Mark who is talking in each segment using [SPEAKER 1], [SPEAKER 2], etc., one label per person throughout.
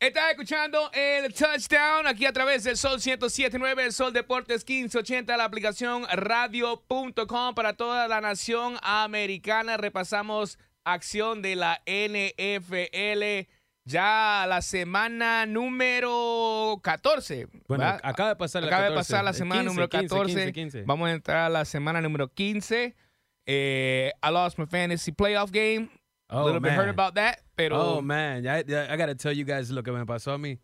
[SPEAKER 1] Estás escuchando el touchdown aquí a través del Sol 1079, el Sol Deportes 1580, la aplicación radio.com para toda la nación americana. Repasamos acción de la NFL ya la semana número 14.
[SPEAKER 2] Bueno,
[SPEAKER 1] ¿verdad?
[SPEAKER 2] acaba de pasar la
[SPEAKER 1] Acaba de
[SPEAKER 2] 14.
[SPEAKER 1] pasar la
[SPEAKER 2] Eh,
[SPEAKER 1] semana
[SPEAKER 2] 15,
[SPEAKER 1] número
[SPEAKER 2] 15,
[SPEAKER 1] 14.
[SPEAKER 2] 15, 15.
[SPEAKER 1] Vamos a entrar a la semana número 15. Eh, I lost my fantasy playoff game. a
[SPEAKER 2] Oh,
[SPEAKER 1] little bit
[SPEAKER 2] man.
[SPEAKER 1] hurt about that, pero
[SPEAKER 2] Oh, man. I, I gotta tell you guys lo que me pasó a mí.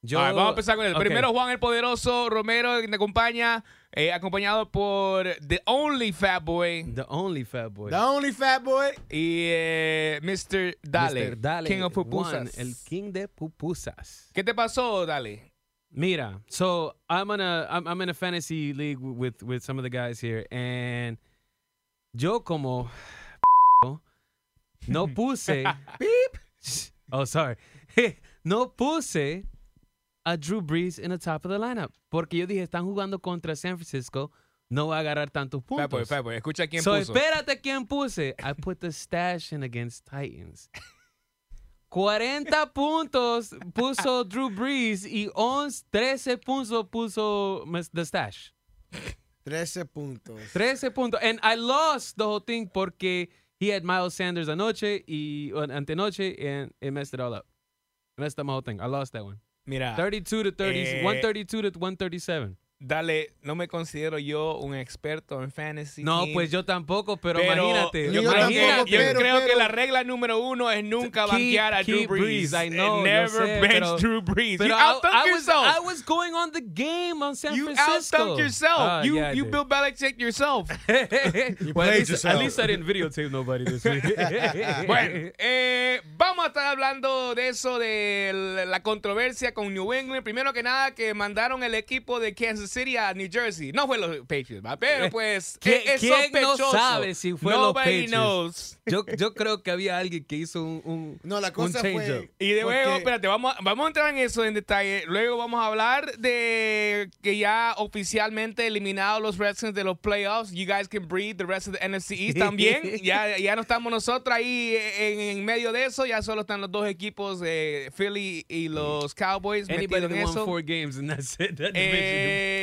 [SPEAKER 2] Yo,
[SPEAKER 1] All right, vamos a empezar con el
[SPEAKER 2] Ok.
[SPEAKER 1] primero, Juan el Poderoso Romero, que te acompaña, eh, acompañado por The Only Fat Boy
[SPEAKER 2] The only fat boy.
[SPEAKER 3] The only fat boy.
[SPEAKER 1] y eh, Mr. Dale,
[SPEAKER 2] Mr. Dale.
[SPEAKER 1] King of
[SPEAKER 2] Juan,
[SPEAKER 1] Pupusas.
[SPEAKER 2] el king de pupusas.
[SPEAKER 1] ¿Qué te pasó, Dale?
[SPEAKER 2] Mira, so I'm on a I'm, I'm in a fantasy league w- with with some of the guys here, and yo como no puse beep. Oh, sorry, no puse a Drew Brees in the top of the lineup porque yo dije están jugando contra San Francisco, no va a agarrar tantos puntos.
[SPEAKER 1] Fat Boy, Fat Boy, escucha quién
[SPEAKER 2] so
[SPEAKER 1] puso.
[SPEAKER 2] espérate quién puse. I put the stash in against Titans. 40 puntos puso Drew Brees y 11, 13 puntos puso Ms. the stash.
[SPEAKER 3] 13 puntos.
[SPEAKER 2] 13 puntos. And I lost the whole thing porque he had Miles Sanders anoche y well, antenoche and it messed it all up. messed up my whole thing. I lost that one.
[SPEAKER 1] Mira,
[SPEAKER 2] 32 to 30,
[SPEAKER 1] Ah. Eh.
[SPEAKER 2] 132 to 137.
[SPEAKER 1] Dale, no me considero yo un experto en fantasy.
[SPEAKER 2] No,
[SPEAKER 1] team,
[SPEAKER 2] pues yo tampoco, pero,
[SPEAKER 1] pero
[SPEAKER 2] imagínate.
[SPEAKER 1] Yo,
[SPEAKER 3] Yo
[SPEAKER 1] creo, que,
[SPEAKER 2] imagínate.
[SPEAKER 3] tampoco,
[SPEAKER 1] yo
[SPEAKER 3] pero-
[SPEAKER 1] creo que
[SPEAKER 3] pero-
[SPEAKER 1] la regla número uno es nunca
[SPEAKER 2] Keep-
[SPEAKER 1] banquear a Drew
[SPEAKER 2] keep Breeze,
[SPEAKER 1] Brees.
[SPEAKER 2] I know, yo
[SPEAKER 1] Never
[SPEAKER 2] sé,
[SPEAKER 1] bench
[SPEAKER 2] pero-
[SPEAKER 1] Drew Brees.
[SPEAKER 2] But
[SPEAKER 1] you
[SPEAKER 2] I,
[SPEAKER 1] outthunk
[SPEAKER 2] I was,
[SPEAKER 1] yourself.
[SPEAKER 2] I was going on the game on San
[SPEAKER 1] you
[SPEAKER 2] Francisco.
[SPEAKER 1] outthunk yourself.
[SPEAKER 2] Ah,
[SPEAKER 1] you
[SPEAKER 2] yeah, I
[SPEAKER 1] you
[SPEAKER 2] did.
[SPEAKER 1] Bill Belichick yourself.
[SPEAKER 2] well, at
[SPEAKER 3] played
[SPEAKER 2] least,
[SPEAKER 3] yourself.
[SPEAKER 2] At least I didn't videotape nobody this week.
[SPEAKER 1] bueno, eh, vamos a estar hablando de eso, de la controversia con New England. Primero que nada, que mandaron el equipo de Kansas City a New Jersey. No fue los Patriots, ¿va? pero pues
[SPEAKER 2] ¿Quién-
[SPEAKER 1] es, es
[SPEAKER 2] Eh, quién no
[SPEAKER 1] sospechoso.
[SPEAKER 2] sabe si fue los
[SPEAKER 1] Nobody
[SPEAKER 2] Patriots?
[SPEAKER 1] knows.
[SPEAKER 2] yo, yo creo que había alguien que hizo un, un,
[SPEAKER 3] No, la
[SPEAKER 2] un
[SPEAKER 3] cosa
[SPEAKER 2] change-up.
[SPEAKER 3] fue.
[SPEAKER 1] Y de luego,
[SPEAKER 3] porque-
[SPEAKER 1] espérate, vamos a, vamos a entrar en eso en detalle. Luego vamos a hablar de que ya oficialmente eliminados los Redskins de los playoffs. You guys can breathe the rest of the NFC East también. ya, ya no estamos nosotros ahí en, en medio de eso. Ya solo están los dos equipos, eh, Philly y los Cowboys,
[SPEAKER 2] Anybody
[SPEAKER 1] metidos
[SPEAKER 2] that
[SPEAKER 1] en
[SPEAKER 2] won
[SPEAKER 1] eso.
[SPEAKER 2] four games and that's it. That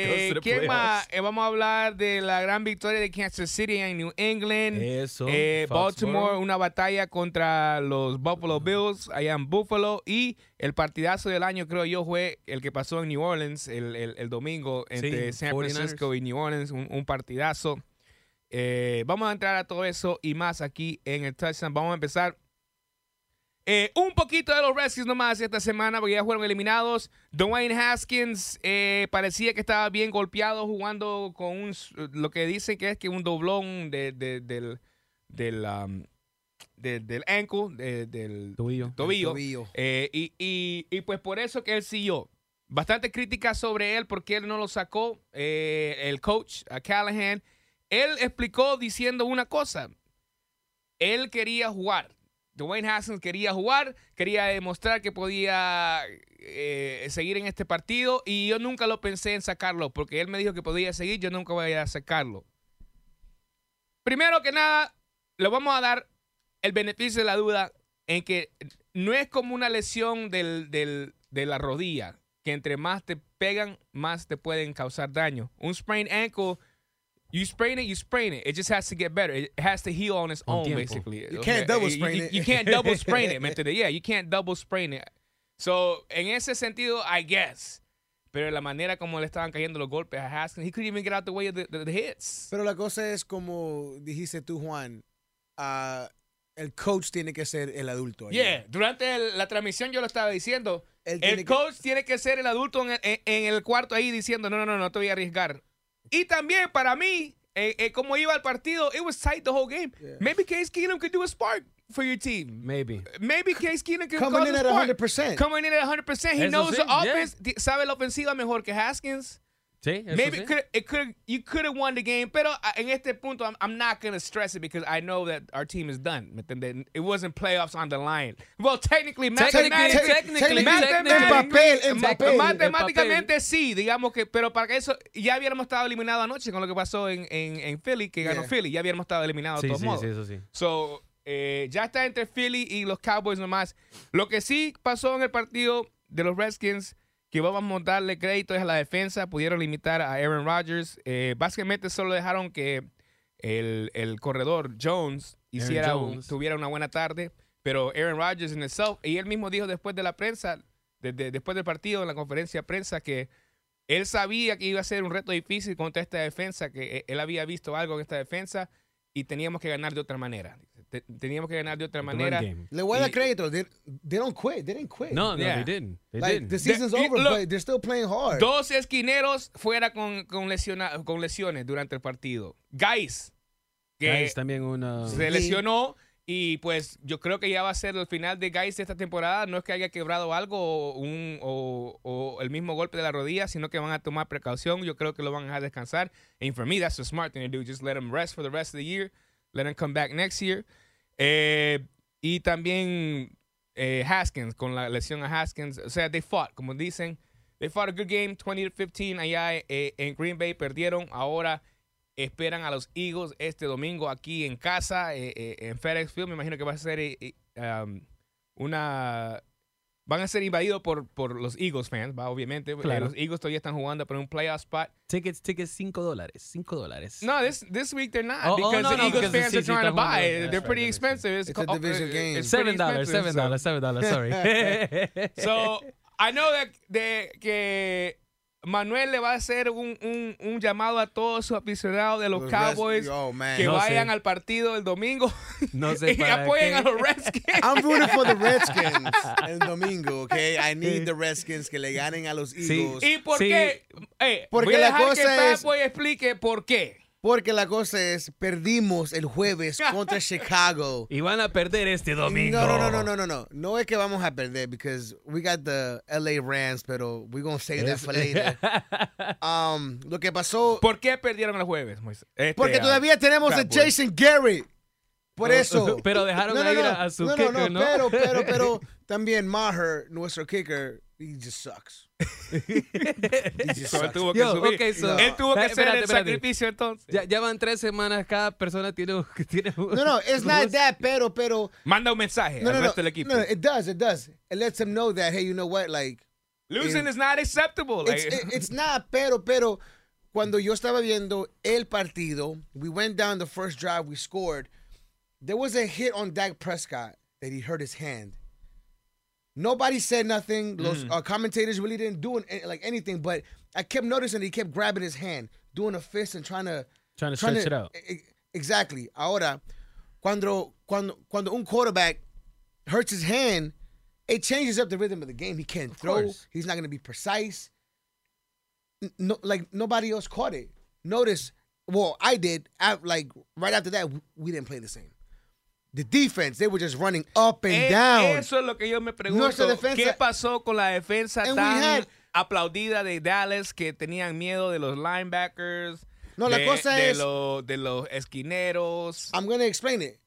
[SPEAKER 1] Eh,
[SPEAKER 2] division goes to the
[SPEAKER 1] ¿Quién más?
[SPEAKER 2] playoffs.
[SPEAKER 1] Eh, vamos a hablar de la gran victoria de Kansas City en New England.
[SPEAKER 2] Eso,
[SPEAKER 1] Eh, Baltimore,
[SPEAKER 2] Foxborough.
[SPEAKER 1] una batalla contra los Buffalo Bills allá en Buffalo. Y el partidazo del año, creo yo, fue el que pasó en New Orleans el, el- el domingo entre
[SPEAKER 2] Sí,
[SPEAKER 1] San
[SPEAKER 2] 49ers.
[SPEAKER 1] Francisco y New Orleans. Un, un partidazo. Eh, vamos a entrar a todo eso y más aquí en el touchdown. Vamos a empezar eh, un poquito de los Redskins nomás esta semana porque ya fueron eliminados. Dwayne Haskins eh, parecía que estaba bien golpeado jugando con un, s- lo que dicen que es que un doblón de- de- del, del, um, de- del ankle, de- del
[SPEAKER 2] Tobillo.
[SPEAKER 1] tobillo.
[SPEAKER 3] Tobillo.
[SPEAKER 1] Eh, y, y- y pues por eso que él siguió. Bastante crítica sobre él porque él no lo sacó. eh, el coach, a Callahan, él explicó diciendo una cosa. Él quería jugar. Dwayne Haskins quería jugar, quería demostrar que podía eh, seguir en este partido y yo nunca lo pensé en sacarlo porque él me dijo que podía seguir, yo nunca voy a sacarlo. Primero que nada, le vamos a dar el beneficio de la duda en que no es como una lesión del, del- de la rodilla, que entre más te pegan, más te pueden causar daño. Un sprained ankle, you sprain it, you sprain it. It just has to get better. It has to heal on its
[SPEAKER 2] Con
[SPEAKER 1] own,
[SPEAKER 2] tiempo.
[SPEAKER 1] basically.
[SPEAKER 3] You can't double
[SPEAKER 1] You-
[SPEAKER 3] sprain
[SPEAKER 1] you-
[SPEAKER 3] it.
[SPEAKER 1] You can't double sprain it, ¿me entiendes? Yeah, you can't double sprain it. So, en ese sentido, I guess. Pero la manera como le estaban cayendo los golpes a Haskins, he couldn't even get out the way of the, the- the hits.
[SPEAKER 3] Pero la cosa es como dijiste tú, Juan. ah, el coach tiene que ser el adulto. ahí.
[SPEAKER 1] Yeah, durante el- la transmisión yo lo estaba diciendo.
[SPEAKER 3] Él tiene
[SPEAKER 1] El
[SPEAKER 3] que-
[SPEAKER 1] coach tiene que ser el adulto en el, en- en el cuarto ahí diciendo, no, no, no, no te voy a arriesgar. Y también para mí, eh, eh, como iba el partido, it was tight the whole game.
[SPEAKER 3] Yeah.
[SPEAKER 1] Maybe Case Keenum could do a spark for your team.
[SPEAKER 2] Maybe.
[SPEAKER 1] Maybe Case Keenum could
[SPEAKER 3] Coming
[SPEAKER 1] cause
[SPEAKER 3] in
[SPEAKER 1] a
[SPEAKER 3] at
[SPEAKER 1] spark.
[SPEAKER 3] 100%.
[SPEAKER 1] Coming in at 100%. He
[SPEAKER 2] Eso
[SPEAKER 1] knows
[SPEAKER 2] sí,
[SPEAKER 1] the
[SPEAKER 2] yeah.
[SPEAKER 1] offense. Ti- Sabe la ofensiva mejor que Haskins.
[SPEAKER 2] Sí, eso
[SPEAKER 1] Maybe
[SPEAKER 2] sí.
[SPEAKER 1] it could, it could, you could have won the game, pero ah, en este punto I'm, I'm not going to stress it because I know that our team is done. ¿me entiendes? It wasn't playoffs on the line. Well, technically,
[SPEAKER 2] Technically,
[SPEAKER 1] mathematically,
[SPEAKER 2] technically,
[SPEAKER 1] Matemáticamente-
[SPEAKER 2] technically.
[SPEAKER 3] En papel, en
[SPEAKER 1] ma-
[SPEAKER 3] papel.
[SPEAKER 1] Matemáticamente sí, digamos que, pero para que eso ya hubiéramos estado eliminados anoche con lo que pasó en, en, en Philly, que ganó
[SPEAKER 3] Yeah.
[SPEAKER 1] Philly, ya hubiéramos estado eliminados de
[SPEAKER 2] Sí,
[SPEAKER 1] todos
[SPEAKER 2] sí,
[SPEAKER 1] modos.
[SPEAKER 2] sí, eso sí.
[SPEAKER 1] So, eh, ya está entre Philly y los Cowboys nomás. Lo que sí pasó en el partido de los Redskins que vamos a darle crédito es a la defensa. Pudieron limitar a Aaron Rodgers. Eh, básicamente solo dejaron que el, el corredor Jones hiciera un-
[SPEAKER 2] Jones.
[SPEAKER 1] tuviera una buena tarde. Pero Aaron Rodgers en el self, y él mismo dijo después de la prensa, de- de- después del partido, en la conferencia de prensa, que él sabía que iba a ser un reto difícil contra esta defensa, que eh, él había visto algo en esta defensa y teníamos que ganar de otra manera. Te- Teníamos que ganar de otra
[SPEAKER 2] The run
[SPEAKER 1] manera.
[SPEAKER 2] game.
[SPEAKER 3] Le voy a dar
[SPEAKER 1] Y-
[SPEAKER 3] crédito. They, they don't quit. They didn't quit.
[SPEAKER 2] No, no,
[SPEAKER 1] Yeah.
[SPEAKER 2] they didn't. They
[SPEAKER 3] Like,
[SPEAKER 2] didn't.
[SPEAKER 3] the season's
[SPEAKER 1] They-
[SPEAKER 3] over,
[SPEAKER 1] look.
[SPEAKER 3] but they're still playing hard.
[SPEAKER 1] Dos esquineros fuera con, con, lesiona- con lesiones durante el partido. Guys, que
[SPEAKER 2] Guys, también una.
[SPEAKER 1] se
[SPEAKER 3] Sí.
[SPEAKER 1] lesionó y pues yo creo que ya va a ser el final de Guys esta temporada. No es que haya quebrado algo o, un- o- o el mismo golpe de la rodilla, sino que van a tomar precaución. Yo creo que lo van a dejar descansar. And for me, that's the smart thing to do. Just let him rest for the rest of the year. Let him come back next year. Eh, y también eh, Haskins, con la lesión a Haskins. O sea, they fought, como dicen. They fought a good game, 20 to 15 allá eh, en Green Bay. Perdieron. Ahora esperan a los Eagles este domingo aquí en casa, eh, eh, en FedEx Field. Me imagino que va a ser eh, eh, um, una... Van a ser invadidos por, por los Eagles fans, va, obviamente. Eh,
[SPEAKER 2] Claro.
[SPEAKER 1] los Eagles todavía están jugando por un playoff spot.
[SPEAKER 2] Tickets, tickets, 5 dólares. 5 dólares.
[SPEAKER 1] No, this this week they're not
[SPEAKER 2] Oh, oh,
[SPEAKER 1] because
[SPEAKER 2] no,
[SPEAKER 1] the
[SPEAKER 2] no,
[SPEAKER 1] Eagles
[SPEAKER 2] because the
[SPEAKER 1] fans are
[SPEAKER 2] seats
[SPEAKER 1] trying to
[SPEAKER 2] are going
[SPEAKER 1] buy.
[SPEAKER 2] up.
[SPEAKER 1] it.
[SPEAKER 2] That's
[SPEAKER 1] They're
[SPEAKER 2] right,
[SPEAKER 1] pretty
[SPEAKER 2] that makes sense.
[SPEAKER 1] expensive. It's,
[SPEAKER 3] It's a
[SPEAKER 1] co-
[SPEAKER 3] division
[SPEAKER 1] uh,
[SPEAKER 3] game.
[SPEAKER 1] it's pretty
[SPEAKER 2] Seven dollars,
[SPEAKER 1] expensive,
[SPEAKER 2] seven dollars, seven dollars. Sorry.
[SPEAKER 1] So, so, I know that de, que Manuel le va a hacer un, un, un llamado a todos sus aficionados de los
[SPEAKER 3] The rest-
[SPEAKER 1] Cowboys
[SPEAKER 3] Oh, man.
[SPEAKER 1] que
[SPEAKER 2] No
[SPEAKER 1] vayan
[SPEAKER 2] sé.
[SPEAKER 1] al partido el domingo
[SPEAKER 2] no sé
[SPEAKER 1] y
[SPEAKER 2] para
[SPEAKER 1] apoyen
[SPEAKER 2] qué.
[SPEAKER 1] a los Redskins.
[SPEAKER 3] I'm rooting for the Redskins el domingo, okay? I need the Redskins que le ganen a los
[SPEAKER 2] Sí.
[SPEAKER 3] Eagles.
[SPEAKER 1] ¿Y por
[SPEAKER 2] Sí.
[SPEAKER 1] qué? Eh, voy
[SPEAKER 3] Porque
[SPEAKER 1] a
[SPEAKER 3] la
[SPEAKER 1] dejar que
[SPEAKER 3] cosa
[SPEAKER 1] Fat
[SPEAKER 3] es-
[SPEAKER 1] Boy explique por qué.
[SPEAKER 3] Porque la cosa es, perdimos el jueves contra Chicago.
[SPEAKER 2] Y van a perder este domingo.
[SPEAKER 3] No, no, no, no, no, no, no. No es que vamos a perder because we got the LA Rams, pero we're going to save that
[SPEAKER 2] Es-
[SPEAKER 3] for later. Um, lo que pasó,
[SPEAKER 1] ¿Por qué perdieron el jueves, Moisés? Este,
[SPEAKER 3] porque
[SPEAKER 1] ah,
[SPEAKER 3] todavía tenemos a
[SPEAKER 1] Fat Boy.
[SPEAKER 3] Jason Garrett. Por eso.
[SPEAKER 2] Pero dejaron a ir a- a su kicker, ¿no?
[SPEAKER 3] Pero, pero, pero también Maher, nuestro kicker, he just sucks. He just
[SPEAKER 1] So, él
[SPEAKER 3] sucks.
[SPEAKER 1] tuvo que
[SPEAKER 2] Yo,
[SPEAKER 1] subir.
[SPEAKER 2] okay, so-
[SPEAKER 1] Él tuvo que
[SPEAKER 2] Eh,
[SPEAKER 1] hacer
[SPEAKER 2] espérate,
[SPEAKER 1] el
[SPEAKER 2] espérate.
[SPEAKER 1] sacrificio entonces.
[SPEAKER 2] Ya, ya van tres semanas, cada persona tiene un... Tiene un-
[SPEAKER 3] No, no, it's not
[SPEAKER 2] un-
[SPEAKER 3] that, pero, pero.
[SPEAKER 1] Manda un mensaje
[SPEAKER 3] No,
[SPEAKER 1] al
[SPEAKER 3] no, no,
[SPEAKER 1] resto del equipo.
[SPEAKER 3] no, eh, it does, it does. It lets them know that, hey, you know what, like,
[SPEAKER 1] Losing
[SPEAKER 3] Eh,
[SPEAKER 1] is not acceptable.
[SPEAKER 3] it's, eh,
[SPEAKER 1] Like,
[SPEAKER 3] it- it's not, pero, pero, cuando yo estaba viendo el partido, we went down the first drive, we scored. There was a hit on Dak Prescott that he hurt his hand. Nobody said nothing. Los uh, commentators really didn't do an, eh, like anything, but I kept noticing he kept grabbing his hand, doing a fist and trying to
[SPEAKER 2] Trying to
[SPEAKER 3] trying
[SPEAKER 2] stretch
[SPEAKER 3] to-
[SPEAKER 2] it out.
[SPEAKER 3] e- e- Exactly. Ahora, cuando, cuando, cuando un quarterback hurts his hand, it changes up the rhythm of the game. He can't throw.
[SPEAKER 2] course.
[SPEAKER 3] He's not going to be precise. N- No, like nobody else caught it. Notice, well, I did. I, like right after that, w- we didn't play the same. The defense, they were just running up and
[SPEAKER 1] eh,
[SPEAKER 3] down.
[SPEAKER 1] Eso es lo que yo me pregunto.
[SPEAKER 3] Nuestra defensa-
[SPEAKER 1] ¿Qué pasó con la defensa
[SPEAKER 3] And we
[SPEAKER 1] tan
[SPEAKER 3] had-
[SPEAKER 1] aplaudida de Dallas que tenían miedo de los linebackers?
[SPEAKER 3] No, la
[SPEAKER 1] de,
[SPEAKER 3] cosa
[SPEAKER 1] de
[SPEAKER 3] es- Ah.
[SPEAKER 1] los- de los esquineros.
[SPEAKER 3] I'm gonna explain it.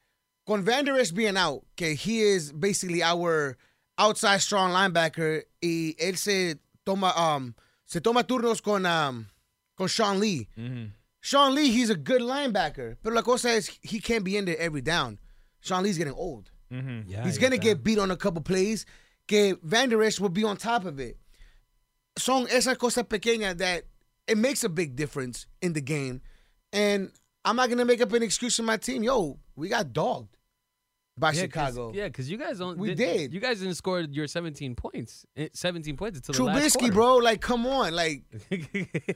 [SPEAKER 3] Con Van Der Esch being out, okay, he is basically our outside strong linebacker. Y él se toma um se toma turnos con um con Sean Lee.
[SPEAKER 1] Ujú.
[SPEAKER 3] Sean Lee, he's a good linebacker. Pero la cosa is he can't be in there every down. Sean Lee's getting old.
[SPEAKER 1] Ujú.
[SPEAKER 2] Yeah,
[SPEAKER 3] He's
[SPEAKER 2] yeah,
[SPEAKER 3] gonna
[SPEAKER 2] yeah.
[SPEAKER 3] get beat on a couple plays. Que Van Der Esch will be on top of it. Son esas cosas pequeñas that it makes a big difference in the game. And I'm not gonna make up an excuse for my team. Yo, we got dogged by
[SPEAKER 2] Yeah, 'cause-
[SPEAKER 3] Chicago.
[SPEAKER 2] yeah, because you guys don't.
[SPEAKER 3] We
[SPEAKER 2] didn't-
[SPEAKER 3] did.
[SPEAKER 2] You guys didn't score your 17 points. Eh, 17 points until the last
[SPEAKER 3] Trubisky,
[SPEAKER 2] quarter.
[SPEAKER 3] bro, like come on, like
[SPEAKER 2] you,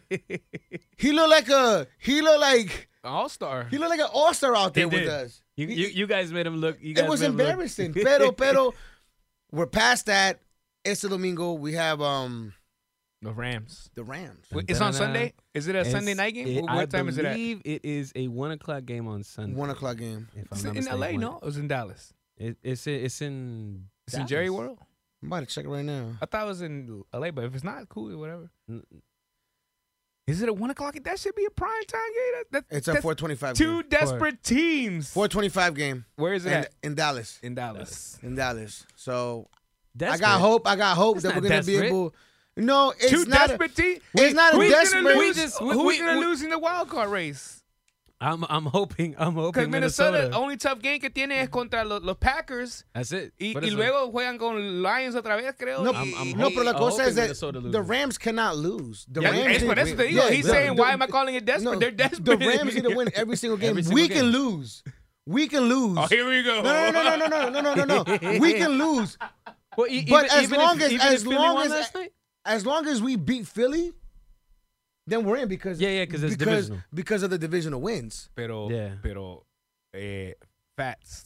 [SPEAKER 3] he looked like a he looked like
[SPEAKER 1] All-Star.
[SPEAKER 3] he looked like an all star out there with
[SPEAKER 2] did.
[SPEAKER 3] us.
[SPEAKER 2] you, you guys made him look. You
[SPEAKER 3] it
[SPEAKER 2] guys
[SPEAKER 3] was
[SPEAKER 2] made him look-
[SPEAKER 3] embarrassing. pero pero we're past that. Este domingo we have um
[SPEAKER 1] Los Rams.
[SPEAKER 3] the Rams.
[SPEAKER 1] Wait, It's on Sunday? Is it a
[SPEAKER 2] It's-
[SPEAKER 1] Sunday night game?
[SPEAKER 2] it-
[SPEAKER 1] Wh-
[SPEAKER 2] I
[SPEAKER 1] what time is it at?
[SPEAKER 2] believe it is a one o'clock game on Sunday.
[SPEAKER 3] One o'clock game.
[SPEAKER 2] If I'm
[SPEAKER 1] It's
[SPEAKER 2] not
[SPEAKER 1] in
[SPEAKER 2] mistaken.
[SPEAKER 1] LA, no? It's in Dallas.
[SPEAKER 2] It, it's in- it's in.
[SPEAKER 1] It's in Jerry
[SPEAKER 2] Dallas.
[SPEAKER 1] World.
[SPEAKER 3] I'm about to check it right now.
[SPEAKER 1] I thought it was in LA, but if it's not, cool, whatever.
[SPEAKER 2] N-
[SPEAKER 1] Is it a one o'clock? That should be a prime time game. That, that,
[SPEAKER 3] It's a
[SPEAKER 1] that's
[SPEAKER 3] 425
[SPEAKER 1] two
[SPEAKER 3] game.
[SPEAKER 1] desperate teams.
[SPEAKER 3] 425 game
[SPEAKER 1] Where is it
[SPEAKER 3] in,
[SPEAKER 1] at?
[SPEAKER 3] in Dallas.
[SPEAKER 1] In Dallas.
[SPEAKER 3] In Dallas. So I
[SPEAKER 2] Desperate.
[SPEAKER 3] got hope. I got hope
[SPEAKER 2] That's
[SPEAKER 3] that we're
[SPEAKER 2] not
[SPEAKER 3] going to be
[SPEAKER 2] desperate.
[SPEAKER 3] able. No, it's
[SPEAKER 1] Two
[SPEAKER 3] not.
[SPEAKER 1] desperate teams.
[SPEAKER 3] it's not a
[SPEAKER 1] Who's
[SPEAKER 3] desperate-
[SPEAKER 1] Gonna
[SPEAKER 3] We
[SPEAKER 1] lose,
[SPEAKER 2] just- we-
[SPEAKER 1] who's
[SPEAKER 2] we-
[SPEAKER 1] gonna
[SPEAKER 2] we-
[SPEAKER 1] lose in the wild card race?
[SPEAKER 2] I'm I'm hoping I'm
[SPEAKER 1] Because
[SPEAKER 2] hoping
[SPEAKER 1] Minnesota,
[SPEAKER 2] Minnesota.
[SPEAKER 1] el only tough game que tiene es contra lo- los Packers.
[SPEAKER 2] That's it.
[SPEAKER 1] Y,
[SPEAKER 2] Por
[SPEAKER 1] y
[SPEAKER 2] eso.
[SPEAKER 1] luego juegan con Lions otra vez, creo.
[SPEAKER 3] No,
[SPEAKER 1] y-
[SPEAKER 2] I'm
[SPEAKER 3] no,
[SPEAKER 2] hoping-
[SPEAKER 3] pero la
[SPEAKER 2] I'm
[SPEAKER 3] cosa
[SPEAKER 2] hoping
[SPEAKER 3] es that
[SPEAKER 2] Minnesota loses.
[SPEAKER 3] the Rams cannot lose. The
[SPEAKER 1] Yeah,
[SPEAKER 3] Rams
[SPEAKER 1] es por
[SPEAKER 3] need-
[SPEAKER 1] eso te digo.
[SPEAKER 3] Yeah,
[SPEAKER 1] He's
[SPEAKER 3] the-
[SPEAKER 1] saying, why
[SPEAKER 3] the-
[SPEAKER 1] am I calling it desperate?
[SPEAKER 3] no,
[SPEAKER 1] They're desperate.
[SPEAKER 3] The Rams need to win every single game.
[SPEAKER 2] Every
[SPEAKER 3] we
[SPEAKER 2] single
[SPEAKER 3] can
[SPEAKER 2] game.
[SPEAKER 3] lose. We can lose.
[SPEAKER 1] Oh, here we go.
[SPEAKER 3] no, no, no, no, no, no, no, no, no, no. We can lose
[SPEAKER 2] Well, e-
[SPEAKER 3] But
[SPEAKER 2] even-
[SPEAKER 3] as
[SPEAKER 2] even
[SPEAKER 3] long
[SPEAKER 2] if-
[SPEAKER 3] as-
[SPEAKER 2] even if
[SPEAKER 3] as
[SPEAKER 2] Philly
[SPEAKER 3] long
[SPEAKER 2] won
[SPEAKER 3] as-
[SPEAKER 2] last night?
[SPEAKER 3] as long as we beat Philly. Then we're in because
[SPEAKER 2] Yeah, yeah, 'cause it's
[SPEAKER 3] because,
[SPEAKER 2] divisional.
[SPEAKER 3] because of the divisional wins.
[SPEAKER 1] Pero,
[SPEAKER 2] Yeah.
[SPEAKER 1] pero, eh, Fats.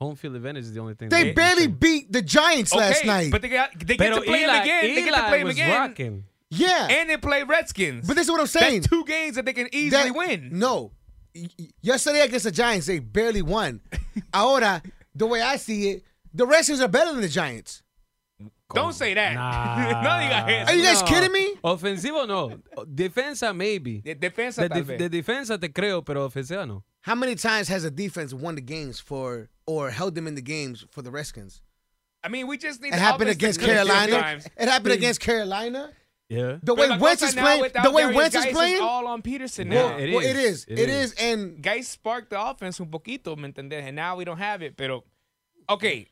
[SPEAKER 2] home field advantage is the only thing.
[SPEAKER 3] They
[SPEAKER 2] that-
[SPEAKER 3] barely beat the Giants last night.
[SPEAKER 1] But they, got, they get
[SPEAKER 2] Pero
[SPEAKER 1] to play
[SPEAKER 2] Eli,
[SPEAKER 1] him again. they get to
[SPEAKER 2] Eli
[SPEAKER 1] play him
[SPEAKER 2] was
[SPEAKER 1] again.
[SPEAKER 2] rocking.
[SPEAKER 3] yeah,
[SPEAKER 1] And they play Redskins.
[SPEAKER 3] but this is what I'm saying.
[SPEAKER 1] That's two games that they can easily
[SPEAKER 3] that-
[SPEAKER 1] win.
[SPEAKER 3] No. Y- y- Yesterday against the Giants, they barely won. Ahora, the way I see it, the Redskins are better than the Giants.
[SPEAKER 1] Don't say that. no, you got
[SPEAKER 3] Are you
[SPEAKER 1] hands.
[SPEAKER 3] guys
[SPEAKER 2] No.
[SPEAKER 3] kidding me?
[SPEAKER 2] Ofensivo no. Defensa maybe.
[SPEAKER 1] De- defensa
[SPEAKER 2] De,
[SPEAKER 1] tal
[SPEAKER 2] de- de
[SPEAKER 1] vez.
[SPEAKER 2] defensa te creo, pero ofensiva no.
[SPEAKER 3] How many times has a defense won the games for or held them in the games for the Redskins?
[SPEAKER 1] I mean, we just need
[SPEAKER 3] It
[SPEAKER 1] the
[SPEAKER 3] happened
[SPEAKER 1] offense to
[SPEAKER 3] against
[SPEAKER 1] do it a few
[SPEAKER 3] Carolina.
[SPEAKER 1] times.
[SPEAKER 3] It happened against Carolina.
[SPEAKER 2] Yeah.
[SPEAKER 3] The
[SPEAKER 1] But
[SPEAKER 3] way
[SPEAKER 1] la
[SPEAKER 3] Wentz
[SPEAKER 1] cosa
[SPEAKER 3] is
[SPEAKER 1] now
[SPEAKER 3] playing,
[SPEAKER 1] without
[SPEAKER 3] the way
[SPEAKER 1] Darius
[SPEAKER 3] Wentz is
[SPEAKER 1] Geis
[SPEAKER 3] playing,
[SPEAKER 1] all on Peterson
[SPEAKER 3] well,
[SPEAKER 1] now.
[SPEAKER 2] it
[SPEAKER 3] well, it
[SPEAKER 2] is.
[SPEAKER 3] is.
[SPEAKER 2] It
[SPEAKER 3] It
[SPEAKER 2] is.
[SPEAKER 3] is. And
[SPEAKER 1] Guys sparked the offense un poquito, ¿me entendés? And now we don't have it. Pero, okay.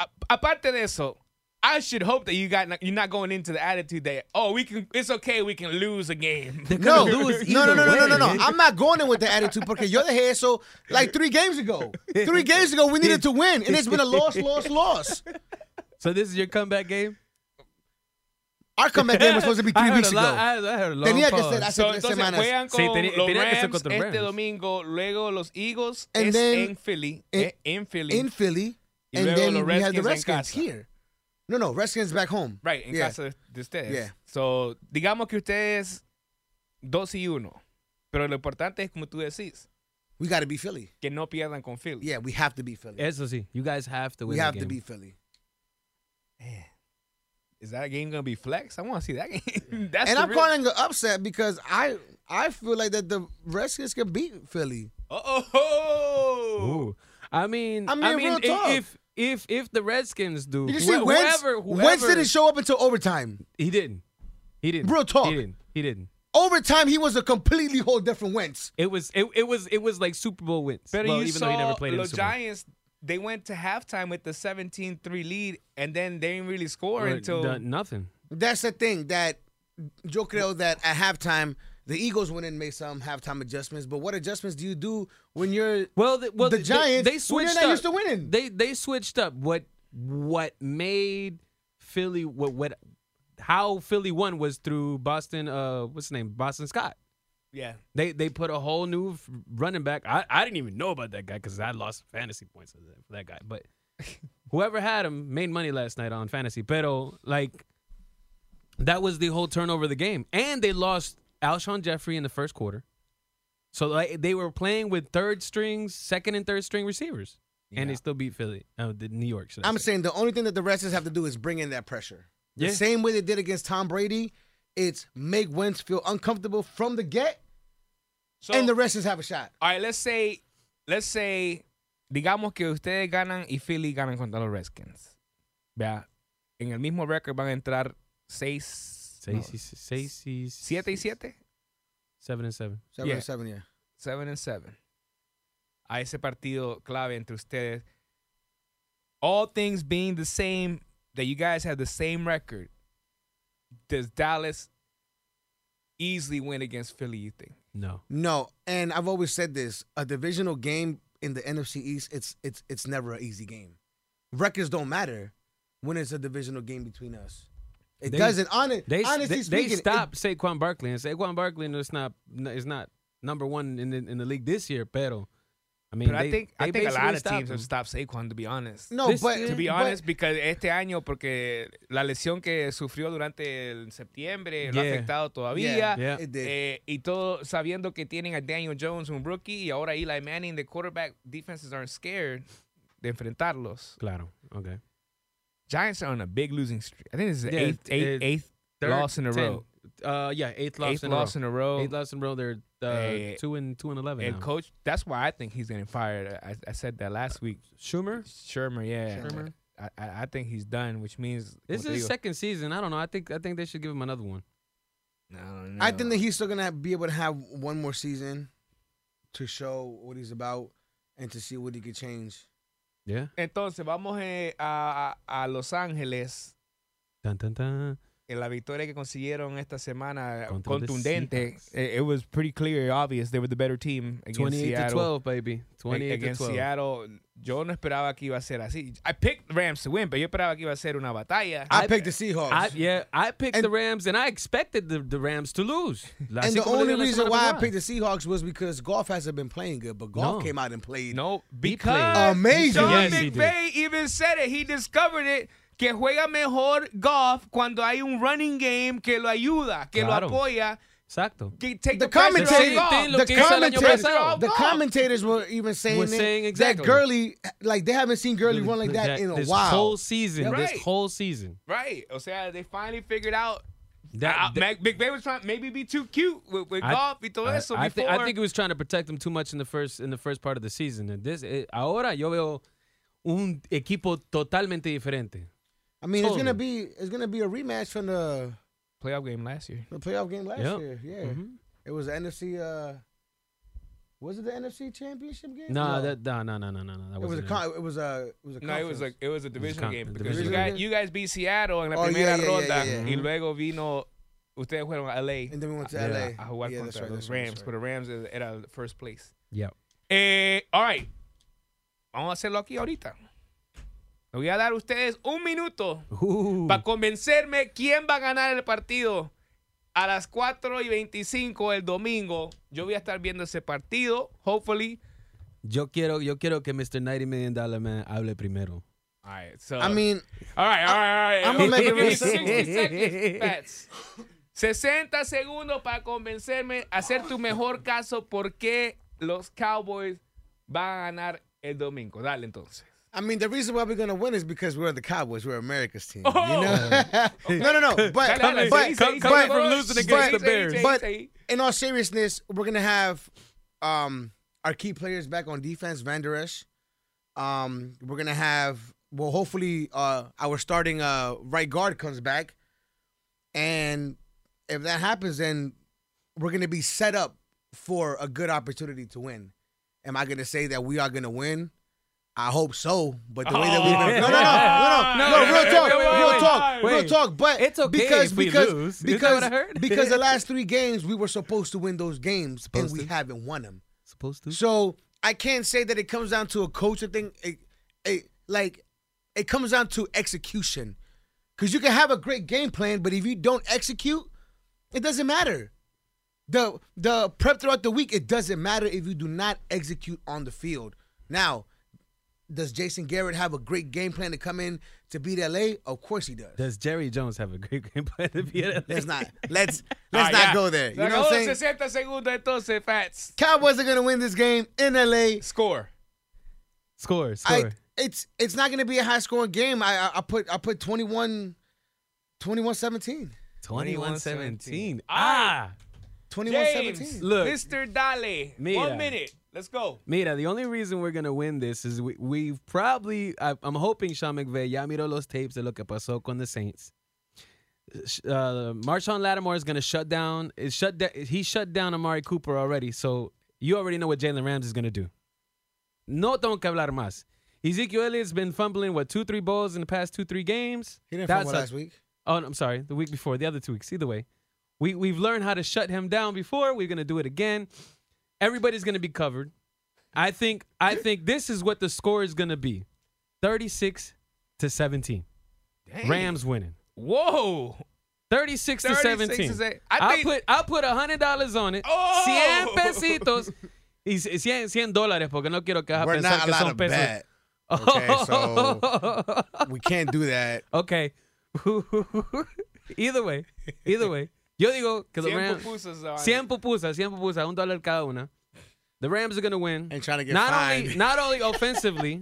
[SPEAKER 1] A- aparte de eso, I should hope that you got not, you're not going into the attitude that oh we can it's okay we can lose a game.
[SPEAKER 2] They're
[SPEAKER 3] no,
[SPEAKER 2] gonna lose
[SPEAKER 3] no, no, no,
[SPEAKER 2] either
[SPEAKER 3] no, no, no,
[SPEAKER 2] way.
[SPEAKER 3] no. I'm not going in with the attitude because yo dejé eso like three games ago. Three games ago, we needed to win, and it's been a loss, loss, loss.
[SPEAKER 2] So this is your comeback game.
[SPEAKER 3] Our comeback game was supposed to be
[SPEAKER 2] I
[SPEAKER 3] three
[SPEAKER 2] heard
[SPEAKER 3] weeks
[SPEAKER 2] a
[SPEAKER 3] ago.
[SPEAKER 2] lot- I heard- I heard a long
[SPEAKER 3] Tenía que
[SPEAKER 2] pause.
[SPEAKER 3] ser hace
[SPEAKER 1] So,
[SPEAKER 3] tres
[SPEAKER 1] entonces
[SPEAKER 3] semanas.
[SPEAKER 1] juegan
[SPEAKER 2] Sí,
[SPEAKER 1] con
[SPEAKER 2] tenía-
[SPEAKER 1] los
[SPEAKER 2] tenía que ser
[SPEAKER 1] Rams
[SPEAKER 2] contra
[SPEAKER 1] este
[SPEAKER 2] Rams.
[SPEAKER 1] domingo, luego los Eagles
[SPEAKER 3] And
[SPEAKER 1] es
[SPEAKER 3] then-
[SPEAKER 1] en Philly,
[SPEAKER 3] and-
[SPEAKER 1] eh, en Philly,
[SPEAKER 3] in Philly,
[SPEAKER 1] Y
[SPEAKER 3] and
[SPEAKER 1] luego
[SPEAKER 3] then
[SPEAKER 1] los
[SPEAKER 3] we had the
[SPEAKER 1] Redskins en
[SPEAKER 3] Redskins
[SPEAKER 1] casa.
[SPEAKER 3] here. No, no, Redskins back home.
[SPEAKER 1] right, en
[SPEAKER 3] Yeah.
[SPEAKER 1] casa de, de ustedes.
[SPEAKER 3] Yeah.
[SPEAKER 1] So, digamos que ustedes 2 y 1. Pero lo importante es como tú decís,
[SPEAKER 3] We got to beat Philly.
[SPEAKER 1] que no pierdan con Philly.
[SPEAKER 3] Yeah, we have to beat Philly.
[SPEAKER 2] Eso sí, you guys have to win.
[SPEAKER 3] we
[SPEAKER 2] that
[SPEAKER 3] have to
[SPEAKER 2] game.
[SPEAKER 3] beat Philly.
[SPEAKER 1] Is that game going to be flex? I want to see that game. That's
[SPEAKER 3] and
[SPEAKER 1] the
[SPEAKER 3] I'm
[SPEAKER 1] real-
[SPEAKER 3] calling an upset because I I feel like that the Redskins can beat Philly.
[SPEAKER 1] Oh, oh,
[SPEAKER 2] Ooh. I mean,
[SPEAKER 3] I
[SPEAKER 2] I
[SPEAKER 3] mean,
[SPEAKER 2] mean,
[SPEAKER 3] real
[SPEAKER 2] i-
[SPEAKER 3] talk.
[SPEAKER 2] if if if the Redskins do,
[SPEAKER 3] Did you
[SPEAKER 2] wh-
[SPEAKER 3] see Wentz?
[SPEAKER 2] whoever,
[SPEAKER 3] Wentz
[SPEAKER 2] whoever-
[SPEAKER 3] didn't show up until overtime.
[SPEAKER 2] he didn't, he didn't.
[SPEAKER 3] Real talk.
[SPEAKER 2] he didn't. He didn't.
[SPEAKER 3] Overtime, he was a completely whole different Wentz.
[SPEAKER 2] It was it, it was it was like Super Bowl wins.
[SPEAKER 1] But
[SPEAKER 2] well,
[SPEAKER 1] you
[SPEAKER 2] even
[SPEAKER 1] saw
[SPEAKER 2] though he never played in the
[SPEAKER 1] los
[SPEAKER 2] Super Bowl.
[SPEAKER 1] Giants, they went to halftime with the 17-3 lead, and then they didn't really score
[SPEAKER 2] Or
[SPEAKER 1] until
[SPEAKER 2] done nothing.
[SPEAKER 3] That's the thing that Joe creo that at halftime the Eagles went in and made some halftime adjustments. But what adjustments do you do when you're
[SPEAKER 2] Well, the, well,
[SPEAKER 3] The
[SPEAKER 2] they-
[SPEAKER 3] Giants,
[SPEAKER 2] They,
[SPEAKER 3] when
[SPEAKER 2] switched
[SPEAKER 3] you're not
[SPEAKER 2] up.
[SPEAKER 3] used to winning.
[SPEAKER 2] They they switched up. What what made Philly what what how Philly won was through Boston. Uh, what's his name? Boston Scott.
[SPEAKER 1] yeah.
[SPEAKER 2] They they put a whole new f- running back. I, I didn't even know about that guy because I lost fantasy points for that- for that guy. But whoever had him made money last night on fantasy. Pero like that was the whole turnover of the game, and they lost Alshon Jeffrey in the first quarter. So like they were playing with third strings, second and third string receivers, and they
[SPEAKER 1] Yeah.
[SPEAKER 2] still beat Philly, uh, the New York. should I
[SPEAKER 3] I'm
[SPEAKER 2] say.
[SPEAKER 3] saying the only thing that the Redskins have to do is bring in that pressure. The
[SPEAKER 2] Yeah.
[SPEAKER 3] same way they did against Tom Brady, it's make Wentz feel uncomfortable from the get,
[SPEAKER 1] So,
[SPEAKER 3] and the Redskins have a shot.
[SPEAKER 1] all right, let's say, let's say, digamos que ustedes ganan y Philly ganan contra los Redskins. Vea, en el mismo récord van a entrar 6,
[SPEAKER 2] Say- say- say- say-
[SPEAKER 1] 7 y 7.
[SPEAKER 2] seven and seven.
[SPEAKER 3] Seven
[SPEAKER 1] Yeah.
[SPEAKER 3] seven, yeah.
[SPEAKER 1] 7 and 7. A ese partido clave entre ustedes. All things being the same, that you guys have the same record, does Dallas easily win against Philly, you think?
[SPEAKER 2] No,
[SPEAKER 3] No, and I've always said this: a divisional game in the NFC East, it's it's it's never an easy game. Records don't matter when it's a divisional game between us. It
[SPEAKER 2] They-
[SPEAKER 3] doesn't. Honest,
[SPEAKER 2] they
[SPEAKER 3] honestly
[SPEAKER 2] they,
[SPEAKER 3] speaking,
[SPEAKER 2] they
[SPEAKER 3] it-
[SPEAKER 2] stopped Saquon Barkley, and Saquon Barkley is not is not number one in the, in the league this year. Pero I mean,
[SPEAKER 1] But I
[SPEAKER 2] they-
[SPEAKER 1] think I
[SPEAKER 2] they
[SPEAKER 1] think a
[SPEAKER 2] basically
[SPEAKER 1] lot of
[SPEAKER 2] stopped
[SPEAKER 1] teams
[SPEAKER 2] him.
[SPEAKER 1] have stopped Saquon, to be honest.
[SPEAKER 3] no,
[SPEAKER 2] This-
[SPEAKER 3] but
[SPEAKER 2] to
[SPEAKER 1] To be
[SPEAKER 3] but-
[SPEAKER 1] honest, because este año, porque la lesión que sufrió durante el septiembre lo ha
[SPEAKER 2] Yeah.
[SPEAKER 1] afectado todavía.
[SPEAKER 3] yeah,
[SPEAKER 2] Yeah.
[SPEAKER 3] it did.
[SPEAKER 1] Eh, y todo sabiendo que tienen a Daniel Jones, un rookie, y ahora Eli Manning, the quarterback, defenses aren't scared de enfrentarlos.
[SPEAKER 2] Claro. Okay.
[SPEAKER 1] Giants are on a big losing streak. I think this is the
[SPEAKER 2] Yeah,
[SPEAKER 1] eighth,
[SPEAKER 2] eh,
[SPEAKER 1] eighth, eighth
[SPEAKER 2] Third,
[SPEAKER 1] loss in a
[SPEAKER 2] ten.
[SPEAKER 1] row.
[SPEAKER 2] Uh, yeah, eighth loss
[SPEAKER 1] eighth
[SPEAKER 2] in
[SPEAKER 1] loss
[SPEAKER 2] a row.
[SPEAKER 1] in a row.
[SPEAKER 2] Eighth loss in a row. They're uh,
[SPEAKER 1] Eh,
[SPEAKER 2] two and two and eleven.
[SPEAKER 1] And
[SPEAKER 2] now.
[SPEAKER 1] coach, that's why I think he's getting fired. I, I said that last week.
[SPEAKER 2] Schumer.
[SPEAKER 1] Shermer, yeah.
[SPEAKER 2] Shermer.
[SPEAKER 1] I, I I think he's done, which means como
[SPEAKER 2] This
[SPEAKER 1] te
[SPEAKER 2] is his
[SPEAKER 1] digo,
[SPEAKER 2] second season. I don't know. I think I think they should give him another one.
[SPEAKER 1] I don't
[SPEAKER 3] I think
[SPEAKER 1] know.
[SPEAKER 3] that he's still gonna be able to have one more season. to show what he's about and to see what he could change.
[SPEAKER 2] Yeah.
[SPEAKER 1] Entonces, vamos eh, a, a- a Los Ángeles.
[SPEAKER 2] Dun, dun, dun.
[SPEAKER 1] En la victoria que consiguieron esta semana,
[SPEAKER 2] Contra the
[SPEAKER 1] contundente. Eh,
[SPEAKER 2] Seahawks.
[SPEAKER 1] It, it was pretty clear, obvious. They were the better team against
[SPEAKER 2] 28 to
[SPEAKER 1] Seattle.
[SPEAKER 2] 12, baby. 28 to
[SPEAKER 1] against
[SPEAKER 2] 12.
[SPEAKER 1] Seattle. Yo no esperaba que iba a ser así. I picked Rams to win, pero yo esperaba que iba a ser una batalla.
[SPEAKER 3] I,
[SPEAKER 2] I-
[SPEAKER 3] picked the Seahawks.
[SPEAKER 2] I, yeah, I picked
[SPEAKER 3] And-
[SPEAKER 2] the Rams, and I expected the, the Rams to lose.
[SPEAKER 3] and the only reason why I picked the Seahawks was because golf hasn't been playing good, but golf
[SPEAKER 2] No.
[SPEAKER 3] came out and played.
[SPEAKER 1] no,
[SPEAKER 2] played.
[SPEAKER 1] because
[SPEAKER 3] Amazing.
[SPEAKER 1] Sean
[SPEAKER 2] Yes, he did.
[SPEAKER 1] McVay even said it. He discovered it. Que juega mejor golf cuando hay un running game que lo ayuda, que
[SPEAKER 2] Claro.
[SPEAKER 1] lo apoya,
[SPEAKER 2] Exacto.
[SPEAKER 1] que take
[SPEAKER 3] The
[SPEAKER 1] the, pressure
[SPEAKER 3] commentator-
[SPEAKER 1] off
[SPEAKER 2] Same
[SPEAKER 1] golf.
[SPEAKER 2] thing,
[SPEAKER 3] The,
[SPEAKER 2] Lo que hizo el año
[SPEAKER 3] commentators,
[SPEAKER 2] pasado.
[SPEAKER 3] the
[SPEAKER 1] Golf.
[SPEAKER 3] commentators were even saying,
[SPEAKER 2] Were
[SPEAKER 3] that-
[SPEAKER 2] saying
[SPEAKER 3] that
[SPEAKER 2] exactly.
[SPEAKER 3] Gurley, like they haven't seen Gurley run like that, in a
[SPEAKER 2] this
[SPEAKER 3] while.
[SPEAKER 2] whole season.
[SPEAKER 1] Right.
[SPEAKER 2] This whole season.
[SPEAKER 1] Right. O sea, they finally figured out.
[SPEAKER 2] That-
[SPEAKER 1] uh,
[SPEAKER 2] that-
[SPEAKER 1] Mac- McVay was trying maybe be too cute with, with
[SPEAKER 2] I-
[SPEAKER 1] golf y todo
[SPEAKER 2] I,
[SPEAKER 1] eso
[SPEAKER 2] I thi-
[SPEAKER 1] before.
[SPEAKER 2] I think it was trying to protect them too much in the first in the first part of the season. And this eh, ahora yo veo un equipo totalmente diferente.
[SPEAKER 3] I mean, it's gonna
[SPEAKER 2] Totally.
[SPEAKER 3] be it's gonna be a rematch from the,
[SPEAKER 1] playoff game last year.
[SPEAKER 3] the playoff game last
[SPEAKER 2] Yep.
[SPEAKER 3] year. Yeah,
[SPEAKER 2] Mhm.
[SPEAKER 3] it was the NFC. Uh, was it the NFC Championship game?
[SPEAKER 2] No, that no no no no no no. that
[SPEAKER 3] it was a
[SPEAKER 2] wasn't
[SPEAKER 3] con- it was a it was a
[SPEAKER 1] No, it was
[SPEAKER 3] conference.
[SPEAKER 1] like it was a divisional
[SPEAKER 2] con-
[SPEAKER 1] game
[SPEAKER 2] a
[SPEAKER 1] because you
[SPEAKER 3] divisional
[SPEAKER 1] guys,
[SPEAKER 3] game.
[SPEAKER 1] you guys beat Seattle en la
[SPEAKER 3] Oh, yeah,
[SPEAKER 1] primera
[SPEAKER 3] yeah, yeah,
[SPEAKER 1] ronda
[SPEAKER 3] yeah,
[SPEAKER 1] y
[SPEAKER 3] yeah.
[SPEAKER 1] luego vino ustedes fueron a LA
[SPEAKER 3] and then we went to
[SPEAKER 2] Yeah.
[SPEAKER 3] LA
[SPEAKER 1] a jugar
[SPEAKER 3] Yeah, that's
[SPEAKER 1] contra
[SPEAKER 3] right,
[SPEAKER 1] los
[SPEAKER 3] that's right,
[SPEAKER 1] Rams,
[SPEAKER 3] that's right.
[SPEAKER 1] pero Rams era el first place.
[SPEAKER 2] Yeah.
[SPEAKER 1] Eh, all right. Vamos a hacerlo aquí ahorita. Le voy a dar a ustedes un minuto
[SPEAKER 2] Ooh.
[SPEAKER 1] para convencerme quién va a ganar el partido. A las 4 y 25 el domingo, yo voy a estar viendo ese partido, hopefully.
[SPEAKER 2] Yo quiero yo quiero que Mr. 90 Million Dollar Man hable primero.
[SPEAKER 1] All right, so,
[SPEAKER 3] I mean,
[SPEAKER 1] all right, all right, all right.
[SPEAKER 3] I'm gonna make
[SPEAKER 1] Give
[SPEAKER 3] it
[SPEAKER 1] me 60
[SPEAKER 3] real
[SPEAKER 1] seconds, Pats. 60 segundos para convencerme, hacer tu mejor caso por qué los Cowboys van a ganar el domingo. Dale entonces.
[SPEAKER 3] I mean, the reason why we're gonna win is because we're the Cowboys. We're America's team.
[SPEAKER 1] Oh!
[SPEAKER 3] You know? no, no, no. But
[SPEAKER 1] Dale, dale, sí, sí,
[SPEAKER 3] but, but,
[SPEAKER 1] sí,
[SPEAKER 2] coming
[SPEAKER 1] sí,
[SPEAKER 2] from
[SPEAKER 1] sí,
[SPEAKER 2] losing
[SPEAKER 1] sí,
[SPEAKER 2] against
[SPEAKER 1] sí,
[SPEAKER 2] the Bears.
[SPEAKER 1] sí, sí,
[SPEAKER 3] But-
[SPEAKER 1] sí.
[SPEAKER 3] in all seriousness, we're gonna have um, our key players back on defense. Van Der Esch. Um, we're gonna have well, hopefully, uh, our starting uh, right guard comes back, and if that happens, then we're gonna be set up for a good opportunity to win. Am I gonna say that we are gonna win? I hope so, but the way that we've been, no, no, no, no, no, no,
[SPEAKER 2] Oh. No,
[SPEAKER 3] real talk,
[SPEAKER 2] wait, wait, wait,
[SPEAKER 3] real
[SPEAKER 2] wait.
[SPEAKER 3] talk, real
[SPEAKER 2] Wait.
[SPEAKER 3] talk. But
[SPEAKER 2] It's okay
[SPEAKER 3] because
[SPEAKER 2] if we
[SPEAKER 3] because
[SPEAKER 2] lose. Isn't that
[SPEAKER 3] because
[SPEAKER 2] what I heard?
[SPEAKER 3] because the last three games we were supposed to win those games and
[SPEAKER 2] Supposed
[SPEAKER 3] we
[SPEAKER 2] to.
[SPEAKER 3] haven't won them.
[SPEAKER 2] Supposed to.
[SPEAKER 3] So I can't say that it comes down to a culture thing. It, it, like it comes down to execution, because you can have a great game plan, but if you don't execute, it doesn't matter. The the prep throughout the week it doesn't matter if you do not execute on the field. Now, does Jason Garrett have a great game plan to come in to beat LA? Of course he does.
[SPEAKER 2] Does Jerry Jones have a great game plan to be at
[SPEAKER 3] Let's
[SPEAKER 2] LA?
[SPEAKER 3] not let's
[SPEAKER 1] All right,
[SPEAKER 3] let's not
[SPEAKER 1] Ah, ya.
[SPEAKER 3] go there. You
[SPEAKER 1] Se
[SPEAKER 3] know
[SPEAKER 1] acabó
[SPEAKER 3] what
[SPEAKER 1] los
[SPEAKER 3] I'm saying?
[SPEAKER 1] 60 segundos entonces, Fats.
[SPEAKER 3] Cowboys are gonna win this game in LA.
[SPEAKER 1] Score.
[SPEAKER 2] Score,
[SPEAKER 3] I,
[SPEAKER 2] score.
[SPEAKER 3] it's it's not gonna be a high scoring game. I I, I put I put 21 21-17.
[SPEAKER 2] 21-17.
[SPEAKER 1] 21-17.
[SPEAKER 2] Ah!
[SPEAKER 3] 21-17.
[SPEAKER 1] James,
[SPEAKER 2] Look.
[SPEAKER 1] Mr. Dale.
[SPEAKER 2] Mira.
[SPEAKER 1] One minute. Let's go.
[SPEAKER 2] Mira, the only reason we're gonna win this is we, we've probably. I, I'm hoping Sean McVay ya miró los tapes de lo que pasó con the Saints. Sh- Uh, Marshawn Lattimore is gonna shut down. Is shut da- he shut down Amari Cooper already? So you already know what Jalen Rams is gonna do. No tengo que hablar más. Ezekiel Elliott's been fumbling what two, three balls in the past two, three games.
[SPEAKER 3] He didn't
[SPEAKER 2] That's
[SPEAKER 3] fumble
[SPEAKER 2] a-
[SPEAKER 3] last week.
[SPEAKER 2] Oh, no, I'm sorry. The week before, the other two weeks. Either way, we we've learned how to shut him down before. We're gonna do it again. Everybody's gonna be covered. I think I think this is what the score is gonna be, 36 to 17.
[SPEAKER 1] Dang.
[SPEAKER 2] Rams winning.
[SPEAKER 1] Whoa.
[SPEAKER 2] 36 to
[SPEAKER 1] 36
[SPEAKER 2] 17.
[SPEAKER 1] to se- I
[SPEAKER 2] I will
[SPEAKER 1] think-
[SPEAKER 2] put I'll put hundred dollars on it.
[SPEAKER 1] Oh!
[SPEAKER 2] 100 pesitos. Y 100, 100 dólares porque no quiero que vas a
[SPEAKER 3] We're
[SPEAKER 2] pensar
[SPEAKER 3] not
[SPEAKER 2] que
[SPEAKER 3] allowed to
[SPEAKER 2] son pesos.
[SPEAKER 3] bet. Okay, so- We can't do that.
[SPEAKER 2] Okay. either way, either way. Yo digo que the
[SPEAKER 1] Cien
[SPEAKER 2] Rams.
[SPEAKER 1] pupusas on-
[SPEAKER 2] 100 pupusas, 100 pupusas, un dólar cada una. The Rams are going to win.
[SPEAKER 3] And trying to get
[SPEAKER 2] not
[SPEAKER 3] fined.
[SPEAKER 2] only not only offensively,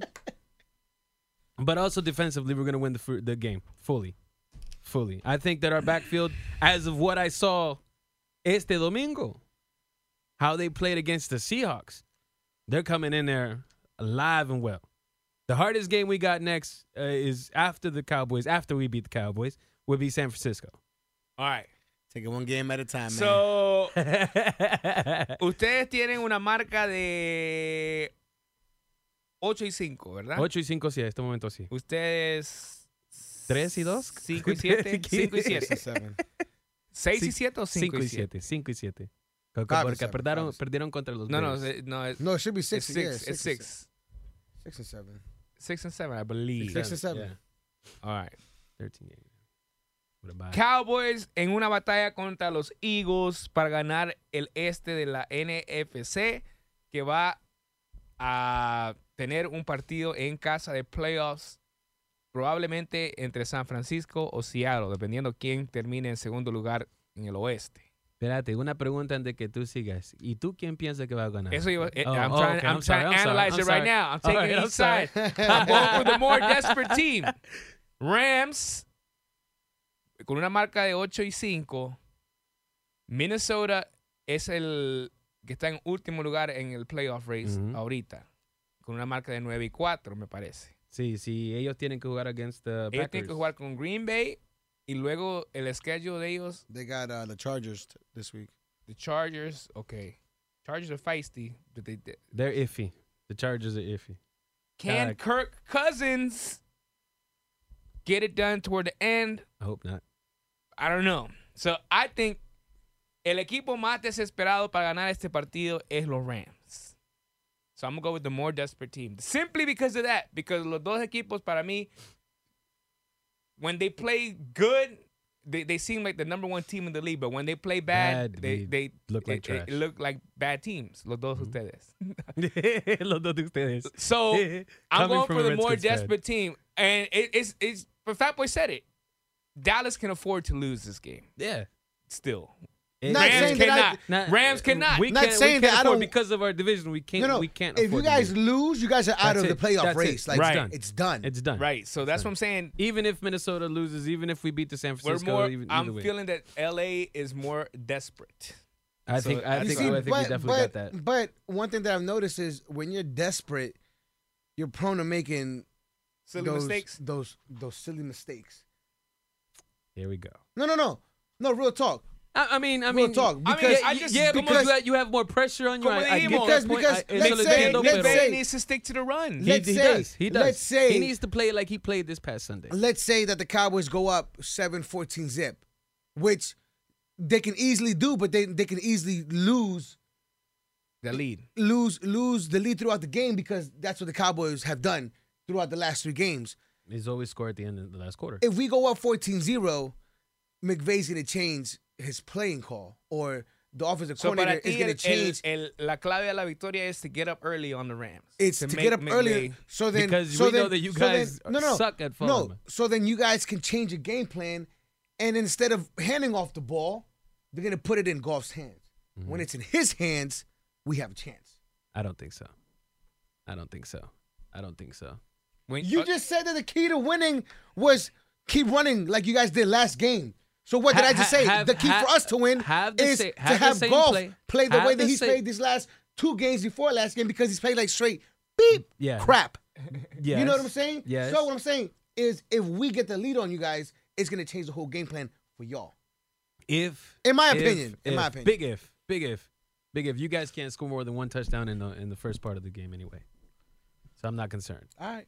[SPEAKER 2] but also defensively, we're going to win the fr- the game fully, fully. I think that our backfield, as of what I saw, este domingo, how they played against the Seahawks, they're coming in there alive and well. The hardest game we got next uh, is after the Cowboys. After we beat the Cowboys, will be San Francisco.
[SPEAKER 1] All right.
[SPEAKER 3] Take it one game at a time, man.
[SPEAKER 1] So, ustedes tienen una marca de 8 y 5, ¿verdad?
[SPEAKER 2] 8 y 5 sí, en este momento sí.
[SPEAKER 1] Ustedes.
[SPEAKER 2] ¿Tres y dos?
[SPEAKER 1] 5 y 7. 5 y 7.
[SPEAKER 3] Seven.
[SPEAKER 1] 6 y 7 o
[SPEAKER 2] 5
[SPEAKER 1] 5
[SPEAKER 2] y
[SPEAKER 1] y 7.
[SPEAKER 2] 7. 5 y 7.
[SPEAKER 3] Five and
[SPEAKER 2] Porque
[SPEAKER 3] seven, five
[SPEAKER 2] perdieron,
[SPEAKER 3] and seven.
[SPEAKER 2] perdieron contra los
[SPEAKER 1] No, no,
[SPEAKER 2] Bears.
[SPEAKER 1] it- no, it's
[SPEAKER 3] No, it should be
[SPEAKER 1] it's
[SPEAKER 3] six. yeah,
[SPEAKER 1] six. It's
[SPEAKER 3] and
[SPEAKER 1] six.
[SPEAKER 3] seven. Six and seven.
[SPEAKER 1] Six and seven, I believe.
[SPEAKER 3] Six and seven.
[SPEAKER 2] Yeah.
[SPEAKER 1] All right.
[SPEAKER 2] 13 games. What about
[SPEAKER 1] Cowboys en una batalla contra los Eagles para ganar el este de la NFC, que va a tener un partido en casa de playoffs, probablemente entre San Francisco o Seattle, dependiendo quién termine en segundo lugar en el oeste.
[SPEAKER 2] Espérate, una pregunta antes de que tú sigas. ¿Y tú quién piensas que va a ganar?
[SPEAKER 1] Eso iba, eh,
[SPEAKER 2] Oh,
[SPEAKER 1] I'm
[SPEAKER 2] oh,
[SPEAKER 1] trying,
[SPEAKER 2] okay,
[SPEAKER 1] I'm trying
[SPEAKER 2] I'm sorry,
[SPEAKER 1] to
[SPEAKER 2] I'm sorry,
[SPEAKER 1] analyze
[SPEAKER 2] I'm
[SPEAKER 1] it right
[SPEAKER 2] sorry.
[SPEAKER 1] now. I'm
[SPEAKER 2] All
[SPEAKER 1] taking
[SPEAKER 2] right,
[SPEAKER 1] each
[SPEAKER 2] I'm sorry.
[SPEAKER 1] side. I'm going for the more desperate team. Rams con una marca de 8 y 5. Minnesota es el que está en último lugar en el playoff race
[SPEAKER 2] Ujú.
[SPEAKER 1] ahorita. Con una marca de 9 y 4, me parece.
[SPEAKER 2] Sí, sí, ellos tienen que jugar against the
[SPEAKER 1] Ellos tienen
[SPEAKER 2] Packers.
[SPEAKER 1] que jugar con Green Bay y luego el schedule de ellos,
[SPEAKER 3] They got uh, the Chargers t- this week.
[SPEAKER 1] the Chargers. Ok. Chargers are feisty. but they- they-
[SPEAKER 2] They're iffy. The Chargers are iffy.
[SPEAKER 1] Can
[SPEAKER 2] Gotta-
[SPEAKER 1] Kirk Cousins get it done toward the end?
[SPEAKER 2] I hope not.
[SPEAKER 1] I don't know. So I think el equipo más desesperado para ganar este partido es los Rams. So I'm gonna go with the more desperate team. Simply because of that, because los dos equipos para mí, when they play good, they, they seem like the number one team in the league. But when they play bad,
[SPEAKER 2] Bad,
[SPEAKER 1] they,
[SPEAKER 2] we
[SPEAKER 1] they
[SPEAKER 2] look
[SPEAKER 1] it-
[SPEAKER 2] like
[SPEAKER 1] it-
[SPEAKER 2] trash. Mm-hmm.
[SPEAKER 1] it look like bad teams. Los dos ustedes.
[SPEAKER 2] Los dos de ustedes.
[SPEAKER 1] So Oh, I'm
[SPEAKER 2] Coming
[SPEAKER 1] going
[SPEAKER 2] from
[SPEAKER 1] for
[SPEAKER 2] a
[SPEAKER 1] the more
[SPEAKER 2] Redskins fan.
[SPEAKER 1] desperate team, and it, it's it's. But Fat Boy said it. Dallas can afford to lose this game.
[SPEAKER 2] Yeah.
[SPEAKER 1] Still,
[SPEAKER 2] It-
[SPEAKER 3] Not
[SPEAKER 1] Rams
[SPEAKER 3] saying that I-
[SPEAKER 1] cannot.
[SPEAKER 2] Not-
[SPEAKER 1] Rams cannot.
[SPEAKER 2] We
[SPEAKER 3] Not
[SPEAKER 2] can't,
[SPEAKER 3] saying
[SPEAKER 2] we can't
[SPEAKER 3] that I
[SPEAKER 2] afford
[SPEAKER 3] don't-
[SPEAKER 2] because of our division. We can't.
[SPEAKER 3] No, no.
[SPEAKER 2] We can't.
[SPEAKER 3] if you
[SPEAKER 2] afford to
[SPEAKER 3] guys
[SPEAKER 2] lose.
[SPEAKER 3] lose, you guys are out
[SPEAKER 2] That's
[SPEAKER 3] of
[SPEAKER 2] it.
[SPEAKER 3] the playoff
[SPEAKER 2] That's it.
[SPEAKER 3] race. Like
[SPEAKER 1] Right.
[SPEAKER 2] done.
[SPEAKER 3] it's done.
[SPEAKER 2] it's done.
[SPEAKER 1] right. So that's what I'm saying.
[SPEAKER 2] Even if Minnesota loses, even if we beat the San
[SPEAKER 1] We're
[SPEAKER 2] Francisco,
[SPEAKER 1] more.
[SPEAKER 2] even, either
[SPEAKER 1] I'm
[SPEAKER 2] way.
[SPEAKER 1] feeling that LA is more desperate.
[SPEAKER 2] I
[SPEAKER 1] so
[SPEAKER 2] think. I
[SPEAKER 1] that's
[SPEAKER 2] think.
[SPEAKER 1] fine.
[SPEAKER 2] I think we definitely
[SPEAKER 3] but,
[SPEAKER 2] got that.
[SPEAKER 3] But one thing that I've noticed is when you're desperate, you're prone to making
[SPEAKER 1] Silly
[SPEAKER 3] those,
[SPEAKER 1] mistakes.
[SPEAKER 3] Those those silly mistakes.
[SPEAKER 2] Here we go.
[SPEAKER 3] No, no, no, no. Real talk.
[SPEAKER 2] I, I mean, I
[SPEAKER 3] Real
[SPEAKER 2] mean,
[SPEAKER 3] talk,
[SPEAKER 2] I mean,
[SPEAKER 3] because-
[SPEAKER 2] yeah,
[SPEAKER 1] I
[SPEAKER 2] you-
[SPEAKER 1] just-
[SPEAKER 2] yeah,
[SPEAKER 1] como
[SPEAKER 2] because
[SPEAKER 3] dijimos-
[SPEAKER 2] you have, you have more pressure on you.
[SPEAKER 1] como
[SPEAKER 2] I, I get
[SPEAKER 1] dijimos,
[SPEAKER 2] that
[SPEAKER 3] because-
[SPEAKER 2] point.
[SPEAKER 3] because
[SPEAKER 2] I- eso
[SPEAKER 3] let's
[SPEAKER 2] lo
[SPEAKER 3] say-
[SPEAKER 2] entiendo,
[SPEAKER 3] let's
[SPEAKER 2] pero-
[SPEAKER 3] say-
[SPEAKER 1] They needs to stick to the run.
[SPEAKER 2] he,
[SPEAKER 3] let's
[SPEAKER 2] he
[SPEAKER 3] say-
[SPEAKER 2] does. He does.
[SPEAKER 3] let's say-
[SPEAKER 2] he needs to play like he played this past Sunday.
[SPEAKER 3] let's say that the Cowboys go up 7-14 zip, which they can easily do, but they they can easily lose
[SPEAKER 1] the lead.
[SPEAKER 3] lose lose the lead throughout the game because that's what the Cowboys have done throughout the last three games.
[SPEAKER 2] He's always scored at the end of the last quarter.
[SPEAKER 3] If we go up 14-0, McVay's gonna change his playing call or the offensive
[SPEAKER 1] So para
[SPEAKER 3] coordinator is
[SPEAKER 1] ti,
[SPEAKER 3] gonna
[SPEAKER 1] el, el,
[SPEAKER 3] change.
[SPEAKER 1] el, la clave de la victoria is to get up early on the Rams.
[SPEAKER 3] it's to,
[SPEAKER 1] make
[SPEAKER 3] get up early,
[SPEAKER 1] McVay-
[SPEAKER 3] so then
[SPEAKER 2] Because
[SPEAKER 3] so
[SPEAKER 2] we
[SPEAKER 3] then,
[SPEAKER 2] know that you
[SPEAKER 3] so then-
[SPEAKER 2] guys
[SPEAKER 3] no, no,
[SPEAKER 2] suck at
[SPEAKER 3] no.
[SPEAKER 2] football.
[SPEAKER 3] So then you guys can change your game plan, and instead of handing off the ball, they're gonna put it in Golf's hands.
[SPEAKER 2] Mm-hmm.
[SPEAKER 3] When it's in his hands, we have a chance.
[SPEAKER 2] I don't think so. I don't think so. I don't think so.
[SPEAKER 1] When,
[SPEAKER 3] You
[SPEAKER 1] uh,
[SPEAKER 3] just said that the key to winning was keep running like you guys did last game. So what did
[SPEAKER 2] Ha-
[SPEAKER 3] I just
[SPEAKER 2] ha-
[SPEAKER 3] say?
[SPEAKER 2] have-
[SPEAKER 3] the key
[SPEAKER 2] ha-
[SPEAKER 3] for us to win
[SPEAKER 2] have the
[SPEAKER 3] is
[SPEAKER 2] sa-
[SPEAKER 3] to
[SPEAKER 2] have the
[SPEAKER 3] have
[SPEAKER 2] same
[SPEAKER 3] golf play,
[SPEAKER 2] play.
[SPEAKER 3] the
[SPEAKER 2] Have
[SPEAKER 3] way that
[SPEAKER 2] the
[SPEAKER 3] he's
[SPEAKER 2] sa-
[SPEAKER 3] played these last two games before last game because he's played like straight beep
[SPEAKER 2] Yeah.
[SPEAKER 3] crap.
[SPEAKER 2] Yeah.
[SPEAKER 3] You know what I'm saying?
[SPEAKER 2] Yes.
[SPEAKER 3] So what I'm saying is, if we get the lead on you guys, it's gonna change the whole game plan for y'all.
[SPEAKER 2] If
[SPEAKER 3] In my
[SPEAKER 2] if-
[SPEAKER 3] opinion, in
[SPEAKER 2] if-
[SPEAKER 3] my opinion.
[SPEAKER 2] big if, big if, big if. You guys can't score more than one touchdown in the in the first part of the game anyway. So I'm not concerned.
[SPEAKER 3] All right.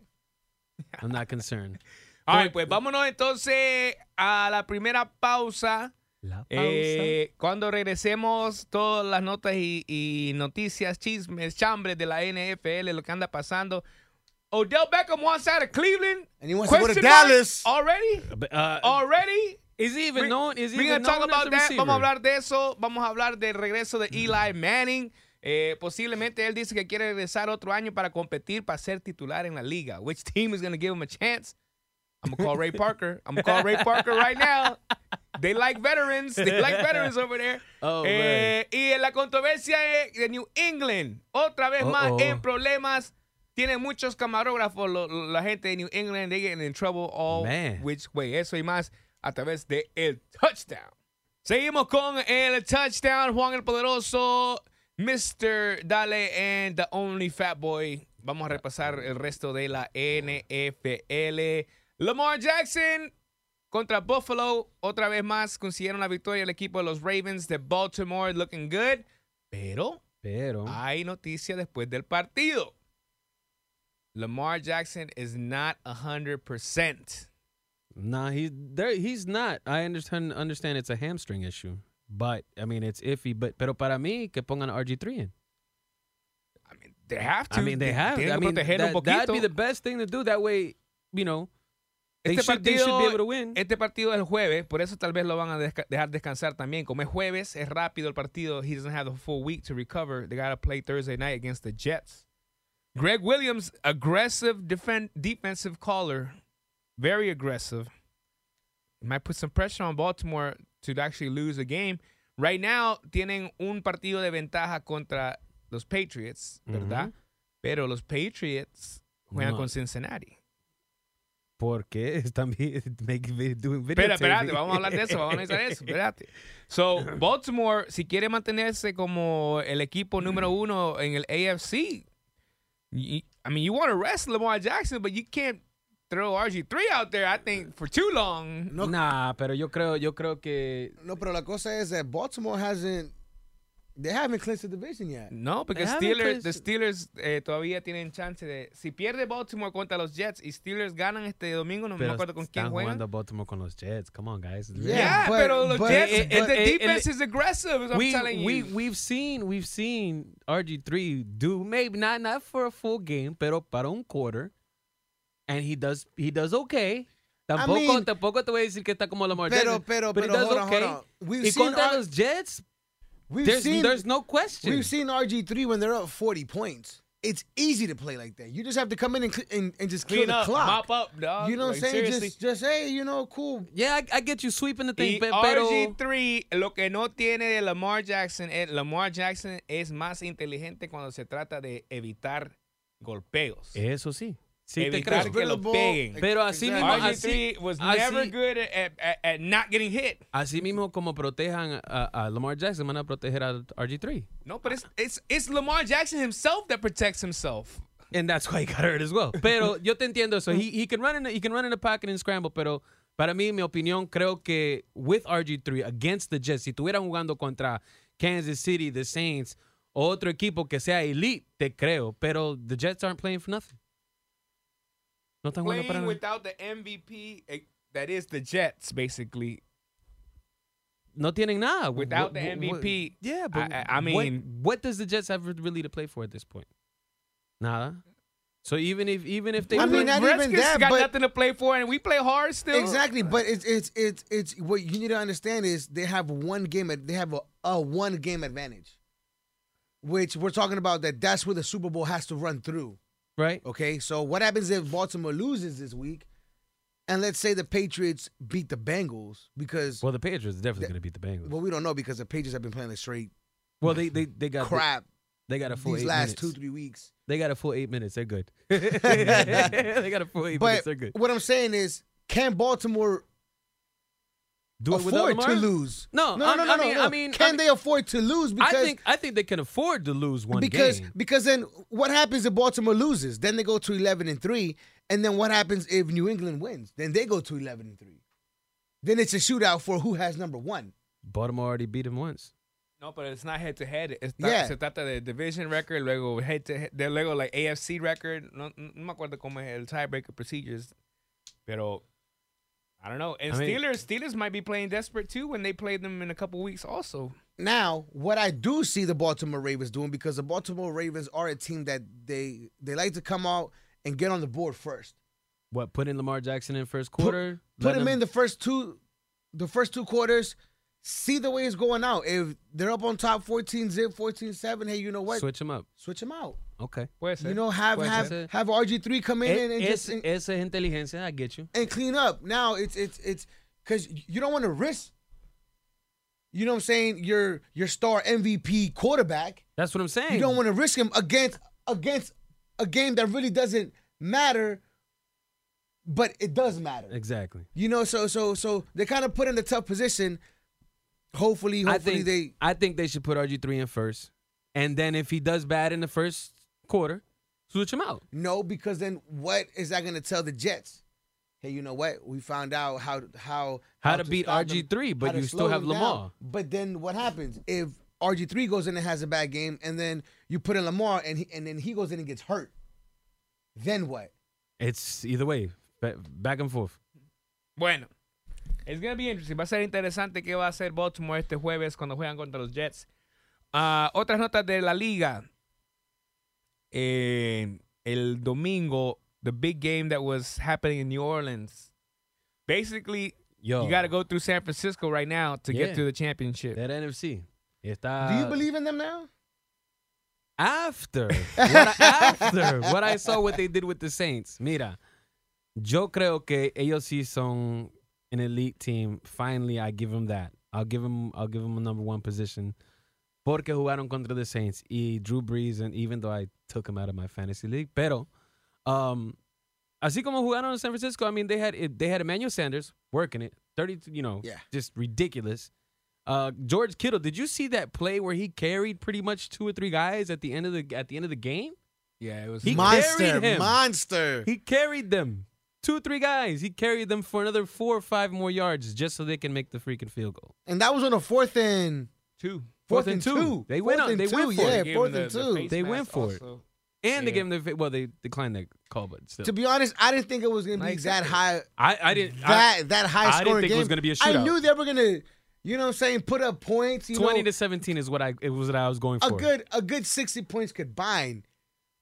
[SPEAKER 2] I'm not concerned.
[SPEAKER 1] All right, pues vámonos entonces a la primera pausa.
[SPEAKER 2] La pausa.
[SPEAKER 1] Eh, cuando regresemos, todas las notas y, y noticias, chismes, chambres de la NFL, lo que anda pasando. Odell Beckham wants out of Cleveland.
[SPEAKER 3] And he wants to go to
[SPEAKER 1] Question mark.
[SPEAKER 3] Dallas.
[SPEAKER 2] Oh.
[SPEAKER 1] Already?
[SPEAKER 2] But, uh,
[SPEAKER 1] Already?
[SPEAKER 2] is he even
[SPEAKER 1] We're-
[SPEAKER 2] known? Is he
[SPEAKER 1] We're
[SPEAKER 2] even
[SPEAKER 1] Oh, gonna talk
[SPEAKER 2] known as
[SPEAKER 1] about
[SPEAKER 2] a
[SPEAKER 1] that.
[SPEAKER 2] receiver? Mm.
[SPEAKER 1] Vamos a hablar de eso. Vamos a hablar del regreso de Eli Manning. Eh, posiblemente él dice que quiere regresar otro año para competir, para ser titular en la liga. Which team is going to give him a chance? I'm gonna call Ray Parker. I'm gonna call Ray Parker right now. They like veterans. They like veterans over there.
[SPEAKER 2] Oh,
[SPEAKER 1] Eh, y en la controversia de de New England, otra vez más
[SPEAKER 2] Uh-oh.
[SPEAKER 1] en problemas. Tienen muchos camarógrafos, lo- lo- la gente de New England, they getting in trouble all
[SPEAKER 2] Man.
[SPEAKER 1] which way. Eso y más a través de el touchdown. Seguimos con el touchdown, Juan el Poderoso, Mr. Dale and the Only Fat Boy. Vamos a repasar el resto de la NFL. Lamar Jackson Contra Buffalo, otra vez más consiguieron la victoria el equipo de los Ravens de Baltimore, looking good. Pero
[SPEAKER 2] Pero
[SPEAKER 1] hay noticia después del partido. Lamar Jackson is not 100%.
[SPEAKER 2] nah, he's there. He's not. I understand. Understand it's a hamstring issue, but I mean it's iffy. But pero para mí que pongan RG three in.
[SPEAKER 1] I mean, they have to.
[SPEAKER 2] I mean they have.
[SPEAKER 1] Tienen
[SPEAKER 2] I
[SPEAKER 1] que
[SPEAKER 2] mean
[SPEAKER 1] protegerlo un
[SPEAKER 2] that, that'd be
[SPEAKER 1] poquito.
[SPEAKER 2] the best thing to do. That way, you know, they,
[SPEAKER 1] Este
[SPEAKER 2] should, they should be
[SPEAKER 1] partido-
[SPEAKER 2] able to win.
[SPEAKER 1] Este partido es el jueves, por eso tal vez lo van a desca- dejar descansar también. Como es jueves, es rápido el partido. He doesn't have the full week to recover. They gotta play Thursday night against the Jets. Greg Williams, aggressive defen- defensive caller, very aggressive. Might put some pressure on Baltimore to actually lose the game. Right now tienen un partido de ventaja contra los Patriots, ¿verdad?
[SPEAKER 2] Ujú.
[SPEAKER 1] Pero los Patriots juegan
[SPEAKER 2] No.
[SPEAKER 1] con Cincinnati.
[SPEAKER 2] Porque están vi- making video, doing video.
[SPEAKER 1] Espera, espérate, vamos a hablar de eso, vamos a analizar eso, espérate. So, Baltimore, si quiere mantenerse como el equipo número uno en el AFC, you- I mean, you want to rest Lamar Jackson, but you can't throw RG3 out there, I think, for too long.
[SPEAKER 3] No.
[SPEAKER 2] Nah, pero yo creo, yo creo que
[SPEAKER 3] No, pero la cosa es that Baltimore hasn't. They haven't clinched the division yet.
[SPEAKER 1] No, porque
[SPEAKER 2] Déjame
[SPEAKER 1] Steelers,
[SPEAKER 2] pues-
[SPEAKER 1] the Steelers eh, todavía tienen chance de... Si pierde Baltimore contra los Jets y Steelers ganan este domingo, no me
[SPEAKER 2] pero
[SPEAKER 1] acuerdo con quién
[SPEAKER 2] están
[SPEAKER 1] juegan.
[SPEAKER 2] jugando Baltimore con los Jets. Come on, guys.
[SPEAKER 1] Yeah,
[SPEAKER 3] Yeah, but-
[SPEAKER 1] pero los
[SPEAKER 3] but-
[SPEAKER 1] Jets,
[SPEAKER 2] Eh, eh,
[SPEAKER 1] the
[SPEAKER 2] eh, eh,
[SPEAKER 1] defense is aggressive, is what I'm
[SPEAKER 2] we
[SPEAKER 1] telling
[SPEAKER 2] we
[SPEAKER 1] you.
[SPEAKER 2] we've seen we've seen RG three do maybe not not for a full game, pero para un quarter, and he does he does okay. Tampoco
[SPEAKER 3] mean-
[SPEAKER 2] tampoco te voy a decir que está como Lamar
[SPEAKER 3] Pero,
[SPEAKER 2] Jackson,
[SPEAKER 3] pero,
[SPEAKER 2] but he
[SPEAKER 3] pero,
[SPEAKER 2] does
[SPEAKER 3] hold on,
[SPEAKER 2] okay.
[SPEAKER 3] hold on. We've
[SPEAKER 2] y
[SPEAKER 3] seen
[SPEAKER 2] contra
[SPEAKER 3] R-
[SPEAKER 2] los Jets,
[SPEAKER 3] We've
[SPEAKER 2] there's
[SPEAKER 3] seen
[SPEAKER 2] there's no question.
[SPEAKER 3] we've seen RG3 when they're up 40 points. It's easy to play like that. You just have to come in and cl- and, and just kill
[SPEAKER 1] Clean
[SPEAKER 3] the
[SPEAKER 1] up,
[SPEAKER 3] clock.
[SPEAKER 1] mop up, dog.
[SPEAKER 3] You know what I'm
[SPEAKER 1] Like,
[SPEAKER 3] saying?
[SPEAKER 1] seriously.
[SPEAKER 3] Just just hey, you know, cool.
[SPEAKER 2] yeah, I, I get you sweeping
[SPEAKER 1] Y
[SPEAKER 2] the thing, pe- pero
[SPEAKER 1] RG3, lo que no tiene de Lamar Jackson es Lamar Jackson es más inteligente cuando se trata de evitar golpeos.
[SPEAKER 2] eso sí, sí te
[SPEAKER 1] Evitar
[SPEAKER 2] creo.
[SPEAKER 1] que lo
[SPEAKER 3] Ball-
[SPEAKER 1] peguen.
[SPEAKER 2] Pero así mismo, así-
[SPEAKER 1] RG3 was
[SPEAKER 2] así-
[SPEAKER 1] never good at, at- at not getting hit.
[SPEAKER 2] Así mismo como protejan a, a Lamar Jackson, van a proteger a RG3.
[SPEAKER 1] No, but it's, it's, it's Lamar Jackson himself that protects himself.
[SPEAKER 2] and that's why he got hurt as well. Pero yo te entiendo. So he, he can run in the, he can run in the pocket and scramble. Pero para mí, mi opinión, creo que with RG3 against the Jets, si estuvieran jugando contra Kansas City, the Saints, o otro equipo que sea elite, te creo. Pero the Jets aren't playing for nothing. No están jugando para
[SPEAKER 1] Playing
[SPEAKER 2] nada.
[SPEAKER 1] without the MVP, eh, that is the Jets, basically.
[SPEAKER 2] No tienen nada.
[SPEAKER 1] Without the
[SPEAKER 2] What- what-
[SPEAKER 1] MVP,
[SPEAKER 2] yeah, but
[SPEAKER 1] I- I- I
[SPEAKER 2] what-
[SPEAKER 1] mean-
[SPEAKER 2] what, does the Jets have really to play for at this point? Nada. So even if even if they
[SPEAKER 3] I mean,
[SPEAKER 2] put-
[SPEAKER 3] not even
[SPEAKER 1] Redskins
[SPEAKER 3] that,
[SPEAKER 1] got
[SPEAKER 3] but-
[SPEAKER 1] nothing to play for, and we play hard still.
[SPEAKER 3] Exactly, but it's it's it's it's what you need to understand is they have one game ad- they have a, a one game advantage, which we're talking about that that's where the Super Bowl has to run through.
[SPEAKER 2] right,
[SPEAKER 3] Okay, so what happens if Baltimore loses this week, and let's say the Patriots beat the Bengals because
[SPEAKER 2] Well, the Patriots are definitely going to beat the Bengals.
[SPEAKER 3] well we don't know because the Patriots have been playing like straight
[SPEAKER 2] Well, they they, they got
[SPEAKER 3] crap
[SPEAKER 2] They got a full
[SPEAKER 3] these
[SPEAKER 2] eight
[SPEAKER 3] last
[SPEAKER 2] minutes.
[SPEAKER 3] two three weeks.
[SPEAKER 2] they got a full eight minutes. They're good. they got a full eight minutes.
[SPEAKER 3] But
[SPEAKER 2] They're good.
[SPEAKER 3] what I'm saying is, can Baltimore
[SPEAKER 2] Do it without
[SPEAKER 3] afford to
[SPEAKER 2] Lamar?
[SPEAKER 3] lose?
[SPEAKER 2] No, I- I mean- I mean-
[SPEAKER 3] can
[SPEAKER 2] I
[SPEAKER 3] they afford to lose?
[SPEAKER 2] I
[SPEAKER 3] Because
[SPEAKER 2] think I think they can afford to lose one
[SPEAKER 3] because
[SPEAKER 2] game.
[SPEAKER 3] because then what happens if Baltimore loses? Then they go to eleven and three, and then what happens if New England wins? Then they go to eleven and three. Then it's a shootout for who has number one.
[SPEAKER 2] Baltimore already beat them once.
[SPEAKER 1] No, but it's not head to head. It's
[SPEAKER 3] Yeah.
[SPEAKER 1] Se trata de division record, luego head to head, de- luego like AFC record. No, no me acuerdo cómo es el tiebreaker procedures, pero I don't know. And
[SPEAKER 2] I mean-
[SPEAKER 1] Steelers, Steelers might be playing desperate too when they play them in a couple weeks. Also,
[SPEAKER 3] Now, what I do see the Baltimore Ravens doing because the Baltimore Ravens are a team that they they like to come out and get on the board first.
[SPEAKER 2] What putting Lamar Jackson in first quarter?
[SPEAKER 3] put him in the first two the first two quarters see the way it's going out if they're up on top 14 zip 14 7 hey you know what switch,
[SPEAKER 2] switch him up.
[SPEAKER 3] them out
[SPEAKER 2] Okay.
[SPEAKER 1] puede ser.
[SPEAKER 3] you know have
[SPEAKER 1] Puede
[SPEAKER 3] have
[SPEAKER 2] ser.
[SPEAKER 3] have rg3 come in and, and
[SPEAKER 2] Es,
[SPEAKER 3] just and,
[SPEAKER 2] esa es inteligencia. I get you.
[SPEAKER 3] and clean up now it's it's it's because you don't want to risk you know what i'm saying your your star mvp quarterback
[SPEAKER 2] That's what I'm saying.
[SPEAKER 3] you don't want to risk him against against a game that really doesn't matter but it does matter
[SPEAKER 2] exactly.
[SPEAKER 3] you know, so so so they kind of put in a tough position. Hopefully, hopefully
[SPEAKER 2] I think
[SPEAKER 3] they.
[SPEAKER 2] I think they should put RG three in first, and then if he does bad in the first quarter, switch him out.
[SPEAKER 3] No, because then what is that going to tell the Jets? hey, you know what? We found out how how
[SPEAKER 2] How to beat
[SPEAKER 3] stop them,
[SPEAKER 2] RG3, but
[SPEAKER 3] how to
[SPEAKER 2] you
[SPEAKER 3] slow
[SPEAKER 2] still have
[SPEAKER 3] them down.
[SPEAKER 2] Lamar.
[SPEAKER 3] But then what happens if RG3 goes in and has a bad game, and then you put in Lamar, and he, and then he goes in and gets hurt? Then what?
[SPEAKER 2] It's either way, ba- back and forth.
[SPEAKER 1] Bueno, it's gonna be interesting. Va a ser interesante qué va a hacer Baltimore este jueves cuando juegan contra los Jets. Ah, otras notas de la liga. Eh, el domingo, the big game that was happening in New Orleans. Basically,
[SPEAKER 2] Yo,
[SPEAKER 1] you got to go through San Francisco right now to
[SPEAKER 2] Oh. Yeah.
[SPEAKER 1] get to the championship.
[SPEAKER 2] that NFC. Está
[SPEAKER 3] Do you believe in them now?
[SPEAKER 2] after what I, after what I saw what they did with the Saints. Mira, yo creo que ellos sí son an elite team. Finally, I give them that. I'll give them I'll give them a number one position. Porque jugaron contra the Saints y Drew Brees, and even though I took him out of my fantasy league, pero um, así como jugaron en San Francisco, I mean they had they had Emmanuel Sanders working it, thirty, you know,
[SPEAKER 3] Yeah.
[SPEAKER 2] just ridiculous. Uh, George Kittle, did you see that play where he carried pretty much two or three guys at the end of the at the end of the game?
[SPEAKER 1] Yeah, it was.
[SPEAKER 2] He-
[SPEAKER 4] Monster,
[SPEAKER 2] carried him.
[SPEAKER 4] monster.
[SPEAKER 2] He carried them. Two, three guys. He carried them for another four or five more yards just so they can make the freaking field goal.
[SPEAKER 3] And that was on a fourth and
[SPEAKER 1] two.
[SPEAKER 2] Fourth and two. They went
[SPEAKER 3] Fourth
[SPEAKER 2] on-
[SPEAKER 3] and
[SPEAKER 2] they
[SPEAKER 3] two,
[SPEAKER 2] went for
[SPEAKER 3] yeah,
[SPEAKER 2] it.
[SPEAKER 1] Gave him
[SPEAKER 3] fourth
[SPEAKER 1] the-
[SPEAKER 3] and
[SPEAKER 1] the
[SPEAKER 3] two.
[SPEAKER 1] face
[SPEAKER 2] They
[SPEAKER 1] mask
[SPEAKER 2] went for it.
[SPEAKER 1] also.
[SPEAKER 2] And they
[SPEAKER 1] Yeah.
[SPEAKER 2] gave him the well, they declined that call, but still.
[SPEAKER 3] To be honest, I didn't think it was gonna be
[SPEAKER 1] Like,
[SPEAKER 2] uh,
[SPEAKER 3] that
[SPEAKER 1] so-
[SPEAKER 3] high
[SPEAKER 2] I, I didn't I-
[SPEAKER 3] that that high
[SPEAKER 2] I didn't
[SPEAKER 3] scoring
[SPEAKER 2] think it
[SPEAKER 3] game.
[SPEAKER 2] was gonna be a
[SPEAKER 3] I
[SPEAKER 2] shootout.
[SPEAKER 3] knew they were gonna, you know, what I'm saying, put up points. You
[SPEAKER 2] twenty
[SPEAKER 3] know,
[SPEAKER 2] to seventeen is what I it was what I was going
[SPEAKER 3] a
[SPEAKER 2] for.
[SPEAKER 3] good a good sixty points combined,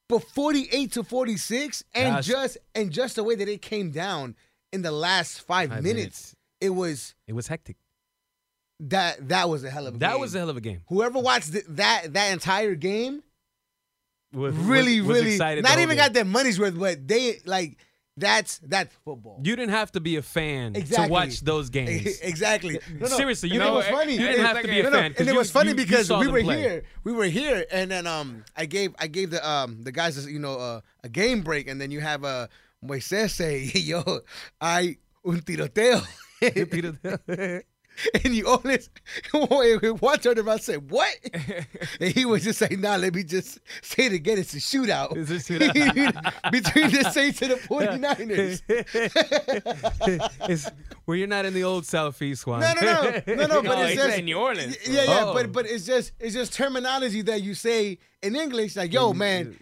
[SPEAKER 3] but forty eight to forty six, and
[SPEAKER 2] Gosh.
[SPEAKER 3] just and just the way that it came down in the last five,
[SPEAKER 2] Five
[SPEAKER 3] minutes,
[SPEAKER 2] minutes.
[SPEAKER 3] it was
[SPEAKER 2] It was hectic.
[SPEAKER 3] that that was a hell of a
[SPEAKER 2] That
[SPEAKER 3] game.
[SPEAKER 2] was a hell of a game.
[SPEAKER 3] whoever watched th- that that entire game
[SPEAKER 2] Was- was-
[SPEAKER 3] really
[SPEAKER 2] was
[SPEAKER 3] really
[SPEAKER 2] excited the
[SPEAKER 3] not
[SPEAKER 2] whole
[SPEAKER 3] even
[SPEAKER 2] game.
[SPEAKER 3] got their money's worth, but they like that's that's football.
[SPEAKER 2] You didn't have to be a fan
[SPEAKER 3] Exactly.
[SPEAKER 2] to watch those games.
[SPEAKER 3] exactly. No, no.
[SPEAKER 2] Seriously, you
[SPEAKER 3] And
[SPEAKER 1] didn't-
[SPEAKER 3] it was funny.
[SPEAKER 1] you didn't
[SPEAKER 3] And it-
[SPEAKER 1] have to be a
[SPEAKER 3] no, no.
[SPEAKER 2] fan, 'cause
[SPEAKER 3] And it
[SPEAKER 2] you-
[SPEAKER 3] was funny
[SPEAKER 2] you- you
[SPEAKER 3] because
[SPEAKER 2] saw
[SPEAKER 3] we
[SPEAKER 2] them
[SPEAKER 3] were
[SPEAKER 2] play.
[SPEAKER 3] here. We were here, and then um, I gave I gave the um the guys you know uh, a game break, and then you have uh, Moises say, "Yo, I un tiroteo." and you always one turned around and said, What? and he was just like, Nah, let me just say it again. It's a shootout.
[SPEAKER 2] It's a shootout.
[SPEAKER 3] Between the Saints and the 49ers.
[SPEAKER 2] It's- where you're not in the old Southeast one.
[SPEAKER 3] No, no, no, no, no.
[SPEAKER 1] No,
[SPEAKER 3] But
[SPEAKER 1] he
[SPEAKER 3] it's
[SPEAKER 1] said
[SPEAKER 3] just
[SPEAKER 1] in New Orleans,
[SPEAKER 3] y- Yeah, yeah.
[SPEAKER 2] Oh.
[SPEAKER 3] But but it's just it's just terminology that you say in English. Like, yo, man,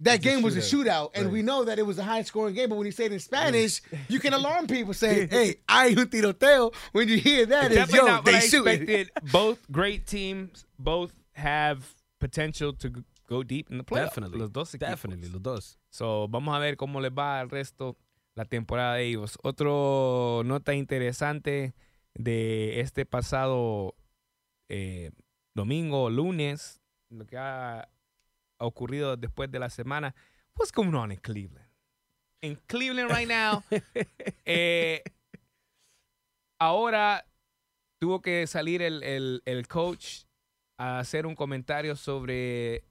[SPEAKER 3] that
[SPEAKER 2] it's a
[SPEAKER 3] game was a
[SPEAKER 2] shootout.
[SPEAKER 3] shootout, and
[SPEAKER 2] Right.
[SPEAKER 3] we know that it was a high scoring game. But when you say it in Spanish, you can alarm people saying, "Hey, hay un tiroteo." When you hear that, it's
[SPEAKER 1] Definitely
[SPEAKER 3] yo,
[SPEAKER 1] not what
[SPEAKER 3] they
[SPEAKER 1] I
[SPEAKER 3] shoot.
[SPEAKER 1] expected. Both great teams, both have potential to g- go deep in the playoffs.
[SPEAKER 2] Definitely.
[SPEAKER 1] Los dos equipos.
[SPEAKER 2] Definitely, los dos.
[SPEAKER 1] So, vamos a ver cómo les va al resto la temporada de ellos. Otro nota interesante de este pasado eh, domingo, lunes, lo que ha ocurrido después de la semana. What's going on in Cleveland? En Cleveland right now, eh, ahora tuvo que salir el, el- el coach a hacer un comentario sobre,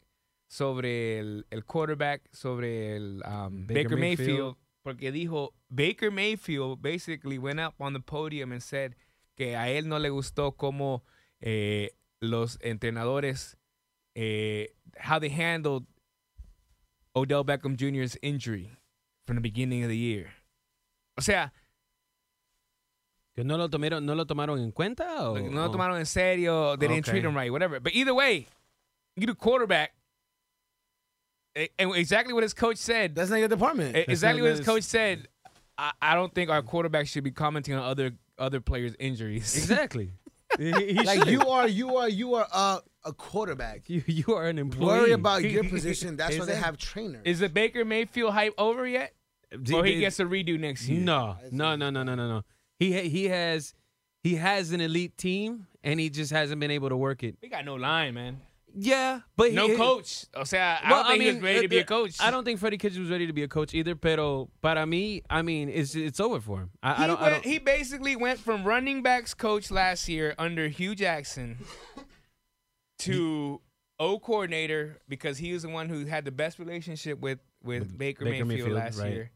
[SPEAKER 1] sobre el, el quarterback, sobre el um, Baker,
[SPEAKER 2] Baker
[SPEAKER 1] Mayfield,
[SPEAKER 2] Mayfield.
[SPEAKER 1] porque dijo, Baker Mayfield basically went up on the podium and said que a él no le gustó cómo eh, los entrenadores, eh, how they handled Odell Beckham Jr.'s injury from the beginning of the year. O sea,
[SPEAKER 2] Que no lo tomaron, no lo tomaron en cuenta o
[SPEAKER 1] Like, no
[SPEAKER 2] o-
[SPEAKER 1] lo tomaron en serio. They didn't treat
[SPEAKER 2] Oh, Okay.
[SPEAKER 1] him right, whatever. But either way, you do quarterback. eh, And exactly what his coach said.
[SPEAKER 3] That's not your department.
[SPEAKER 1] eh, Exactly
[SPEAKER 2] not
[SPEAKER 1] what his
[SPEAKER 2] his-
[SPEAKER 1] coach said. I, I don't think our quarterback should be commenting on other other players' injuries.
[SPEAKER 2] Exactly. He- he
[SPEAKER 3] like
[SPEAKER 2] shouldn't.
[SPEAKER 3] you are, you are, you are uh, a quarterback.
[SPEAKER 2] you, you are an employee.
[SPEAKER 3] Worry about your position. That's why they
[SPEAKER 2] Exactly.
[SPEAKER 3] have trainers.
[SPEAKER 1] Is the Baker Mayfield hype over yet? Or he
[SPEAKER 2] They-
[SPEAKER 1] gets a redo next year?
[SPEAKER 2] No, no, no, no, no, no, no. He ha- he has he has an elite team and he just hasn't been able to work it.
[SPEAKER 1] We got no line, man.
[SPEAKER 2] Yeah, but
[SPEAKER 1] No
[SPEAKER 2] he,
[SPEAKER 1] coach. O sea, I
[SPEAKER 2] Well,
[SPEAKER 1] don't think he was ready to be
[SPEAKER 2] uh,
[SPEAKER 1] a coach.
[SPEAKER 2] I don't think Freddie Kitchens was ready to be a coach either. Pero para mí, I mean, it's it's over for him. I,
[SPEAKER 1] He,
[SPEAKER 2] I don't. I
[SPEAKER 1] went,
[SPEAKER 2] don't-
[SPEAKER 1] he basically went from running backs coach last year under Hugh Jackson to O coordinator because he was the one who had the best relationship with, with, Baker,
[SPEAKER 2] Baker
[SPEAKER 1] Mayfield,
[SPEAKER 2] Mayfield,
[SPEAKER 1] last
[SPEAKER 2] right.
[SPEAKER 1] year.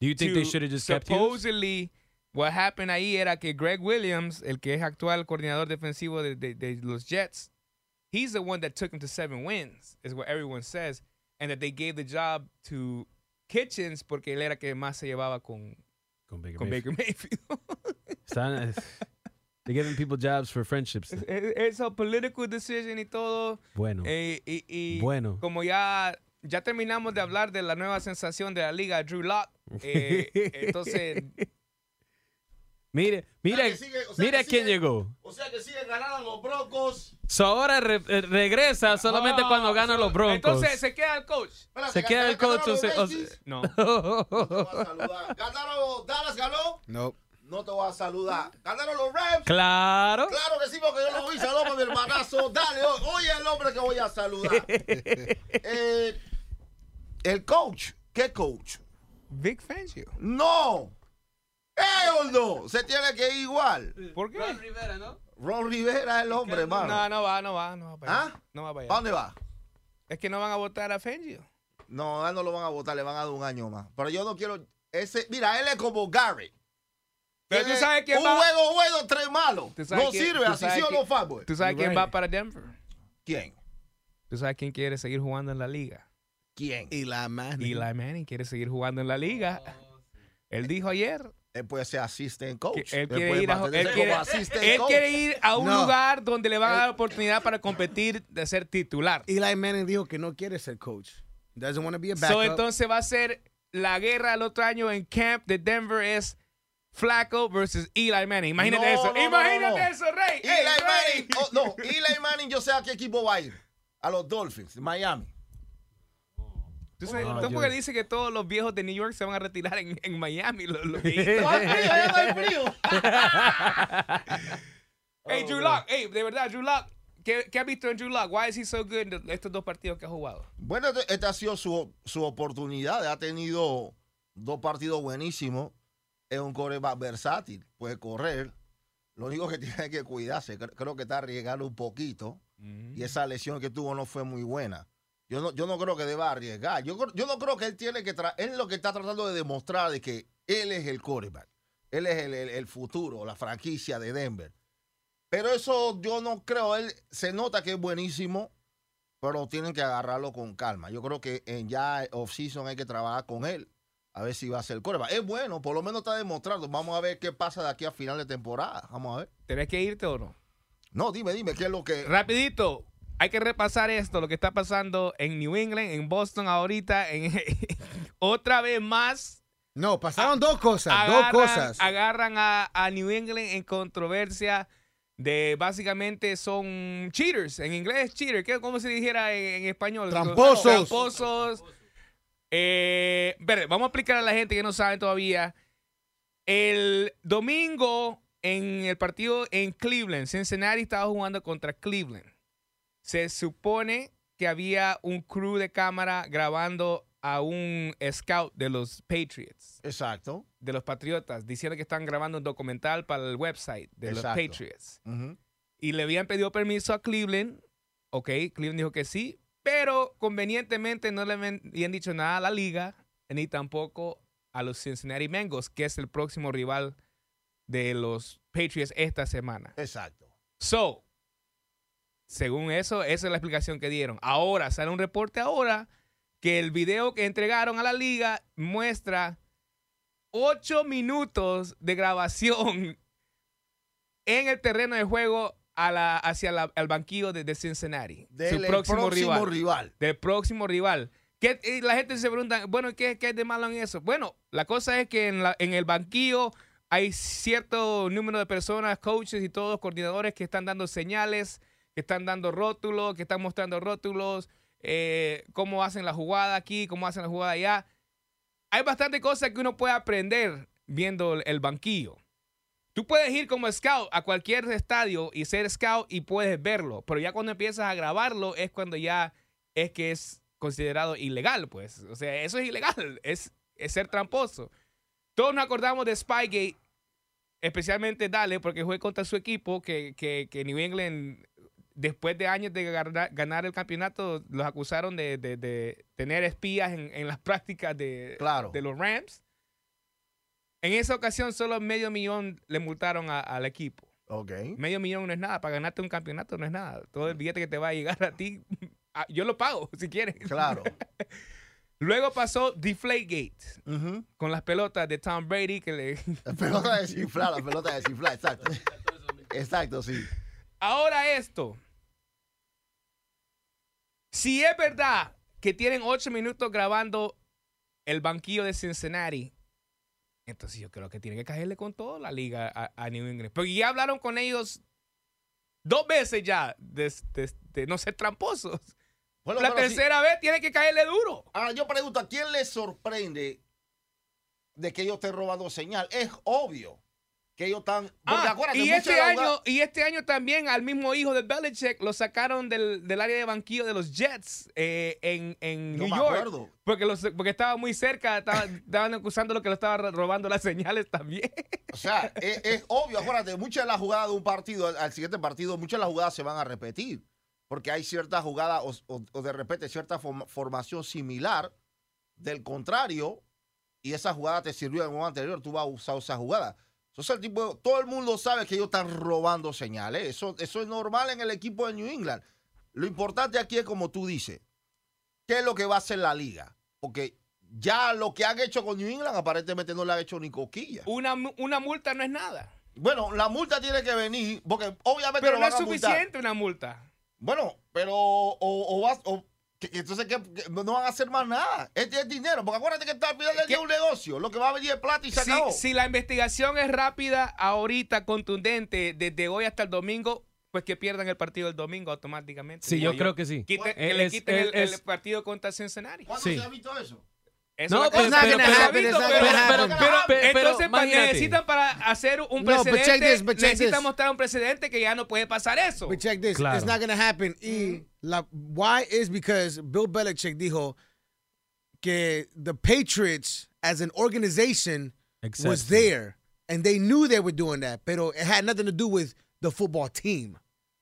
[SPEAKER 2] do you think they
[SPEAKER 1] to
[SPEAKER 2] should have just kept him?
[SPEAKER 1] supposedly what happened ahí era que Greg Williams, el que es actual coordinador defensivo de, de- de los Jets, he's the one that took him to seven wins, is what everyone says, and that they gave the job to Kitchens porque él era que más se llevaba con
[SPEAKER 2] Con Baker
[SPEAKER 1] con
[SPEAKER 2] Mayfield.
[SPEAKER 1] Baker Mayfield.
[SPEAKER 2] Están- they're giving people jobs for friendships.
[SPEAKER 1] Es- It's a e, political decision y todo.
[SPEAKER 2] Bueno.
[SPEAKER 1] Eh, y, y
[SPEAKER 2] Bueno.
[SPEAKER 1] como ya, ya terminamos de hablar de la nueva sensación de la liga, Drew Lock, eh, entonces,
[SPEAKER 2] Mire,
[SPEAKER 4] O
[SPEAKER 2] mira,
[SPEAKER 4] sea que sigue- o sea
[SPEAKER 2] mira
[SPEAKER 4] que
[SPEAKER 2] quién
[SPEAKER 4] sigue-
[SPEAKER 2] llegó.
[SPEAKER 4] O sea que siguen ganando los Broncos.
[SPEAKER 2] So ahora re- eh, regresa solamente
[SPEAKER 1] Ah,
[SPEAKER 2] cuando ganan los Broncos.
[SPEAKER 1] entonces eh, se queda el coach.
[SPEAKER 4] Espérate,
[SPEAKER 2] Se
[SPEAKER 4] gan-
[SPEAKER 2] queda el
[SPEAKER 4] ganaron
[SPEAKER 2] coach,
[SPEAKER 4] los
[SPEAKER 2] o se- o
[SPEAKER 4] Redskins.
[SPEAKER 2] se-
[SPEAKER 1] No.
[SPEAKER 4] No te voy a saludar. Ganaron Dallas, ganó.
[SPEAKER 3] Nope.
[SPEAKER 4] No te voy a saludar. Ganaron los Rams.
[SPEAKER 2] claro.
[SPEAKER 4] Claro que sí, porque yo lo vi. Saludos para mi hermanazo. Dale, hoy, hoy es el hombre que voy a saludar. Eh, el coach. ¿Qué coach?
[SPEAKER 1] Big Fangio.
[SPEAKER 4] No. Ellos no. Se tiene que ir igual.
[SPEAKER 1] ¿Por qué?
[SPEAKER 4] Ron Rivera es el hombre, hermano.
[SPEAKER 1] No, no va, no va, no va para allá.
[SPEAKER 4] ¿Ah?
[SPEAKER 1] No va para
[SPEAKER 4] ¿Para
[SPEAKER 1] allá.
[SPEAKER 4] dónde va?
[SPEAKER 1] Es que no van a votar a Fangio.
[SPEAKER 4] No, a él no lo van a votar, le van a dar un año más. Pero yo no quiero. Ese, mira, él es como Gary.
[SPEAKER 1] Pero tú sabes quién
[SPEAKER 4] un
[SPEAKER 1] va.
[SPEAKER 4] juego bueno, tres malos.
[SPEAKER 1] Tú sabes
[SPEAKER 4] No
[SPEAKER 1] quién-
[SPEAKER 4] sirve,
[SPEAKER 1] tú
[SPEAKER 4] así
[SPEAKER 1] sabes
[SPEAKER 4] sí o
[SPEAKER 1] quién-
[SPEAKER 4] no, fanboy.
[SPEAKER 1] Tú sabes quién
[SPEAKER 2] Right.
[SPEAKER 1] va para Denver.
[SPEAKER 4] ¿Quién?
[SPEAKER 1] Tú sabes quién quiere seguir jugando en la liga.
[SPEAKER 4] ¿Quién?
[SPEAKER 3] Y la
[SPEAKER 2] Ah,
[SPEAKER 3] mano.
[SPEAKER 1] Eli Manning quiere seguir jugando en la liga.
[SPEAKER 2] Oh,
[SPEAKER 1] Él dijo ayer.
[SPEAKER 4] Él puede ser assistant coach.
[SPEAKER 1] Que él
[SPEAKER 4] Él
[SPEAKER 1] quiere
[SPEAKER 4] puede
[SPEAKER 1] ir a-
[SPEAKER 4] mantenerse
[SPEAKER 1] él quiere-
[SPEAKER 4] como assistant
[SPEAKER 1] Él
[SPEAKER 4] coach. Eh.
[SPEAKER 1] quiere ir a un
[SPEAKER 3] No.
[SPEAKER 1] lugar donde le van a dar oportunidad para competir de ser titular.
[SPEAKER 3] Eli Manning dijo que no quiere ser coach. Doesn't want to be a backup.
[SPEAKER 1] So, entonces va a ser la guerra el otro año en camp de Denver es Flacco versus Eli Manning. Imagínate
[SPEAKER 4] No,
[SPEAKER 1] eso.
[SPEAKER 4] no, no,
[SPEAKER 1] Imagínate
[SPEAKER 4] no.
[SPEAKER 1] eso, Rey.
[SPEAKER 4] Eli
[SPEAKER 1] Hey, Rey.
[SPEAKER 4] Manning, oh, no, Eli Manning, yo sé a qué equipo va a ir. A los Dolphins, Miami.
[SPEAKER 1] Tú
[SPEAKER 4] Oh,
[SPEAKER 1] sabes,
[SPEAKER 2] No,
[SPEAKER 1] tú
[SPEAKER 2] yo-
[SPEAKER 1] porque dice que todos los viejos de New York se van a retirar en, en Miami. Los, los
[SPEAKER 4] No
[SPEAKER 1] viejitos.
[SPEAKER 4] hay frío, ya no hay frío. Oh,
[SPEAKER 1] hey, Drew Lock, hey, de verdad, Drew Lock. ¿Qué, ¿Qué has visto en Drew Lock? Why is he so good en estos dos partidos que ha jugado?
[SPEAKER 4] Bueno, este- esta ha sido su, su oportunidad. Ha tenido dos partidos buenísimos. Es un coreback versátil. Puede correr. Lo único que tiene que cuidarse. Cre- Creo que está arriesgando un poquito. Y esa lesión que tuvo no fue muy buena. Yo no, yo no creo que deba arriesgar. Yo, cre- yo no creo que él tiene que... tra- Él lo que está tratando de demostrar de que él es el coreback. Él es el, el- el futuro, la franquicia de Denver. Pero eso yo no creo. Él se nota que es buenísimo, pero tienen que agarrarlo con calma. Yo creo que en ya off-season hay que trabajar con él. A ver si va a ser coreback. Es bueno, por lo menos está demostrando. Vamos a ver qué pasa de aquí a final de temporada. Vamos a ver.
[SPEAKER 1] ¿Tenés que irte o no?
[SPEAKER 4] No, dime, dime, ¿qué es lo que...
[SPEAKER 1] Rapidito, hay que repasar esto, lo que está pasando en New England, en Boston ahorita, en otra vez más.
[SPEAKER 3] no, pasaron dos cosas.
[SPEAKER 1] Agarran,
[SPEAKER 3] dos cosas.
[SPEAKER 1] agarran a, a New England en controversia de básicamente son cheaters, en inglés cheater, ¿qué- ¿cómo se dijera en, en español?
[SPEAKER 3] Tramposos.
[SPEAKER 1] Tramposos. Eh, espere, vamos a explicar a la gente que no saben todavía. El domingo en el partido en Cleveland, Cincinnati estaba jugando contra Cleveland. Se supone que había un crew de cámara grabando a un scout de los Patriots,
[SPEAKER 4] Exacto.
[SPEAKER 1] de los Patriotas, diciendo que están grabando un documental para el website de
[SPEAKER 4] Exacto.
[SPEAKER 1] los Patriots.
[SPEAKER 4] Ujú.
[SPEAKER 1] Y le habían pedido permiso a Cleveland. Ok, Cleveland dijo que sí, pero convenientemente no le habían habían dicho nada a la liga ni tampoco a los Cincinnati Bengals, que es el próximo rival de los Patriots esta semana.
[SPEAKER 4] Exacto.
[SPEAKER 1] So, según eso, esa es la explicación que dieron. Ahora sale un reporte ahora que el video que entregaron a la liga muestra ocho minutos de grabación en el terreno de juego a la, hacia la- al banquillo de, de Cincinnati,
[SPEAKER 4] Del
[SPEAKER 1] su
[SPEAKER 4] el
[SPEAKER 1] próximo, rival,
[SPEAKER 4] rival.
[SPEAKER 1] del próximo rival. ¿Qué- y la gente se pregunta, bueno, ¿qué, qué es de malo en eso? Bueno, la cosa es que en, la- en el banquillo hay cierto número de personas, coaches y todos, coordinadores que están dando señales, que están dando rótulos, que están mostrando rótulos, eh, cómo hacen la jugada aquí, cómo hacen la jugada allá. Hay bastante cosas que uno puede aprender viendo el- el banquillo. Tú puedes ir como scout a cualquier estadio y ser scout y puedes verlo, pero ya cuando empiezas a grabarlo es cuando ya es que es considerado ilegal, pues. O sea, eso es ilegal, es, es ser tramposo. Todos nos acordamos de Spygate, especialmente Dale, porque fue contra su equipo que, que, que New England, después de años de ganar, ganar el campeonato, los acusaron de, de- de tener espías en, en las prácticas de,
[SPEAKER 4] Claro.
[SPEAKER 1] de los Rams. En esa ocasión solo medio millón le multaron a- al equipo.
[SPEAKER 4] Ok.
[SPEAKER 1] Medio millón no es nada, para ganarte un campeonato no es nada. Todo el billete que te va a llegar a ti, ah, yo lo pago si quieres.
[SPEAKER 4] Claro.
[SPEAKER 1] Luego pasó Deflategate
[SPEAKER 4] Ujú.
[SPEAKER 1] con las pelotas de Tom Brady que le...
[SPEAKER 4] La pelota desinflada, la pelota desinflada, exacto. Exacto, sí.
[SPEAKER 1] Ahora esto. Si es verdad que tienen ocho minutos grabando el banquillo de Cincinnati, entonces yo creo que tienen que caerle con toda la liga a, a New England. Porque ya hablaron con ellos dos veces ya de, de- de no ser tramposos.
[SPEAKER 4] Bueno,
[SPEAKER 1] la
[SPEAKER 4] pero sí.
[SPEAKER 1] tercera vez tiene que caerle duro.
[SPEAKER 4] Ahora yo pregunto, ¿a quién le sorprende de que ellos estén robando señal? Es obvio que ellos están... porque
[SPEAKER 1] Ah,
[SPEAKER 4] acuérdate,
[SPEAKER 1] y,
[SPEAKER 4] muchos de
[SPEAKER 1] este
[SPEAKER 4] los
[SPEAKER 1] año,
[SPEAKER 4] jugadores-
[SPEAKER 1] y este año también al mismo hijo de Belichick lo sacaron del, del área de banquillo de los Jets eh, en, en
[SPEAKER 4] No
[SPEAKER 1] New
[SPEAKER 4] me
[SPEAKER 1] York.
[SPEAKER 4] acuerdo.
[SPEAKER 1] Porque, los, porque estaba muy cerca, estaba- estaban acusando lo que lo estaba robando las señales también.
[SPEAKER 4] O sea, es, es obvio, acuérdate, muchas de las jugadas de un partido al, al siguiente partido, muchas de las jugadas se van a repetir. Porque hay cierta jugada o, o- o de repente cierta form- formación similar del contrario y esa jugada te sirvió en el momento anterior, tú vas a usar esa jugada. Entonces el tipo, todo el mundo sabe que ellos están robando señales. Eso, eso es normal en el equipo de New England. Lo importante aquí es como tú dices, ¿qué es lo que va a hacer la liga? Porque ya lo que han hecho con New England aparentemente no le han hecho ni coquilla.
[SPEAKER 1] Una, mu- una multa no es nada.
[SPEAKER 4] Bueno, la multa tiene que venir, porque obviamente
[SPEAKER 1] Pero
[SPEAKER 4] lo
[SPEAKER 1] no
[SPEAKER 4] van
[SPEAKER 1] es
[SPEAKER 4] a multar.
[SPEAKER 1] suficiente una multa.
[SPEAKER 4] Bueno, pero o, o vas- o- que- que entonces ¿qué? Que no no van a hacer más nada. Este es dinero, porque acuérdate que está al final del
[SPEAKER 1] ¿Qué?
[SPEAKER 4] día un negocio. Lo que va a venir es plata y se
[SPEAKER 1] Si,
[SPEAKER 4] acabó.
[SPEAKER 1] si la investigación es rápida, ahorita, contundente, desde hoy hasta el domingo, pues que pierdan el partido el domingo automáticamente.
[SPEAKER 2] Sí, yo
[SPEAKER 1] Digo
[SPEAKER 2] creo que sí.
[SPEAKER 1] Quiten- que
[SPEAKER 2] Él
[SPEAKER 1] le
[SPEAKER 2] es-
[SPEAKER 1] quiten
[SPEAKER 2] él
[SPEAKER 1] el, el
[SPEAKER 2] es-
[SPEAKER 1] partido contra Cincinnati.
[SPEAKER 4] ¿Cuándo
[SPEAKER 2] sí.
[SPEAKER 4] se ha visto eso?
[SPEAKER 1] Eso
[SPEAKER 2] No, pues,
[SPEAKER 1] es
[SPEAKER 2] pero,
[SPEAKER 1] lo que-
[SPEAKER 2] pero,
[SPEAKER 3] It's not gonna
[SPEAKER 2] pero-
[SPEAKER 3] happen, it's not
[SPEAKER 2] pero-
[SPEAKER 3] gonna
[SPEAKER 2] pero-
[SPEAKER 3] happen.
[SPEAKER 2] pero- pero-
[SPEAKER 1] Entonces, pa-
[SPEAKER 2] imagínate.
[SPEAKER 1] necesitan para hacer un
[SPEAKER 3] No, but check
[SPEAKER 1] precedente,
[SPEAKER 3] this, but check
[SPEAKER 1] necesitan
[SPEAKER 3] this.
[SPEAKER 1] mostrar un precedente que ya no puede pasar eso.
[SPEAKER 3] But check this.
[SPEAKER 2] Claro.
[SPEAKER 3] It's not going to happen. Y la, why is because Bill Belichick dijo que the Patriots as an organization was
[SPEAKER 2] Exactly.
[SPEAKER 3] there and they knew they were doing that, pero it had nothing to do with the football team.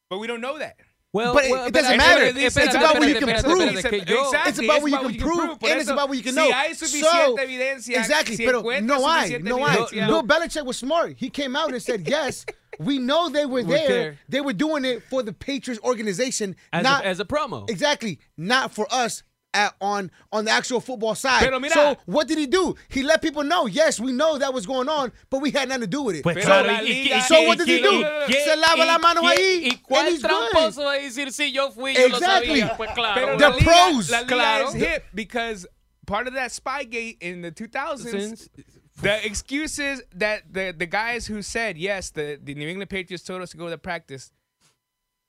[SPEAKER 1] But we don't know that.
[SPEAKER 2] Well,
[SPEAKER 3] But it-
[SPEAKER 2] well,
[SPEAKER 3] it doesn't
[SPEAKER 2] espérate,
[SPEAKER 3] matter.
[SPEAKER 2] espérate,
[SPEAKER 3] It's
[SPEAKER 2] espérate,
[SPEAKER 3] about what you
[SPEAKER 2] espérate,
[SPEAKER 3] can
[SPEAKER 2] espérate,
[SPEAKER 3] prove.
[SPEAKER 2] espérate, que yo-
[SPEAKER 1] Exactly,
[SPEAKER 3] It's about what you
[SPEAKER 1] it's
[SPEAKER 3] can prove,
[SPEAKER 1] Por
[SPEAKER 3] and it's
[SPEAKER 1] eso,
[SPEAKER 3] about what you can
[SPEAKER 1] Si
[SPEAKER 3] know.
[SPEAKER 1] hay
[SPEAKER 3] So,
[SPEAKER 1] suficiente evidencia.
[SPEAKER 3] Exactly,
[SPEAKER 1] si
[SPEAKER 3] pero
[SPEAKER 1] encuentras
[SPEAKER 3] no hay,
[SPEAKER 1] suficiente
[SPEAKER 3] no hay.
[SPEAKER 1] evidencia-
[SPEAKER 3] Bill Belichick was smart. He came out and said, "Yes, we know they were
[SPEAKER 2] We're
[SPEAKER 3] there.
[SPEAKER 2] there.
[SPEAKER 3] They were doing it for the Patriots organization,
[SPEAKER 2] As,
[SPEAKER 3] not
[SPEAKER 2] a, as a promo.
[SPEAKER 3] exactly, not for us." At, on on the actual football side.
[SPEAKER 1] Pero mira-
[SPEAKER 3] so what did he do? He let people know. Yes, we know that was going on, but we had nothing to do with it.
[SPEAKER 2] Pues
[SPEAKER 1] Pero la
[SPEAKER 2] claro, y-
[SPEAKER 1] liga-
[SPEAKER 2] y-
[SPEAKER 1] So
[SPEAKER 2] y-
[SPEAKER 1] what does he
[SPEAKER 2] y-
[SPEAKER 1] do?
[SPEAKER 2] y-
[SPEAKER 3] Se lava
[SPEAKER 2] y-
[SPEAKER 3] las manos
[SPEAKER 2] y-
[SPEAKER 3] ahí,
[SPEAKER 2] ¿Y
[SPEAKER 3] and
[SPEAKER 2] cuál
[SPEAKER 3] he's
[SPEAKER 2] tramposo va a decir sí, yo fui, yo
[SPEAKER 3] Exactly.
[SPEAKER 2] lo sabía? Pues claro.
[SPEAKER 1] Pero
[SPEAKER 3] The
[SPEAKER 1] la liga,
[SPEAKER 3] pros.
[SPEAKER 1] La liga
[SPEAKER 2] Claro.
[SPEAKER 1] is hip because part of that Spygate in the 2000s, the excuses that the, the guys who said, yes, the, the New England Patriots told us to go to practice,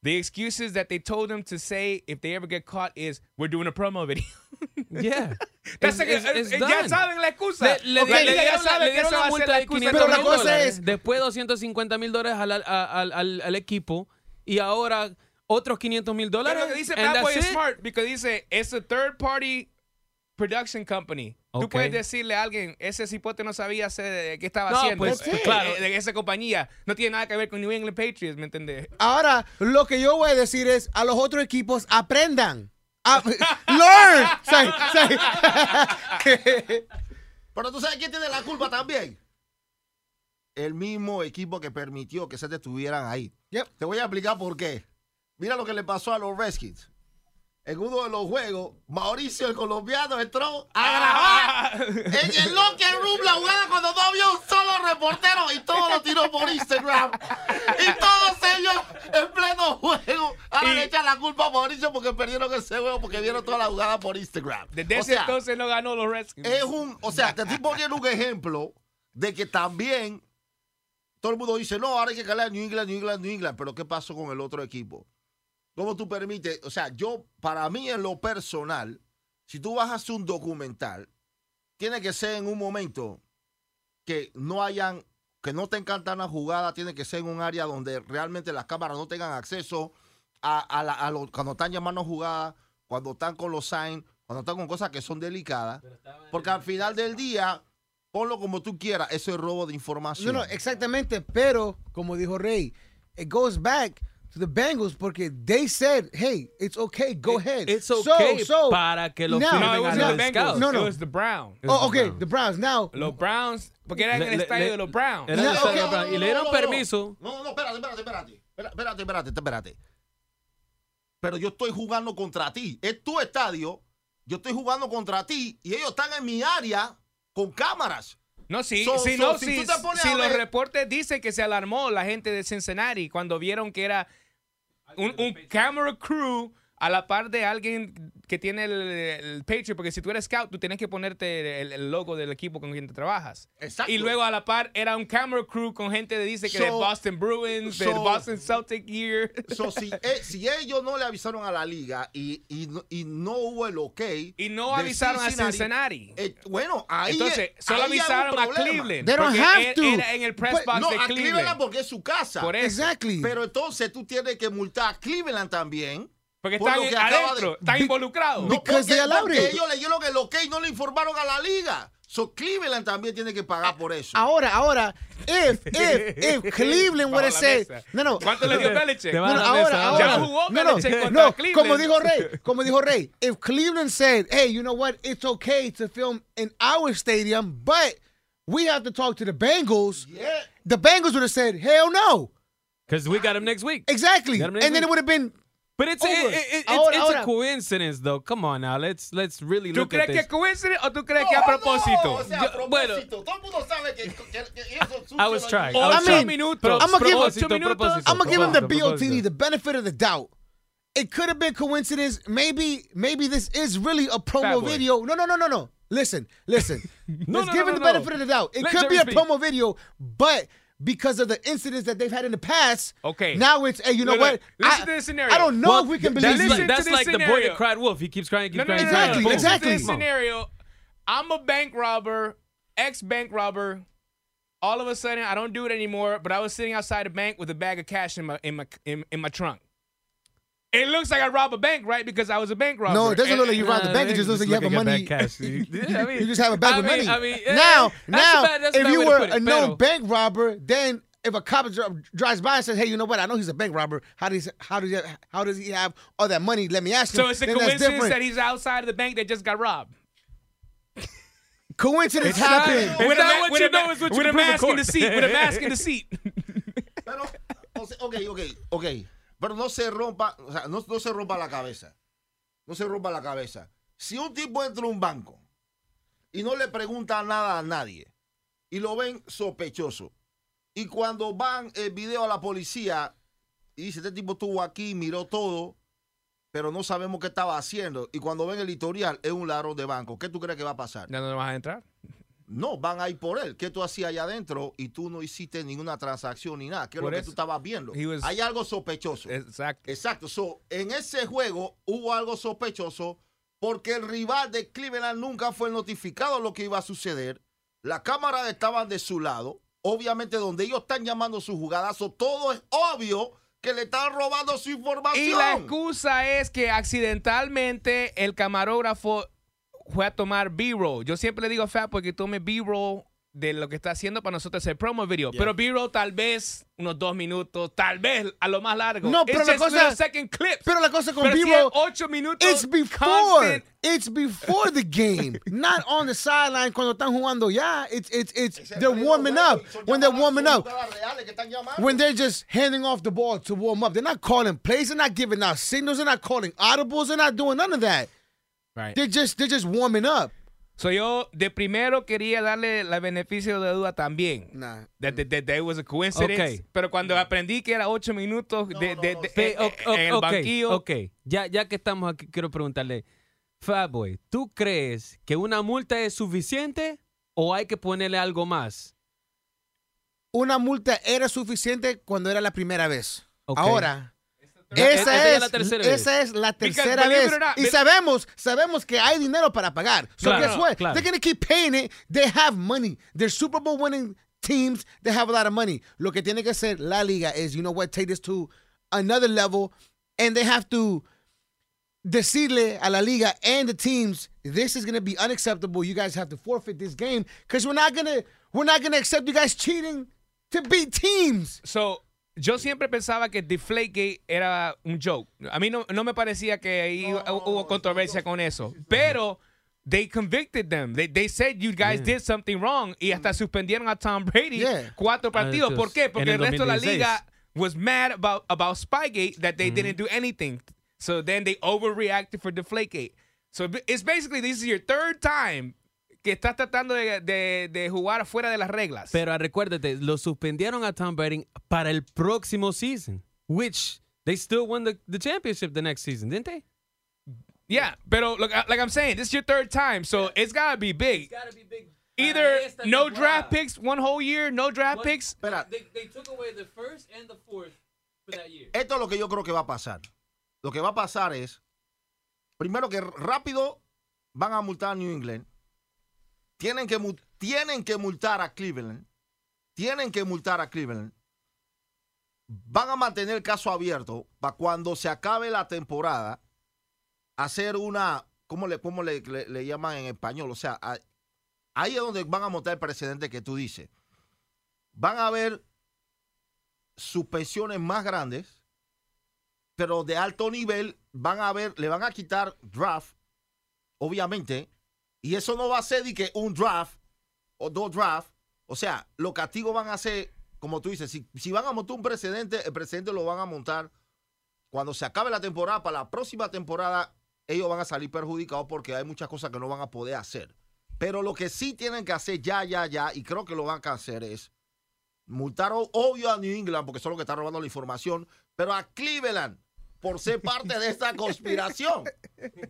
[SPEAKER 1] the excuses that they told them to say if they ever get caught is, we're doing a promo video.
[SPEAKER 2] yeah.
[SPEAKER 1] That's
[SPEAKER 2] It's-
[SPEAKER 1] like,
[SPEAKER 2] it's- it's
[SPEAKER 1] eh, ya
[SPEAKER 2] done.
[SPEAKER 1] saben la excusa.
[SPEAKER 2] Le, le-
[SPEAKER 1] Ok,
[SPEAKER 2] le
[SPEAKER 1] la liga
[SPEAKER 2] dieron, la,
[SPEAKER 1] sabe
[SPEAKER 2] le
[SPEAKER 1] que
[SPEAKER 2] dieron
[SPEAKER 1] esa
[SPEAKER 2] la
[SPEAKER 1] va a ser
[SPEAKER 2] multa de
[SPEAKER 1] excusa
[SPEAKER 2] 500
[SPEAKER 3] Pero la
[SPEAKER 2] mil
[SPEAKER 3] cosa
[SPEAKER 2] dólares.
[SPEAKER 3] es-
[SPEAKER 2] Después 250 mil dólares al, al, al, al- al equipo. Y ahora otros 500 mil
[SPEAKER 1] Pero
[SPEAKER 2] dólares.
[SPEAKER 1] lo que dice
[SPEAKER 2] and
[SPEAKER 1] Bad Boy
[SPEAKER 2] that's
[SPEAKER 1] is
[SPEAKER 2] it.
[SPEAKER 1] smart because dice it's a third party production company. Tú
[SPEAKER 2] Okay.
[SPEAKER 1] puedes decirle a alguien, ese cipote no sabía hacer- qué estaba
[SPEAKER 2] No,
[SPEAKER 1] haciendo.
[SPEAKER 2] pues,
[SPEAKER 1] Eh,
[SPEAKER 2] pues,
[SPEAKER 1] eh,
[SPEAKER 2] claro.
[SPEAKER 1] De esa compañía. No tiene nada que ver con New England Patriots, ¿me entiendes?
[SPEAKER 3] Ahora, lo que yo voy a decir es a los otros equipos aprendan. A- learn. O sea, o sea,
[SPEAKER 4] Pero tú sabes quién tiene la culpa también. El mismo equipo que permitió que se detuvieran ahí.
[SPEAKER 3] Yep.
[SPEAKER 4] Te voy a explicar por qué. Mira lo que le pasó a los Redskins. En uno de los juegos, Mauricio el colombiano entró a grabar en el locker room la jugada cuando no había un solo reportero y todo lo tiró por Instagram. Y todos ellos en pleno juego. Ahora
[SPEAKER 1] Y-
[SPEAKER 4] le echan la culpa a Mauricio porque perdieron ese juego porque vieron toda la jugada por Instagram.
[SPEAKER 1] Desde
[SPEAKER 4] O
[SPEAKER 1] ese
[SPEAKER 4] sea,
[SPEAKER 1] entonces no ganó los Redskins.
[SPEAKER 4] es un, o sea, te estoy poniendo un ejemplo de que también todo el mundo dice, no, ahora hay que calar a New England, New England, New England, pero ¿qué pasó con el otro equipo? ¿Cómo tú permites? O sea, yo, para mí en lo personal, si tú vas a hacer un documental, tiene que ser en un momento que no hayan, que no te encantan la jugada, tiene que ser en un área donde realmente las cámaras no tengan acceso a, a la- a lo- cuando están llamando jugadas, cuando están con los signs, cuando están con cosas que son delicadas. Porque al final del día, ponlo como tú quieras, eso es robo de
[SPEAKER 3] no,
[SPEAKER 4] información.
[SPEAKER 3] no, exactamente. Pero, como dijo Rey, it goes back to the Bengals porque they said, hey, it's okay,
[SPEAKER 1] Eh,
[SPEAKER 3] go ahead.
[SPEAKER 2] It's
[SPEAKER 3] So-
[SPEAKER 2] okay
[SPEAKER 3] so-
[SPEAKER 2] para que lo
[SPEAKER 1] no,
[SPEAKER 3] now-
[SPEAKER 2] firmen
[SPEAKER 1] it was
[SPEAKER 2] a
[SPEAKER 1] the
[SPEAKER 2] los
[SPEAKER 1] Bengals.
[SPEAKER 2] scouts.
[SPEAKER 3] No, no.
[SPEAKER 1] It was the Browns.
[SPEAKER 3] Oh, okay, the Browns. Now,
[SPEAKER 1] Los Browns, porque era en
[SPEAKER 2] Le-
[SPEAKER 1] el
[SPEAKER 2] le-
[SPEAKER 1] estadio
[SPEAKER 2] le-
[SPEAKER 1] de los Browns.
[SPEAKER 2] era-
[SPEAKER 3] No, ok.
[SPEAKER 2] Y le dieron permiso.
[SPEAKER 4] No, no, no, espérate, espérate, espérate. Espera- Espérate, espérate, espérate. Pero yo estoy jugando contra ti. Es tu estadio Yo estoy jugando contra ti y ellos están en mi área con cámaras.
[SPEAKER 1] No, sí,
[SPEAKER 4] So-
[SPEAKER 1] sí,
[SPEAKER 4] so,
[SPEAKER 1] no,
[SPEAKER 4] si
[SPEAKER 1] sí,
[SPEAKER 4] tú te pones
[SPEAKER 1] sí,
[SPEAKER 4] a
[SPEAKER 1] los
[SPEAKER 4] ver-
[SPEAKER 1] reportes dicen que se alarmó la gente de Cincinnati cuando vieron que era un, un camera crew a la par de alguien que tiene el, el Patriot, porque si tú eres scout, tú tienes que ponerte el, el logo del equipo con quien te trabajas.
[SPEAKER 4] Exacto.
[SPEAKER 1] Y luego a la par era un camera crew con gente de dice que de
[SPEAKER 4] So-
[SPEAKER 1] Boston Bruins, de
[SPEAKER 4] so-
[SPEAKER 1] Boston Celtic Year.
[SPEAKER 4] So, si, eh, si ellos no le avisaron a la liga y, y no- y no hubo el ok.
[SPEAKER 1] Y no
[SPEAKER 4] de
[SPEAKER 1] avisaron a Cincinnati.
[SPEAKER 4] eh, bueno, ahí.
[SPEAKER 1] Entonces,
[SPEAKER 4] es-
[SPEAKER 1] solo
[SPEAKER 4] ahí hay un
[SPEAKER 1] avisaron a
[SPEAKER 4] problema. Pues,
[SPEAKER 1] Cleveland.
[SPEAKER 3] They don't
[SPEAKER 1] porque
[SPEAKER 3] have
[SPEAKER 1] era-
[SPEAKER 3] to.
[SPEAKER 1] Era en el press
[SPEAKER 3] But-
[SPEAKER 1] box
[SPEAKER 4] No,
[SPEAKER 1] de
[SPEAKER 4] a Cleveland
[SPEAKER 1] Cleveland.
[SPEAKER 4] porque es su casa.
[SPEAKER 1] Por eso.
[SPEAKER 3] Exactly.
[SPEAKER 4] Pero entonces tú tienes que multar a Cleveland también.
[SPEAKER 1] Porque
[SPEAKER 4] por
[SPEAKER 1] están
[SPEAKER 4] lo que acaba
[SPEAKER 1] adentro,
[SPEAKER 4] de-
[SPEAKER 1] están involucrados.
[SPEAKER 4] No,
[SPEAKER 3] Because
[SPEAKER 4] porque,
[SPEAKER 3] they allowed
[SPEAKER 4] porque
[SPEAKER 3] it.
[SPEAKER 4] ellos leyeron el ok y no le informaron a la liga. So Cleveland también tiene que pagar por eso.
[SPEAKER 3] Ahora, ahora, if, if, if Cleveland would
[SPEAKER 1] Bajo
[SPEAKER 3] have
[SPEAKER 1] la
[SPEAKER 3] said,
[SPEAKER 1] mesa.
[SPEAKER 3] no, no,
[SPEAKER 1] ¿Cuánto le dio Belichick?
[SPEAKER 2] Te
[SPEAKER 3] No,
[SPEAKER 2] van
[SPEAKER 3] no,
[SPEAKER 2] a la
[SPEAKER 3] ahora,
[SPEAKER 2] mesa,
[SPEAKER 3] ahora.
[SPEAKER 1] Ya jugó
[SPEAKER 3] no, no,
[SPEAKER 1] Belichick contra
[SPEAKER 3] no,
[SPEAKER 1] Cleveland.
[SPEAKER 3] como dijo Rey, como dijo Rey, if Cleveland said, hey, you know what, it's okay to film in our stadium, but we have to talk to the Bengals,
[SPEAKER 4] Yeah.
[SPEAKER 3] the Bengals would have said, hell no.
[SPEAKER 2] Because we got him next week.
[SPEAKER 3] Exactly.
[SPEAKER 2] Got
[SPEAKER 3] And
[SPEAKER 2] him next
[SPEAKER 3] then it
[SPEAKER 2] week.
[SPEAKER 3] would have been,
[SPEAKER 2] But it's, it,
[SPEAKER 3] Over.
[SPEAKER 2] it, it's,
[SPEAKER 3] Ahora,
[SPEAKER 2] it's
[SPEAKER 3] ahora.
[SPEAKER 2] a coincidence, though. Come on now. Let's let's really
[SPEAKER 1] ¿Tú
[SPEAKER 2] look
[SPEAKER 1] crees
[SPEAKER 2] at
[SPEAKER 1] que
[SPEAKER 2] this.
[SPEAKER 1] es coincidence o tú crees que a propósito?
[SPEAKER 4] No, o sea, a
[SPEAKER 2] Yo-
[SPEAKER 4] propósito. Todo el mundo sabe que, que- que eso
[SPEAKER 2] I was trying. I
[SPEAKER 1] Ocho
[SPEAKER 2] was
[SPEAKER 3] I mean,
[SPEAKER 2] trying.
[SPEAKER 1] minutos.
[SPEAKER 2] Pro-
[SPEAKER 3] I'ma give-
[SPEAKER 2] propósito,
[SPEAKER 1] Ocho minutos.
[SPEAKER 2] propósito,
[SPEAKER 3] I'm going to give him the
[SPEAKER 2] propósito,
[SPEAKER 3] BOTD, the benefit of the doubt. It could have been coincidence. Maybe, maybe this is really a
[SPEAKER 1] Fat
[SPEAKER 3] promo
[SPEAKER 1] boy.
[SPEAKER 3] video. No, no, no, no, no. Listen, listen.
[SPEAKER 2] No,
[SPEAKER 3] Let's
[SPEAKER 2] no,
[SPEAKER 3] give
[SPEAKER 2] no,
[SPEAKER 3] him the
[SPEAKER 2] no, no.
[SPEAKER 3] benefit of the doubt. It
[SPEAKER 2] Let
[SPEAKER 3] could be a
[SPEAKER 2] Jerry speak.
[SPEAKER 3] promo video, but because of the incidents that they've had in the past,
[SPEAKER 1] Okay.
[SPEAKER 3] now it's hey, you know
[SPEAKER 1] Look,
[SPEAKER 3] what?
[SPEAKER 1] look, listen
[SPEAKER 3] I,
[SPEAKER 1] to this scenario.
[SPEAKER 3] I don't know
[SPEAKER 2] Well,
[SPEAKER 3] if we can
[SPEAKER 2] that's
[SPEAKER 3] believe
[SPEAKER 2] like-
[SPEAKER 1] listen
[SPEAKER 3] you.
[SPEAKER 1] to
[SPEAKER 2] That's
[SPEAKER 1] this
[SPEAKER 2] like the boy
[SPEAKER 1] scenario.
[SPEAKER 2] that cried wolf. He keeps crying,
[SPEAKER 1] No,
[SPEAKER 2] keeps
[SPEAKER 1] no,
[SPEAKER 2] crying.
[SPEAKER 1] no,
[SPEAKER 2] keeps
[SPEAKER 1] no,
[SPEAKER 2] crying.
[SPEAKER 1] no.
[SPEAKER 3] Exactly,
[SPEAKER 1] Listen to
[SPEAKER 2] Boom.
[SPEAKER 1] this
[SPEAKER 3] exactly.
[SPEAKER 1] scenario. I'm a bank robber, ex bank robber. All of a sudden, I don't do it anymore, but I was sitting outside a bank with a bag of cash in my in my in, in my trunk. It looks like I robbed a bank, right? Because I was a bank robber.
[SPEAKER 3] No, it doesn't
[SPEAKER 1] And-
[SPEAKER 3] look like you robbed the
[SPEAKER 2] Nah,
[SPEAKER 3] bank. It
[SPEAKER 2] they
[SPEAKER 3] just looks like you have a
[SPEAKER 2] look
[SPEAKER 3] money.
[SPEAKER 2] like a bad cash.
[SPEAKER 3] you,
[SPEAKER 2] Yeah, I mean-
[SPEAKER 3] you just have a bag
[SPEAKER 2] I
[SPEAKER 3] of
[SPEAKER 2] mean-
[SPEAKER 3] money.
[SPEAKER 2] I mean, eh,
[SPEAKER 3] now,
[SPEAKER 2] that's
[SPEAKER 3] now,
[SPEAKER 2] a bad- that's a
[SPEAKER 3] if
[SPEAKER 2] bad
[SPEAKER 3] you
[SPEAKER 2] way to
[SPEAKER 3] were
[SPEAKER 2] put it,
[SPEAKER 3] a known
[SPEAKER 2] pero-
[SPEAKER 3] bank robber, then if a cop dri- drives by and says, "Hey, you know what? I know he's a bank robber. How does how does he, how does he have all that money? Let me ask him."
[SPEAKER 1] So it's a
[SPEAKER 3] then that's
[SPEAKER 1] coincidence
[SPEAKER 3] different.
[SPEAKER 1] that he's outside of the bank that just got robbed.
[SPEAKER 3] coincidence happened.
[SPEAKER 2] It's
[SPEAKER 1] With a
[SPEAKER 2] not
[SPEAKER 1] ma-
[SPEAKER 2] what
[SPEAKER 1] with
[SPEAKER 2] you
[SPEAKER 1] a ma-
[SPEAKER 2] know, it's what you
[SPEAKER 1] With a
[SPEAKER 2] can prove in
[SPEAKER 1] mask in the
[SPEAKER 2] court.
[SPEAKER 1] seat. With a mask in the seat.
[SPEAKER 4] Pero, o sea, ok, ok, ok. Pero no se rompa, o sea, no, no se rompa la cabeza. No se rompa la cabeza. Si un tipo entra a un banco y no le pregunta nada a nadie y lo ven sospechoso, y cuando van el video a la policía y dice, este tipo estuvo aquí, miró todo, pero no sabemos qué estaba haciendo, y cuando ven el editorial es un ladrón de banco, ¿qué tú crees que va a pasar?
[SPEAKER 1] No, no, no vas a entrar.
[SPEAKER 4] No, van a ir por él. ¿Qué tú hacías allá adentro y tú no hiciste ninguna transacción ni nada? ¿Qué es lo
[SPEAKER 1] Por
[SPEAKER 4] que
[SPEAKER 1] eso.
[SPEAKER 4] tú estabas viendo?
[SPEAKER 1] He was-
[SPEAKER 4] Hay algo sospechoso.
[SPEAKER 1] Exacto.
[SPEAKER 4] Exacto. So, en ese juego hubo algo sospechoso porque el rival de Cleveland nunca fue notificado de lo que iba a suceder. Las cámaras estaban de su lado. Obviamente, donde ellos están llamando su jugadazo, todo es obvio que le están robando su información.
[SPEAKER 1] Y la excusa es que accidentalmente el camarógrafo fue a tomar B-roll. Yo siempre le digo a Fat porque tome B-roll de lo que está haciendo para nosotros el promo video. Pero B-roll tal vez unos dos minutos, tal vez a lo más largo.
[SPEAKER 3] No, pero
[SPEAKER 1] It's
[SPEAKER 3] la
[SPEAKER 1] just
[SPEAKER 3] cosa-
[SPEAKER 1] little second clips.
[SPEAKER 3] Pero la cosa con
[SPEAKER 1] Pero si
[SPEAKER 3] B-roll,
[SPEAKER 1] es ocho minutos.
[SPEAKER 3] it's before,
[SPEAKER 1] constant.
[SPEAKER 3] it's before the game, not on the sideline cuando están jugando. Yeah, it's it's it's they're warming up when they're warming up. when they're just handing off the ball to warm up. They're not calling plays. They're not giving out signals. They're not calling audibles. They're not doing none of that.
[SPEAKER 1] Right.
[SPEAKER 3] They're just they're just warming up.
[SPEAKER 1] So yo de primero quería darle el beneficio de duda también.
[SPEAKER 3] Nah.
[SPEAKER 1] That, that, that, that was a coincidence.
[SPEAKER 2] Ok.
[SPEAKER 1] Pero cuando aprendí que era ocho minutos de, de- de- eh,
[SPEAKER 2] Pe- o- o-
[SPEAKER 1] en el
[SPEAKER 2] ok,
[SPEAKER 1] banquillo.
[SPEAKER 2] ok. Ya, ya que estamos aquí, quiero preguntarle, Fatboy, ¿tú crees que una multa es suficiente o hay que ponerle algo más?
[SPEAKER 3] Una multa era suficiente cuando era la primera vez.
[SPEAKER 2] Ok.
[SPEAKER 3] Ahora.
[SPEAKER 2] Esta
[SPEAKER 3] Esa
[SPEAKER 2] ya
[SPEAKER 3] es,
[SPEAKER 2] la tercera vez.
[SPEAKER 3] esa es la
[SPEAKER 1] Because
[SPEAKER 3] tercera
[SPEAKER 1] believe
[SPEAKER 3] vez.
[SPEAKER 1] it or not,
[SPEAKER 3] y
[SPEAKER 1] be-
[SPEAKER 3] sabemos, sabemos que hay dinero para pagar. So
[SPEAKER 2] Claro,
[SPEAKER 3] guess what?
[SPEAKER 2] claro.
[SPEAKER 3] They're going to keep paying it. They have money. They're Super Bowl winning teams. They have a lot of money. Lo que tiene que hacer la liga is, you know what, take this to another level. And they have to decirle a la liga and the teams, this is going to be unacceptable. You guys have to forfeit this game because we're not going to we're not going to accept you guys cheating to beat teams.
[SPEAKER 1] So, yo siempre pensaba que Deflategate era un joke. A mí no, no me parecía que ahí hubo controversia con eso. Pero they convicted them. They, they said you guys did something wrong y hasta suspendieron a Tom Brady
[SPEAKER 3] Yeah.
[SPEAKER 1] cuatro partidos.
[SPEAKER 2] Ah, entonces,
[SPEAKER 1] ¿Por qué? Porque
[SPEAKER 2] en
[SPEAKER 1] el
[SPEAKER 2] el
[SPEAKER 1] resto de la
[SPEAKER 2] 2016.
[SPEAKER 1] liga was mad
[SPEAKER 2] Mm-hmm.
[SPEAKER 1] about, about Spygate that they didn't do anything. So then they overreacted for Deflategate. So it- it's basically this is your third time que estás tratando de, de- de jugar afuera de las reglas.
[SPEAKER 2] Pero recuérdate, lo suspendieron a Tom Brady para el próximo season, which they still won the, the championship the next season, didn't they?
[SPEAKER 1] yeah, pero look, uh, like I'm saying, this is your third time, so it's gotta be big.
[SPEAKER 2] gotta be big. Ah,
[SPEAKER 1] Either no draft picks one whole year, no draft
[SPEAKER 2] What?
[SPEAKER 1] picks.
[SPEAKER 4] Espera,
[SPEAKER 2] They, took away the first and the fourth for that year.
[SPEAKER 4] esto es lo que yo creo que va a pasar. Lo que va a pasar es, primero que rápido van a multar a New England, tienen que, mu- tienen que multar a Cleveland, tienen que multar a Cleveland, van a mantener el caso abierto para cuando se acabe la temporada, hacer una, ¿cómo le, cómo le, le- le llaman en español? O sea, a- ahí es donde van a montar el precedente que tú dices. Van a haber suspensiones más grandes pero de alto nivel van a ver, le van a quitar draft, obviamente, y eso no va a ser de que un draft o dos draft, o sea, los castigos van a ser, como tú dices, si, si van a montar un precedente, el precedente lo van a montar cuando se acabe la temporada, para la próxima temporada, ellos van a salir perjudicados porque hay muchas cosas que no van a poder hacer. Pero lo que sí tienen que hacer ya, ya, ya, y creo que lo van a hacer es multar o- obvio a New England porque son los que están robando la información, pero a Cleveland por ser parte de esta conspiración.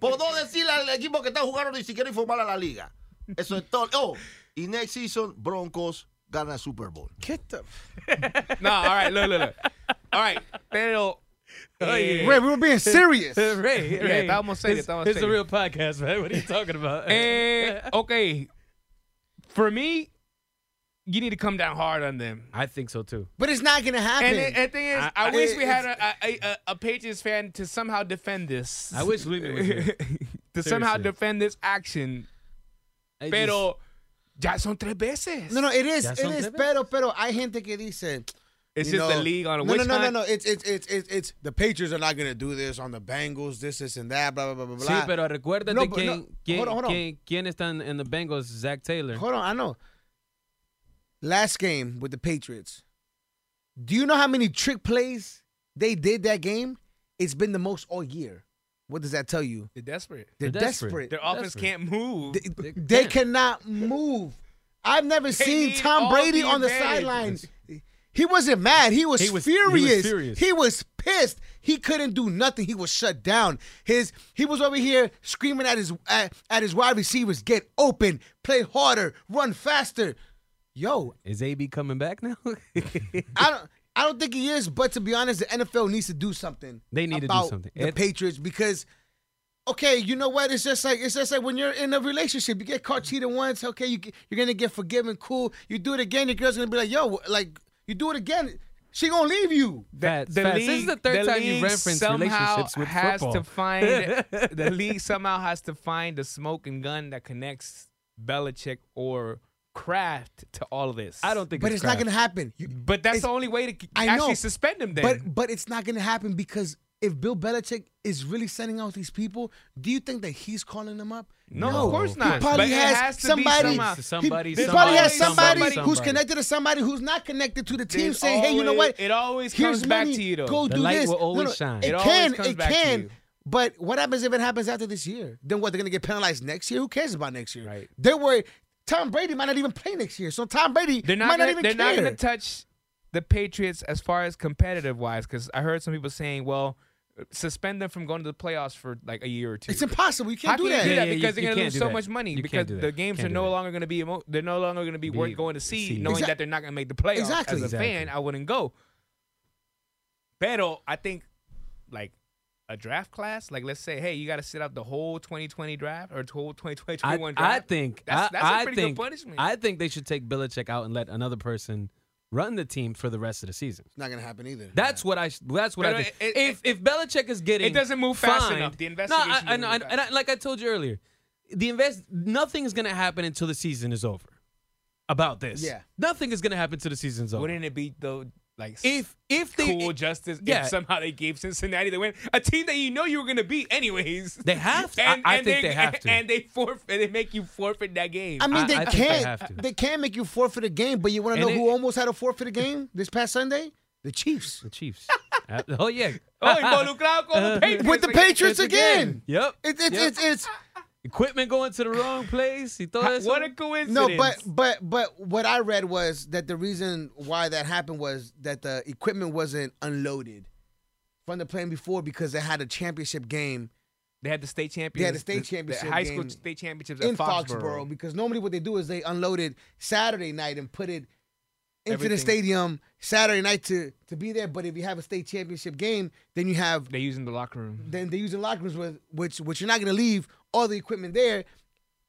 [SPEAKER 4] Por no decirle al equipo que está jugando ni siquiera informar a la liga. Eso es todo. Oh, y next season, Broncos gana el Super Bowl.
[SPEAKER 3] Get the.
[SPEAKER 1] No, all right, look, look, look. All right, pero. eh,
[SPEAKER 3] Ray, we were being serious.
[SPEAKER 2] Ray,
[SPEAKER 1] Yeah,
[SPEAKER 2] Ray.
[SPEAKER 1] estábamos serios,
[SPEAKER 2] It's-
[SPEAKER 1] estábamos
[SPEAKER 2] it's a
[SPEAKER 1] serios.
[SPEAKER 2] real podcast, man. What are you talking about?
[SPEAKER 1] Eh, okay. For me, you need to come down hard on them.
[SPEAKER 2] I think so too.
[SPEAKER 3] but it's not gonna happen.
[SPEAKER 1] And the and thing is, I,
[SPEAKER 2] I- I-
[SPEAKER 1] wish we
[SPEAKER 3] it's-
[SPEAKER 1] had a, a, a, a Patriots fan to somehow defend this.
[SPEAKER 2] I wish Luis was
[SPEAKER 1] to
[SPEAKER 2] here.
[SPEAKER 1] somehow
[SPEAKER 2] Seriously.
[SPEAKER 1] defend this action.
[SPEAKER 2] I just-
[SPEAKER 1] Pero ya son tres veces.
[SPEAKER 3] no, no, it is,
[SPEAKER 2] Ya
[SPEAKER 3] it
[SPEAKER 2] son
[SPEAKER 3] is.
[SPEAKER 2] tres
[SPEAKER 3] Pero, pero, hay gente que dice.
[SPEAKER 1] It's just
[SPEAKER 3] you know,
[SPEAKER 1] the league on a
[SPEAKER 3] no,
[SPEAKER 1] witch
[SPEAKER 3] no, no, no,
[SPEAKER 1] hunt.
[SPEAKER 3] no. It's, it's, it's, it's, it's the Patriots are not gonna do this on the Bengals. This, this, and that. Blah, blah, blah, blah,
[SPEAKER 2] Sí,
[SPEAKER 3] blah.
[SPEAKER 2] pero recuérdate
[SPEAKER 3] No, but
[SPEAKER 2] quién,
[SPEAKER 3] no,
[SPEAKER 2] quién,
[SPEAKER 3] hold on, hold on.
[SPEAKER 2] quién, quién está en- en the Bengals, Zach Taylor.
[SPEAKER 3] Hold on, I know. Last game with the Patriots. Do you know how many trick plays they did that game? It's been the most all year. What does that tell you?
[SPEAKER 1] They're desperate.
[SPEAKER 3] They're,
[SPEAKER 2] They're desperate.
[SPEAKER 3] desperate.
[SPEAKER 1] Their offense
[SPEAKER 2] Desperate.
[SPEAKER 1] can't move.
[SPEAKER 3] They, they
[SPEAKER 2] can't.
[SPEAKER 3] cannot move. I've never seen
[SPEAKER 1] need
[SPEAKER 3] Tom
[SPEAKER 1] all
[SPEAKER 3] Brady
[SPEAKER 1] the
[SPEAKER 3] on the
[SPEAKER 1] advantages.
[SPEAKER 3] sidelines. He wasn't mad. He was,
[SPEAKER 2] He was- he was
[SPEAKER 3] furious.
[SPEAKER 2] furious.
[SPEAKER 3] He was pissed. He couldn't do nothing. He was shut down. His he was over here screaming at his at, at his wide receivers, "Get open, play harder, run faster." Yo,
[SPEAKER 2] Is AB coming back now?
[SPEAKER 3] I don't. I don't think he is, but to be honest, the NFL needs to do something.
[SPEAKER 2] They need to do
[SPEAKER 3] about
[SPEAKER 2] something.
[SPEAKER 3] The
[SPEAKER 2] It-
[SPEAKER 3] Patriots, because okay, you know what? It's just like it's just like when you're in a relationship, you get caught cheating once. Okay, you get- you're gonna get forgiven, cool. You do it again, your girl's gonna be like, yo, like you do it again, she gonna leave you.
[SPEAKER 2] Fats, Fats, this is the third
[SPEAKER 1] the
[SPEAKER 2] time you
[SPEAKER 1] league
[SPEAKER 2] reference
[SPEAKER 1] somehow
[SPEAKER 2] relationships with
[SPEAKER 1] has
[SPEAKER 2] football.
[SPEAKER 1] to find the league somehow has to find the smoking gun that connects Belichick or Kraft to all of this.
[SPEAKER 2] I don't think
[SPEAKER 3] But
[SPEAKER 2] it's,
[SPEAKER 3] it's not
[SPEAKER 2] crap.
[SPEAKER 3] gonna happen. You-
[SPEAKER 1] But that's
[SPEAKER 3] It's-
[SPEAKER 1] the only way to k-
[SPEAKER 3] I
[SPEAKER 1] actually
[SPEAKER 3] know,
[SPEAKER 1] suspend him. Then,
[SPEAKER 3] But but it's not gonna happen because if Bill Belichick is really sending out these people, do you think that he's calling them up?
[SPEAKER 1] no, of course not.
[SPEAKER 3] He probably
[SPEAKER 1] but
[SPEAKER 3] has,
[SPEAKER 1] it has to
[SPEAKER 3] somebody.
[SPEAKER 1] Be somehow.
[SPEAKER 2] It's somebody,
[SPEAKER 3] he, he
[SPEAKER 1] somebody,
[SPEAKER 3] probably has somebody,
[SPEAKER 1] somebody,
[SPEAKER 3] who's
[SPEAKER 2] somebody.
[SPEAKER 3] connected to somebody who's not connected to the team,
[SPEAKER 1] It
[SPEAKER 3] saying, "Hey, you know
[SPEAKER 1] always-
[SPEAKER 3] what?
[SPEAKER 1] It always
[SPEAKER 3] Here's
[SPEAKER 1] comes back
[SPEAKER 3] money.
[SPEAKER 1] to you, though.
[SPEAKER 3] Go
[SPEAKER 2] The
[SPEAKER 3] do
[SPEAKER 2] light
[SPEAKER 3] this."
[SPEAKER 2] will always shine.
[SPEAKER 3] It,
[SPEAKER 1] It always
[SPEAKER 3] can.
[SPEAKER 1] comes
[SPEAKER 3] It
[SPEAKER 1] back to
[SPEAKER 3] can.
[SPEAKER 1] you.
[SPEAKER 3] But what happens if it happens after this year? Then what? They're gonna get penalized next year. Who cares about next year?
[SPEAKER 1] Right.
[SPEAKER 3] They were. Tom Brady might not even play next year. So Tom Brady
[SPEAKER 1] They're not.
[SPEAKER 3] might
[SPEAKER 1] Gonna,
[SPEAKER 3] not even
[SPEAKER 1] they're
[SPEAKER 3] care.
[SPEAKER 1] not going to touch the Patriots as far as competitive wise, because I heard some people saying, "Well, suspend them from going to the playoffs for like a year or two.
[SPEAKER 3] it's impossible. You
[SPEAKER 1] How can
[SPEAKER 3] can't do
[SPEAKER 1] you
[SPEAKER 3] that.
[SPEAKER 1] do
[SPEAKER 2] Yeah,
[SPEAKER 1] that?
[SPEAKER 2] yeah,
[SPEAKER 1] Because
[SPEAKER 2] you-
[SPEAKER 1] they're
[SPEAKER 2] you
[SPEAKER 1] going to
[SPEAKER 2] can't
[SPEAKER 1] lose
[SPEAKER 2] do
[SPEAKER 1] so
[SPEAKER 2] that.
[SPEAKER 1] much money
[SPEAKER 2] You
[SPEAKER 1] because
[SPEAKER 2] can't do
[SPEAKER 1] the
[SPEAKER 2] that.
[SPEAKER 1] games
[SPEAKER 2] Can't
[SPEAKER 1] are
[SPEAKER 2] do
[SPEAKER 1] no
[SPEAKER 2] that.
[SPEAKER 1] longer going to be emo- they're no longer going to be worth
[SPEAKER 2] Big.
[SPEAKER 1] going to see,
[SPEAKER 2] See.
[SPEAKER 1] knowing that
[SPEAKER 3] Exact-
[SPEAKER 1] they're not going to make the playoffs.
[SPEAKER 3] Exactly.
[SPEAKER 1] As a
[SPEAKER 2] Exactly.
[SPEAKER 1] fan, I wouldn't go. Pero I think like a draft class, like let's say, hey, you got to sit out the whole 2020 draft or the whole 2020
[SPEAKER 2] I,
[SPEAKER 1] 21
[SPEAKER 2] I
[SPEAKER 1] draft.
[SPEAKER 2] think
[SPEAKER 1] That's-
[SPEAKER 2] I,
[SPEAKER 1] that's a
[SPEAKER 2] I
[SPEAKER 1] pretty good
[SPEAKER 2] think,
[SPEAKER 1] punishment.
[SPEAKER 2] I think they should take Belichick out and let another person run the team for the rest of the season.
[SPEAKER 3] It's not gonna happen either.
[SPEAKER 2] That's what I. That's what
[SPEAKER 1] Pero
[SPEAKER 2] I think.
[SPEAKER 1] it- it-
[SPEAKER 2] if if Belichick is getting,
[SPEAKER 1] It doesn't move fast
[SPEAKER 2] fined-
[SPEAKER 1] enough. The
[SPEAKER 2] No,
[SPEAKER 1] investigation
[SPEAKER 2] I, I,
[SPEAKER 1] doesn't
[SPEAKER 2] know,
[SPEAKER 1] move
[SPEAKER 2] and- and I- like I told you earlier, the invest nothing is going to happen until the season is over. About this,
[SPEAKER 3] Yeah.
[SPEAKER 2] nothing is going to happen till the season's over.
[SPEAKER 1] Wouldn't it be though like
[SPEAKER 2] If if they
[SPEAKER 1] cool justice
[SPEAKER 2] yeah.
[SPEAKER 1] if somehow they gave Cincinnati the win, a team that you know you were going to beat anyways.
[SPEAKER 2] They have to. I- I think they have to.
[SPEAKER 1] And they forfeit. They make you forfeit that game.
[SPEAKER 3] I mean,
[SPEAKER 2] I-
[SPEAKER 3] they
[SPEAKER 2] I think they
[SPEAKER 3] can't.
[SPEAKER 2] have to.
[SPEAKER 3] They, can make you forfeit a game, but you want to
[SPEAKER 2] And
[SPEAKER 3] know
[SPEAKER 2] it-
[SPEAKER 3] who almost had a forfeit a game this past Sunday? The Chiefs
[SPEAKER 2] the Chiefs, Uh, oh yeah, Uh,
[SPEAKER 1] oh, involucrado con los Patriots
[SPEAKER 3] with the
[SPEAKER 1] again.
[SPEAKER 3] Patriots again.
[SPEAKER 2] yep,
[SPEAKER 3] It's it's
[SPEAKER 2] yep.
[SPEAKER 3] it's, it's
[SPEAKER 2] equipment going to the wrong place y todo
[SPEAKER 1] Ha-
[SPEAKER 2] eso.
[SPEAKER 1] What a coincidence.
[SPEAKER 3] No, but but but what I read was that the reason why that happened was that the equipment wasn't unloaded from the plane before because they had a championship game
[SPEAKER 1] they had the state champions.
[SPEAKER 3] They had the state
[SPEAKER 1] The
[SPEAKER 3] championship
[SPEAKER 1] high school
[SPEAKER 3] game
[SPEAKER 1] state championships
[SPEAKER 3] in
[SPEAKER 1] at Foxborough.
[SPEAKER 3] Foxborough. Because normally what they do is they unloaded Saturday night and put it into
[SPEAKER 1] Everything.
[SPEAKER 3] the stadium Saturday night to to be there. But if you have a state championship game, then you have
[SPEAKER 1] They using the locker room.
[SPEAKER 3] then they're using locker rooms with which which you're not gonna leave all the equipment there.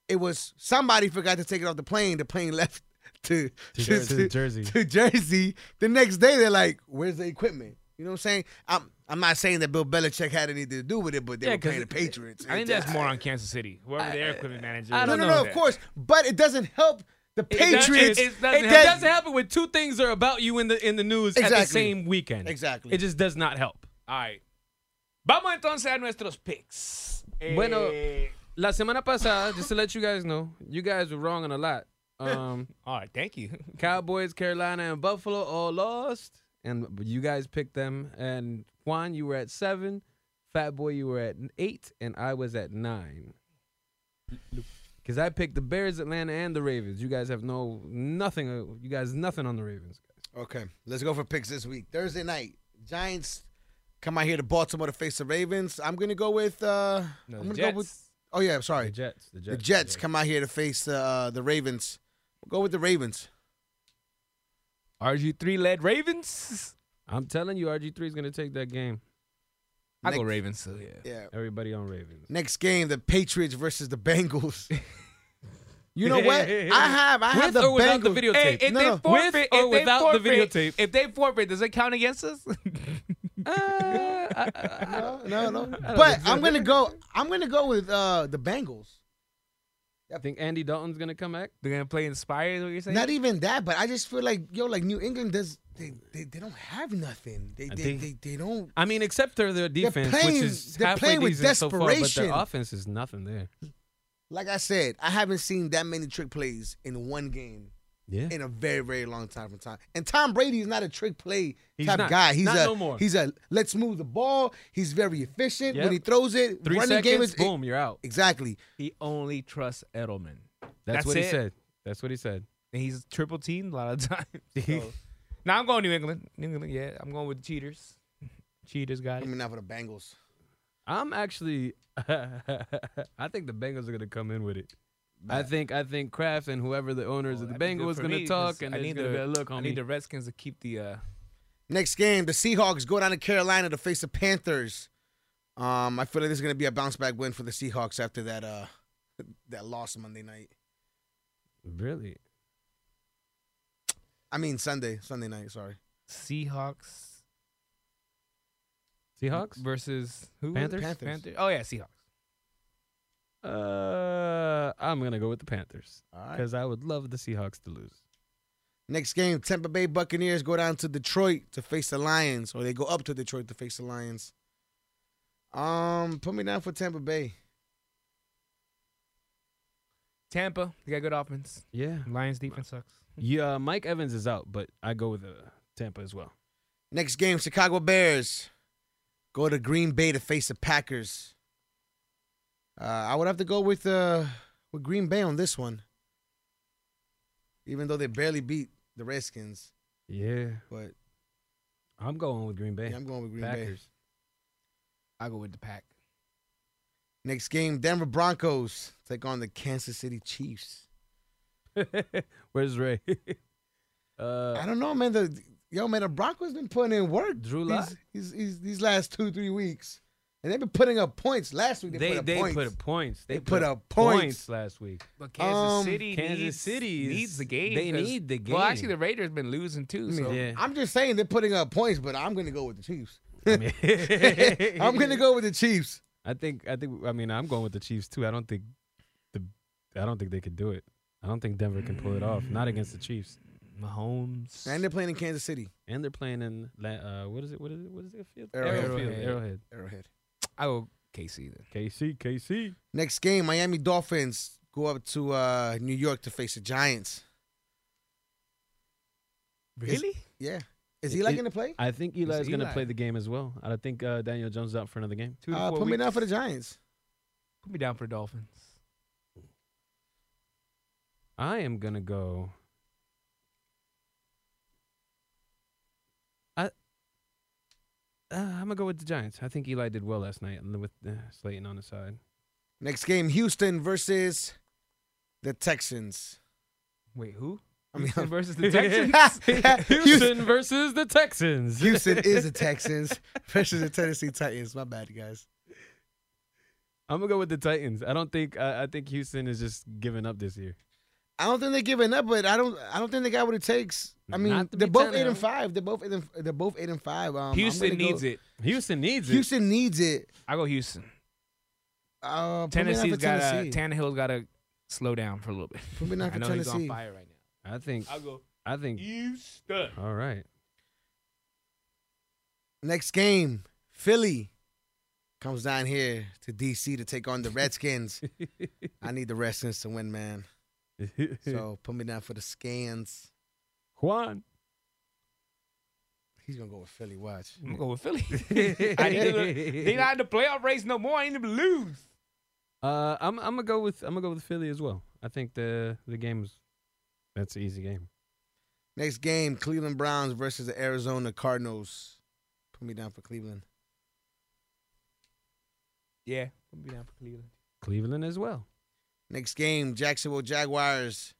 [SPEAKER 3] It was somebody forgot to take it off the plane. The plane left to
[SPEAKER 2] To Jer- to Jersey.
[SPEAKER 3] to Jersey. The next day they're like, "Where's the equipment?" You know what I'm saying? I'm I'm not saying that Bill Belichick had anything to do with it, but they
[SPEAKER 2] Yeah,
[SPEAKER 3] were playing the
[SPEAKER 2] 'cause
[SPEAKER 3] Patriots.
[SPEAKER 1] I think that's more on Kansas City, whoever their equipment manager.
[SPEAKER 2] I
[SPEAKER 1] is.
[SPEAKER 3] no,
[SPEAKER 2] don't
[SPEAKER 3] no,
[SPEAKER 2] know
[SPEAKER 3] no. Of course, but it doesn't help the
[SPEAKER 1] It does-
[SPEAKER 3] Patriots.
[SPEAKER 1] it- it
[SPEAKER 2] It
[SPEAKER 1] doesn't
[SPEAKER 3] does-
[SPEAKER 1] help.
[SPEAKER 2] doesn't happen when two things are about you in the in the news at the
[SPEAKER 3] Exactly.
[SPEAKER 2] same weekend.
[SPEAKER 3] Exactly.
[SPEAKER 2] It just does not help.
[SPEAKER 1] All right. Vamos entonces a nuestros picks. Eh,
[SPEAKER 2] Bueno. La semana pasada, just to let you guys know, you guys were wrong on a lot. Um,
[SPEAKER 1] all right, thank you.
[SPEAKER 2] Cowboys, Carolina, and Buffalo all lost, and you guys picked them. And Juan, you were at seven. Fat Boy, you were at eight, and I was at nine. Because I picked the Bears, Atlanta, and the Ravens. You guys have no nothing. uh, You guys nothing on the Ravens.
[SPEAKER 3] Okay, let's go for picks this week. Thursday night, Giants come out here to Baltimore to face the Ravens. I'm gonna go with. uh
[SPEAKER 1] No,
[SPEAKER 3] I'm
[SPEAKER 1] the
[SPEAKER 3] gonna
[SPEAKER 1] Jets.
[SPEAKER 3] go with. Oh yeah,
[SPEAKER 2] The
[SPEAKER 3] sorry.
[SPEAKER 2] Jets. The Jets.
[SPEAKER 3] The Jets come out here to face uh, the Ravens. We'll go with the Ravens.
[SPEAKER 1] RG3 led Ravens.
[SPEAKER 2] I'm telling you, RG three is gonna take that game.
[SPEAKER 1] I go
[SPEAKER 3] Next-
[SPEAKER 1] Ravens. So yeah.
[SPEAKER 3] Yeah.
[SPEAKER 2] Everybody on Ravens.
[SPEAKER 3] Next game, the Patriots versus the Bengals. You know what? I have. I have
[SPEAKER 2] With
[SPEAKER 3] the
[SPEAKER 2] or without the
[SPEAKER 3] Bengals.
[SPEAKER 2] video-
[SPEAKER 1] Hey,
[SPEAKER 2] Videotape.
[SPEAKER 1] if
[SPEAKER 3] No,
[SPEAKER 1] they
[SPEAKER 3] no.
[SPEAKER 1] forfeit,
[SPEAKER 2] With
[SPEAKER 1] if
[SPEAKER 2] or
[SPEAKER 1] they
[SPEAKER 2] without the
[SPEAKER 1] forfeit-
[SPEAKER 2] videotape.
[SPEAKER 1] if they forfeit, does it count against us?
[SPEAKER 2] Uh, I- I- I-
[SPEAKER 3] No, no, no.
[SPEAKER 2] don't
[SPEAKER 3] But
[SPEAKER 2] think so.
[SPEAKER 3] I'm gonna go. I'm gonna go with uh, the Bengals.
[SPEAKER 2] I think Andy Dalton's gonna come back.
[SPEAKER 1] They're gonna play inspired. Is what you're saying?
[SPEAKER 3] Not even that, but I just feel like yo, like New England does. They they, they don't have nothing. They
[SPEAKER 2] I
[SPEAKER 3] they,
[SPEAKER 2] think-
[SPEAKER 3] they they don't.
[SPEAKER 2] I mean, except for their defense,
[SPEAKER 3] playing-
[SPEAKER 2] which is
[SPEAKER 3] they're
[SPEAKER 2] halfway
[SPEAKER 3] playing with
[SPEAKER 2] decent so far, but their
[SPEAKER 3] desperation.
[SPEAKER 2] offense is nothing there.
[SPEAKER 3] Like I said, I haven't seen that many trick plays in one game
[SPEAKER 2] Yeah,
[SPEAKER 3] in a very very long time from time. And Tom Brady is not a trick play
[SPEAKER 2] He's
[SPEAKER 3] type
[SPEAKER 2] not.
[SPEAKER 3] guy. He's
[SPEAKER 2] Not
[SPEAKER 3] a
[SPEAKER 2] no more.
[SPEAKER 3] he's a let's move the ball. He's very efficient
[SPEAKER 2] Yep.
[SPEAKER 3] when he throws it.
[SPEAKER 2] three
[SPEAKER 3] running
[SPEAKER 2] seconds,
[SPEAKER 3] game is
[SPEAKER 2] boom, you're out.
[SPEAKER 3] exactly.
[SPEAKER 1] He only trusts Edelman.
[SPEAKER 2] That's,
[SPEAKER 1] That's
[SPEAKER 2] what he
[SPEAKER 1] it.
[SPEAKER 2] said. That's what he said.
[SPEAKER 1] And he's triple teamed a lot of times. So. now I'm going New England. New England, yeah. I'm going with the cheaters. Cheaters guys.
[SPEAKER 3] I mean, not for the Bengals.
[SPEAKER 2] I'm actually, I think the Bengals are gonna come in with it. I think I think Kraft and whoever the owners of the Bengals is gonna talk, and
[SPEAKER 1] I
[SPEAKER 2] it's
[SPEAKER 1] need
[SPEAKER 2] gonna
[SPEAKER 1] the
[SPEAKER 2] be a look
[SPEAKER 1] I
[SPEAKER 2] on
[SPEAKER 1] need the Redskins to keep the. Uh,
[SPEAKER 3] Next game, the Seahawks go down to Carolina to face the Panthers. Um, I feel like this is gonna be a bounce back win for the Seahawks after that uh that loss Monday night.
[SPEAKER 2] Really?
[SPEAKER 3] I mean Sunday, Sunday night. Sorry,
[SPEAKER 1] Seahawks
[SPEAKER 2] Seahawks?
[SPEAKER 1] versus who?
[SPEAKER 2] Panthers?
[SPEAKER 3] Panthers.
[SPEAKER 1] Oh yeah, Seahawks.
[SPEAKER 2] Uh, I'm gonna go with the Panthers
[SPEAKER 3] All right.
[SPEAKER 2] because I would love the Seahawks to lose.
[SPEAKER 3] Next game, Tampa Bay Buccaneers go down to Detroit to face the Lions, or they go up to Detroit to face the Lions. Um, put me down for Tampa Bay.
[SPEAKER 1] Tampa, they got good offense.
[SPEAKER 2] Yeah.
[SPEAKER 1] Lions defense sucks.
[SPEAKER 2] Yeah. uh, Mike Evans is out, but I go with uh, Tampa as well.
[SPEAKER 3] Next game, Chicago Bears go to Green Bay to face the Packers. Uh, I would have to go with uh with Green Bay on this one, even though they barely beat the Redskins.
[SPEAKER 2] Yeah.
[SPEAKER 3] But
[SPEAKER 2] I'm going with Green Bay.
[SPEAKER 3] yeah, I'm going with Green Bay.
[SPEAKER 2] Packers.
[SPEAKER 1] I go with the pack.
[SPEAKER 3] Next game, Denver Broncos take on the Kansas City Chiefs.
[SPEAKER 2] Where's Ray? uh,
[SPEAKER 3] I don't know, man. The yo, man, the Broncos been putting in work
[SPEAKER 2] Drew Lock.
[SPEAKER 3] these, these, these, these last two three weeks, and they've been putting up points. Last week they, put up points.
[SPEAKER 2] put up points.
[SPEAKER 3] They put up points.
[SPEAKER 2] last week.
[SPEAKER 1] But Kansas
[SPEAKER 3] Um,
[SPEAKER 1] City,
[SPEAKER 2] Kansas
[SPEAKER 1] needs,
[SPEAKER 2] City is-
[SPEAKER 1] needs the game.
[SPEAKER 2] they
[SPEAKER 1] 'cause-
[SPEAKER 2] need the
[SPEAKER 1] Well, actually,
[SPEAKER 2] game.
[SPEAKER 1] the Raiders been losing too. So
[SPEAKER 2] Yeah.
[SPEAKER 3] I'm just saying they're putting up points, but I'm gonna go with the Chiefs.
[SPEAKER 2] I mean,
[SPEAKER 3] I'm gonna go with the Chiefs.
[SPEAKER 2] I think. I think. I mean, I'm going with the Chiefs too. I don't think the. I don't think they could do it. I don't think Denver can pull it off. Not against the Chiefs.
[SPEAKER 1] Mahomes.
[SPEAKER 3] And they're playing in Kansas City.
[SPEAKER 2] And they're playing in. La- Uh, what is it? What is it? What is it? Field?
[SPEAKER 3] Arrowhead.
[SPEAKER 2] Field.
[SPEAKER 1] Arrowhead.
[SPEAKER 2] Arrowhead.
[SPEAKER 3] Arrowhead.
[SPEAKER 1] I go KC then.
[SPEAKER 2] KC. KC.
[SPEAKER 3] Next game, Miami Dolphins go up to uh, New York to face the Giants. Really? Yeah. Is Eli
[SPEAKER 2] It-
[SPEAKER 3] gonna play?
[SPEAKER 2] I think Eli's going to
[SPEAKER 1] Eli.
[SPEAKER 2] play the game as well. I think uh, Daniel Jones is out for another game.
[SPEAKER 1] Two to
[SPEAKER 3] Uh,
[SPEAKER 1] four
[SPEAKER 3] put me
[SPEAKER 1] weeks.
[SPEAKER 3] down for the Giants.
[SPEAKER 1] Put me down for Dolphins.
[SPEAKER 2] I am gonna go. I, uh, I'm gonna go with the Giants. I think Eli did well last night, and with uh, Slayton on the side.
[SPEAKER 3] Next game, Houston versus the Texans.
[SPEAKER 1] Wait, who?
[SPEAKER 3] I mean, Um,
[SPEAKER 1] Houston versus the Texans.
[SPEAKER 3] Houston,
[SPEAKER 2] Houston versus the Texans.
[SPEAKER 3] Houston is the Texans versus the Tennessee Titans. My bad, guys.
[SPEAKER 2] I'm gonna go with the Titans. I don't think. I, I think Houston is just giving up this year.
[SPEAKER 3] I don't think they're giving up, but I don't. I don't think they got what it takes. I mean,
[SPEAKER 2] Not to
[SPEAKER 3] they're
[SPEAKER 2] be
[SPEAKER 3] both
[SPEAKER 2] Tannehill.
[SPEAKER 3] eight and five. They're both eight and, they're both eight and five. Um, I'm
[SPEAKER 1] Houston
[SPEAKER 3] gonna go-
[SPEAKER 1] needs it.
[SPEAKER 2] Houston needs it.
[SPEAKER 3] Houston needs it.
[SPEAKER 1] I go Houston.
[SPEAKER 3] Uh, put me down
[SPEAKER 1] Tennessee's
[SPEAKER 3] for
[SPEAKER 1] got
[SPEAKER 3] Tennessee.
[SPEAKER 1] Tannehill's got to slow down for a little bit.
[SPEAKER 3] Put me down
[SPEAKER 1] I
[SPEAKER 3] for
[SPEAKER 1] know he's on
[SPEAKER 3] Tennessee.
[SPEAKER 1] fire right now.
[SPEAKER 2] I think.
[SPEAKER 1] I'll go
[SPEAKER 2] I think.
[SPEAKER 1] Houston.
[SPEAKER 2] All right.
[SPEAKER 3] Next game, Philly comes down here to DC to take on the Redskins. I need the Redskins to win, man. So put me down for the Scans.
[SPEAKER 2] Juan.
[SPEAKER 3] He's gonna go with Philly. Watch.
[SPEAKER 1] I'm gonna go with Philly. I need to, they're not in the playoff race no more. I need to lose.
[SPEAKER 2] Uh, I'm I'm gonna go with I'm gonna go with Philly as well. I think the the game is that's an easy game.
[SPEAKER 3] Next game, Cleveland Browns versus the Arizona Cardinals. Put me down for Cleveland.
[SPEAKER 1] Yeah, we'll be down for Cleveland.
[SPEAKER 2] Cleveland as well.
[SPEAKER 3] Next game, Jacksonville Jaguars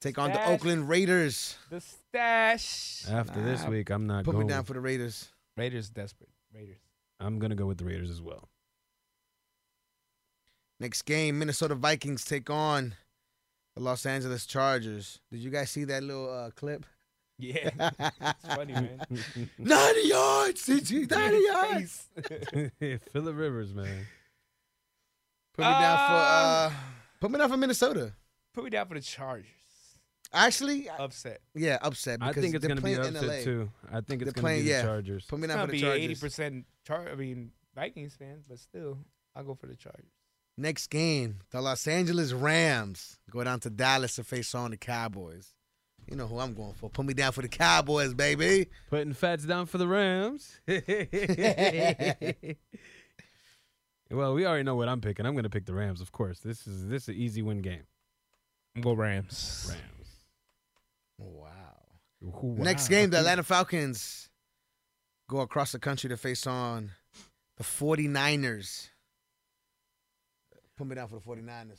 [SPEAKER 3] take on the
[SPEAKER 1] Stash.
[SPEAKER 3] Oakland Raiders.
[SPEAKER 1] The
[SPEAKER 3] Uh,
[SPEAKER 1] stash.
[SPEAKER 2] After this
[SPEAKER 3] Nah,
[SPEAKER 2] week, I'm not
[SPEAKER 3] Put
[SPEAKER 2] going.
[SPEAKER 3] me down for the Raiders.
[SPEAKER 1] Raiders desperate. Raiders.
[SPEAKER 2] I'm gonna go with the Raiders as well.
[SPEAKER 3] Next game, Minnesota Vikings take on the Los Angeles Chargers. Did you guys see that little uh, clip?
[SPEAKER 1] Yeah, it's funny, man.
[SPEAKER 3] 90 yards, CG, 90 yards.
[SPEAKER 1] Face.
[SPEAKER 2] Philip Rivers, man.
[SPEAKER 3] Put me down for uh,
[SPEAKER 1] Um,
[SPEAKER 3] put me down for Minnesota.
[SPEAKER 1] Put me down for the Chargers.
[SPEAKER 3] Actually, I-
[SPEAKER 1] Upset.
[SPEAKER 3] yeah, upset.
[SPEAKER 2] I
[SPEAKER 3] Because
[SPEAKER 2] think it's
[SPEAKER 3] they're
[SPEAKER 2] gonna be
[SPEAKER 3] playing in LA.
[SPEAKER 2] upset too. I think it's
[SPEAKER 3] They're
[SPEAKER 2] gonna
[SPEAKER 3] playing-
[SPEAKER 2] be the
[SPEAKER 3] yeah.
[SPEAKER 2] Chargers.
[SPEAKER 3] Put me
[SPEAKER 1] It's
[SPEAKER 3] down
[SPEAKER 1] gonna
[SPEAKER 3] for the
[SPEAKER 1] be
[SPEAKER 3] Chargers.
[SPEAKER 1] eighty percent. Char- I mean Vikings fans, but still, I'll go for the Chargers.
[SPEAKER 3] Next game, the Los Angeles Rams go down to Dallas to face on the Cowboys. You know who I'm going for. Put me down for the Cowboys, baby.
[SPEAKER 2] Putting Fats down for the Rams. well, we already know what I'm picking. I'm gonna pick the Rams, of course. This is this is an easy win game.
[SPEAKER 1] Go Rams.
[SPEAKER 2] Rams.
[SPEAKER 3] Wow.
[SPEAKER 2] Wow.
[SPEAKER 3] Next game, the Atlanta Falcons go across the country to face on the 49ers. Put me down for the 49ers.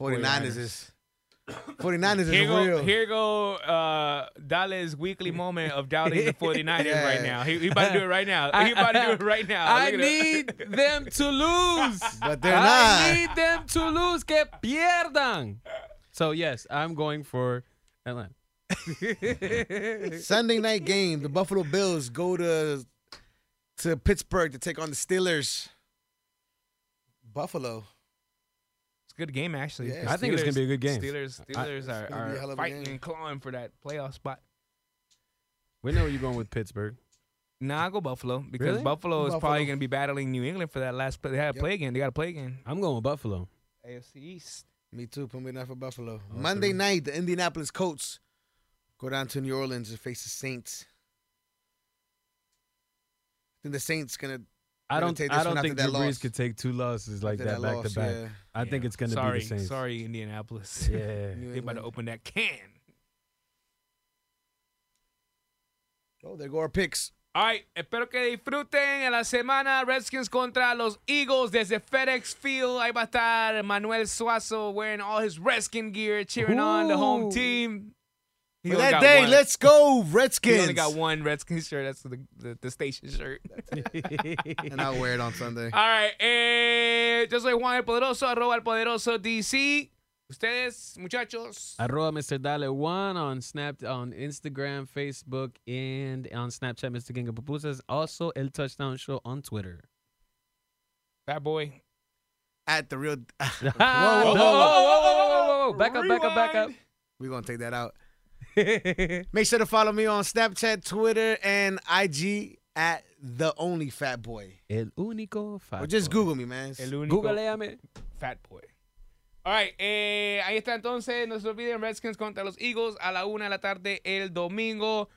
[SPEAKER 3] 49ers,
[SPEAKER 1] 49ers.
[SPEAKER 3] is 49ers is
[SPEAKER 1] Here go,
[SPEAKER 3] real.
[SPEAKER 1] here go uh, Dallas' weekly moment of doubting the 49ers right
[SPEAKER 3] Yeah.
[SPEAKER 1] now. He, he about to do it right now.
[SPEAKER 2] I-
[SPEAKER 1] He about to do it right now.
[SPEAKER 2] I
[SPEAKER 1] Look at him.
[SPEAKER 2] need them to lose.
[SPEAKER 3] But they're
[SPEAKER 2] I
[SPEAKER 3] not.
[SPEAKER 2] need them to lose. Que pierdan. So yes, I'm going for Atlanta.
[SPEAKER 3] Sunday night game, the Buffalo Bills go to to Pittsburgh to take on the Steelers. Buffalo.
[SPEAKER 1] It's a good game, actually.
[SPEAKER 3] Yeah.
[SPEAKER 1] 'cause
[SPEAKER 2] I think it's gonna be a good game.
[SPEAKER 1] Steelers,
[SPEAKER 2] I-
[SPEAKER 1] Steelers
[SPEAKER 3] It's gonna be a
[SPEAKER 1] are,
[SPEAKER 3] hell
[SPEAKER 1] are
[SPEAKER 3] of a
[SPEAKER 1] fighting
[SPEAKER 3] game.
[SPEAKER 1] and clawing for that playoff spot.
[SPEAKER 2] We know you're going with Pittsburgh.
[SPEAKER 1] Nah, I go Buffalo because
[SPEAKER 2] Really?
[SPEAKER 1] Buffalo is
[SPEAKER 3] Buffalo.
[SPEAKER 1] probably gonna be battling New England for that last. Play. They had to play again. They got to play again.
[SPEAKER 2] I'm going with Buffalo.
[SPEAKER 1] AFC East.
[SPEAKER 3] Me too. Put me down for Buffalo.
[SPEAKER 2] Oh,
[SPEAKER 3] Monday
[SPEAKER 2] three.
[SPEAKER 3] night, the Indianapolis Colts go down to New Orleans and face the Saints. I think the Saints gonna
[SPEAKER 2] I
[SPEAKER 3] Gonna
[SPEAKER 2] don't.
[SPEAKER 3] take this
[SPEAKER 2] I
[SPEAKER 3] one
[SPEAKER 2] don't
[SPEAKER 3] after
[SPEAKER 2] think
[SPEAKER 3] that
[SPEAKER 2] Drew Brees
[SPEAKER 3] loss.
[SPEAKER 2] could take two losses like
[SPEAKER 3] after
[SPEAKER 2] that back
[SPEAKER 3] loss,
[SPEAKER 2] to back.
[SPEAKER 3] yeah.
[SPEAKER 2] I think it's going to
[SPEAKER 1] sorry,
[SPEAKER 2] be the Saints.
[SPEAKER 1] Sorry, Indianapolis.
[SPEAKER 2] Yeah.
[SPEAKER 3] New
[SPEAKER 1] they about to
[SPEAKER 3] England.
[SPEAKER 1] open that can.
[SPEAKER 3] Oh, there go our picks.
[SPEAKER 1] All right, espero que disfruten en la semana Redskins contra los Eagles desde FedEx Field. Ahí va a estar Manuel Suazo wearing all his Redskin gear, cheering on the home
[SPEAKER 2] Ooh.
[SPEAKER 1] team. He
[SPEAKER 3] For
[SPEAKER 1] only
[SPEAKER 3] that
[SPEAKER 1] got
[SPEAKER 3] day,
[SPEAKER 1] one.
[SPEAKER 3] let's go
[SPEAKER 1] He
[SPEAKER 3] Redskins.
[SPEAKER 1] only got one Redskins shirt. That's the, the, the station shirt.
[SPEAKER 3] And I'll wear it on
[SPEAKER 1] All
[SPEAKER 3] Sunday.
[SPEAKER 1] right, eh, yo soy Juan el Poderoso, arroba el Poderoso DC. Ustedes, muchachos.
[SPEAKER 2] Arroba Mr. Dale One on Snap, on Instagram, Facebook, and on Snapchat, Mr. Ginga Pupusas. Also, El Touchdown Show on Twitter.
[SPEAKER 1] Bad boy.
[SPEAKER 3] At the real
[SPEAKER 2] whoa, whoa, whoa, whoa, whoa, whoa, whoa, whoa, Back up, back up, back up.
[SPEAKER 3] We're gonna take that out. Make sure to follow me on Snapchat, Twitter, and IG at the only fat boy.
[SPEAKER 2] El único
[SPEAKER 3] Or
[SPEAKER 2] fat
[SPEAKER 3] just
[SPEAKER 2] boy.
[SPEAKER 3] Google me, man.
[SPEAKER 1] El único
[SPEAKER 2] Googleame.
[SPEAKER 1] Fat Boy. All right, eh, ahí está entonces. No se olviden Redskins contra los Eagles a la una de la tarde el domingo.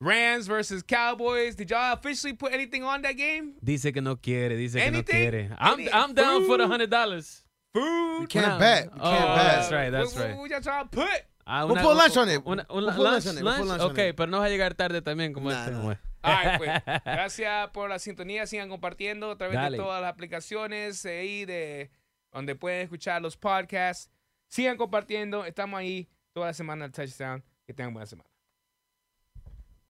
[SPEAKER 1] Rams versus Cowboys. Did y'all officially put anything on that game?
[SPEAKER 2] Dice que no quiere, dice que no
[SPEAKER 1] Anything?
[SPEAKER 2] quiere. I'm,
[SPEAKER 1] Any-
[SPEAKER 2] I'm down for the
[SPEAKER 1] Ooh.
[SPEAKER 2] $100.
[SPEAKER 1] food. Uh,
[SPEAKER 3] We can't
[SPEAKER 2] Una-
[SPEAKER 3] bet. We can't
[SPEAKER 2] Oh,
[SPEAKER 3] bet.
[SPEAKER 2] that's right, that's
[SPEAKER 1] what,
[SPEAKER 2] right.
[SPEAKER 1] What, what y'all trying to put?
[SPEAKER 2] Ah,
[SPEAKER 3] We'll
[SPEAKER 2] una-
[SPEAKER 3] put lunch
[SPEAKER 2] u-
[SPEAKER 3] on it.
[SPEAKER 2] Una,
[SPEAKER 3] We'll
[SPEAKER 2] una-
[SPEAKER 3] put lunch
[SPEAKER 2] lunch,
[SPEAKER 3] on it. We'll put
[SPEAKER 2] lunch,
[SPEAKER 3] lunch on
[SPEAKER 2] ok,
[SPEAKER 3] it.
[SPEAKER 2] pero no va a llegar tarde también como
[SPEAKER 3] Nah,
[SPEAKER 2] este.
[SPEAKER 3] nah.
[SPEAKER 2] güey.
[SPEAKER 1] All right, pues. Gracias por la sintonía. Sigan compartiendo a través
[SPEAKER 2] Dale.
[SPEAKER 1] de todas las aplicaciones eh, y de donde pueden escuchar los podcasts. Sigan compartiendo. Estamos ahí toda la semana en Touchdown. Que tengan buena semana.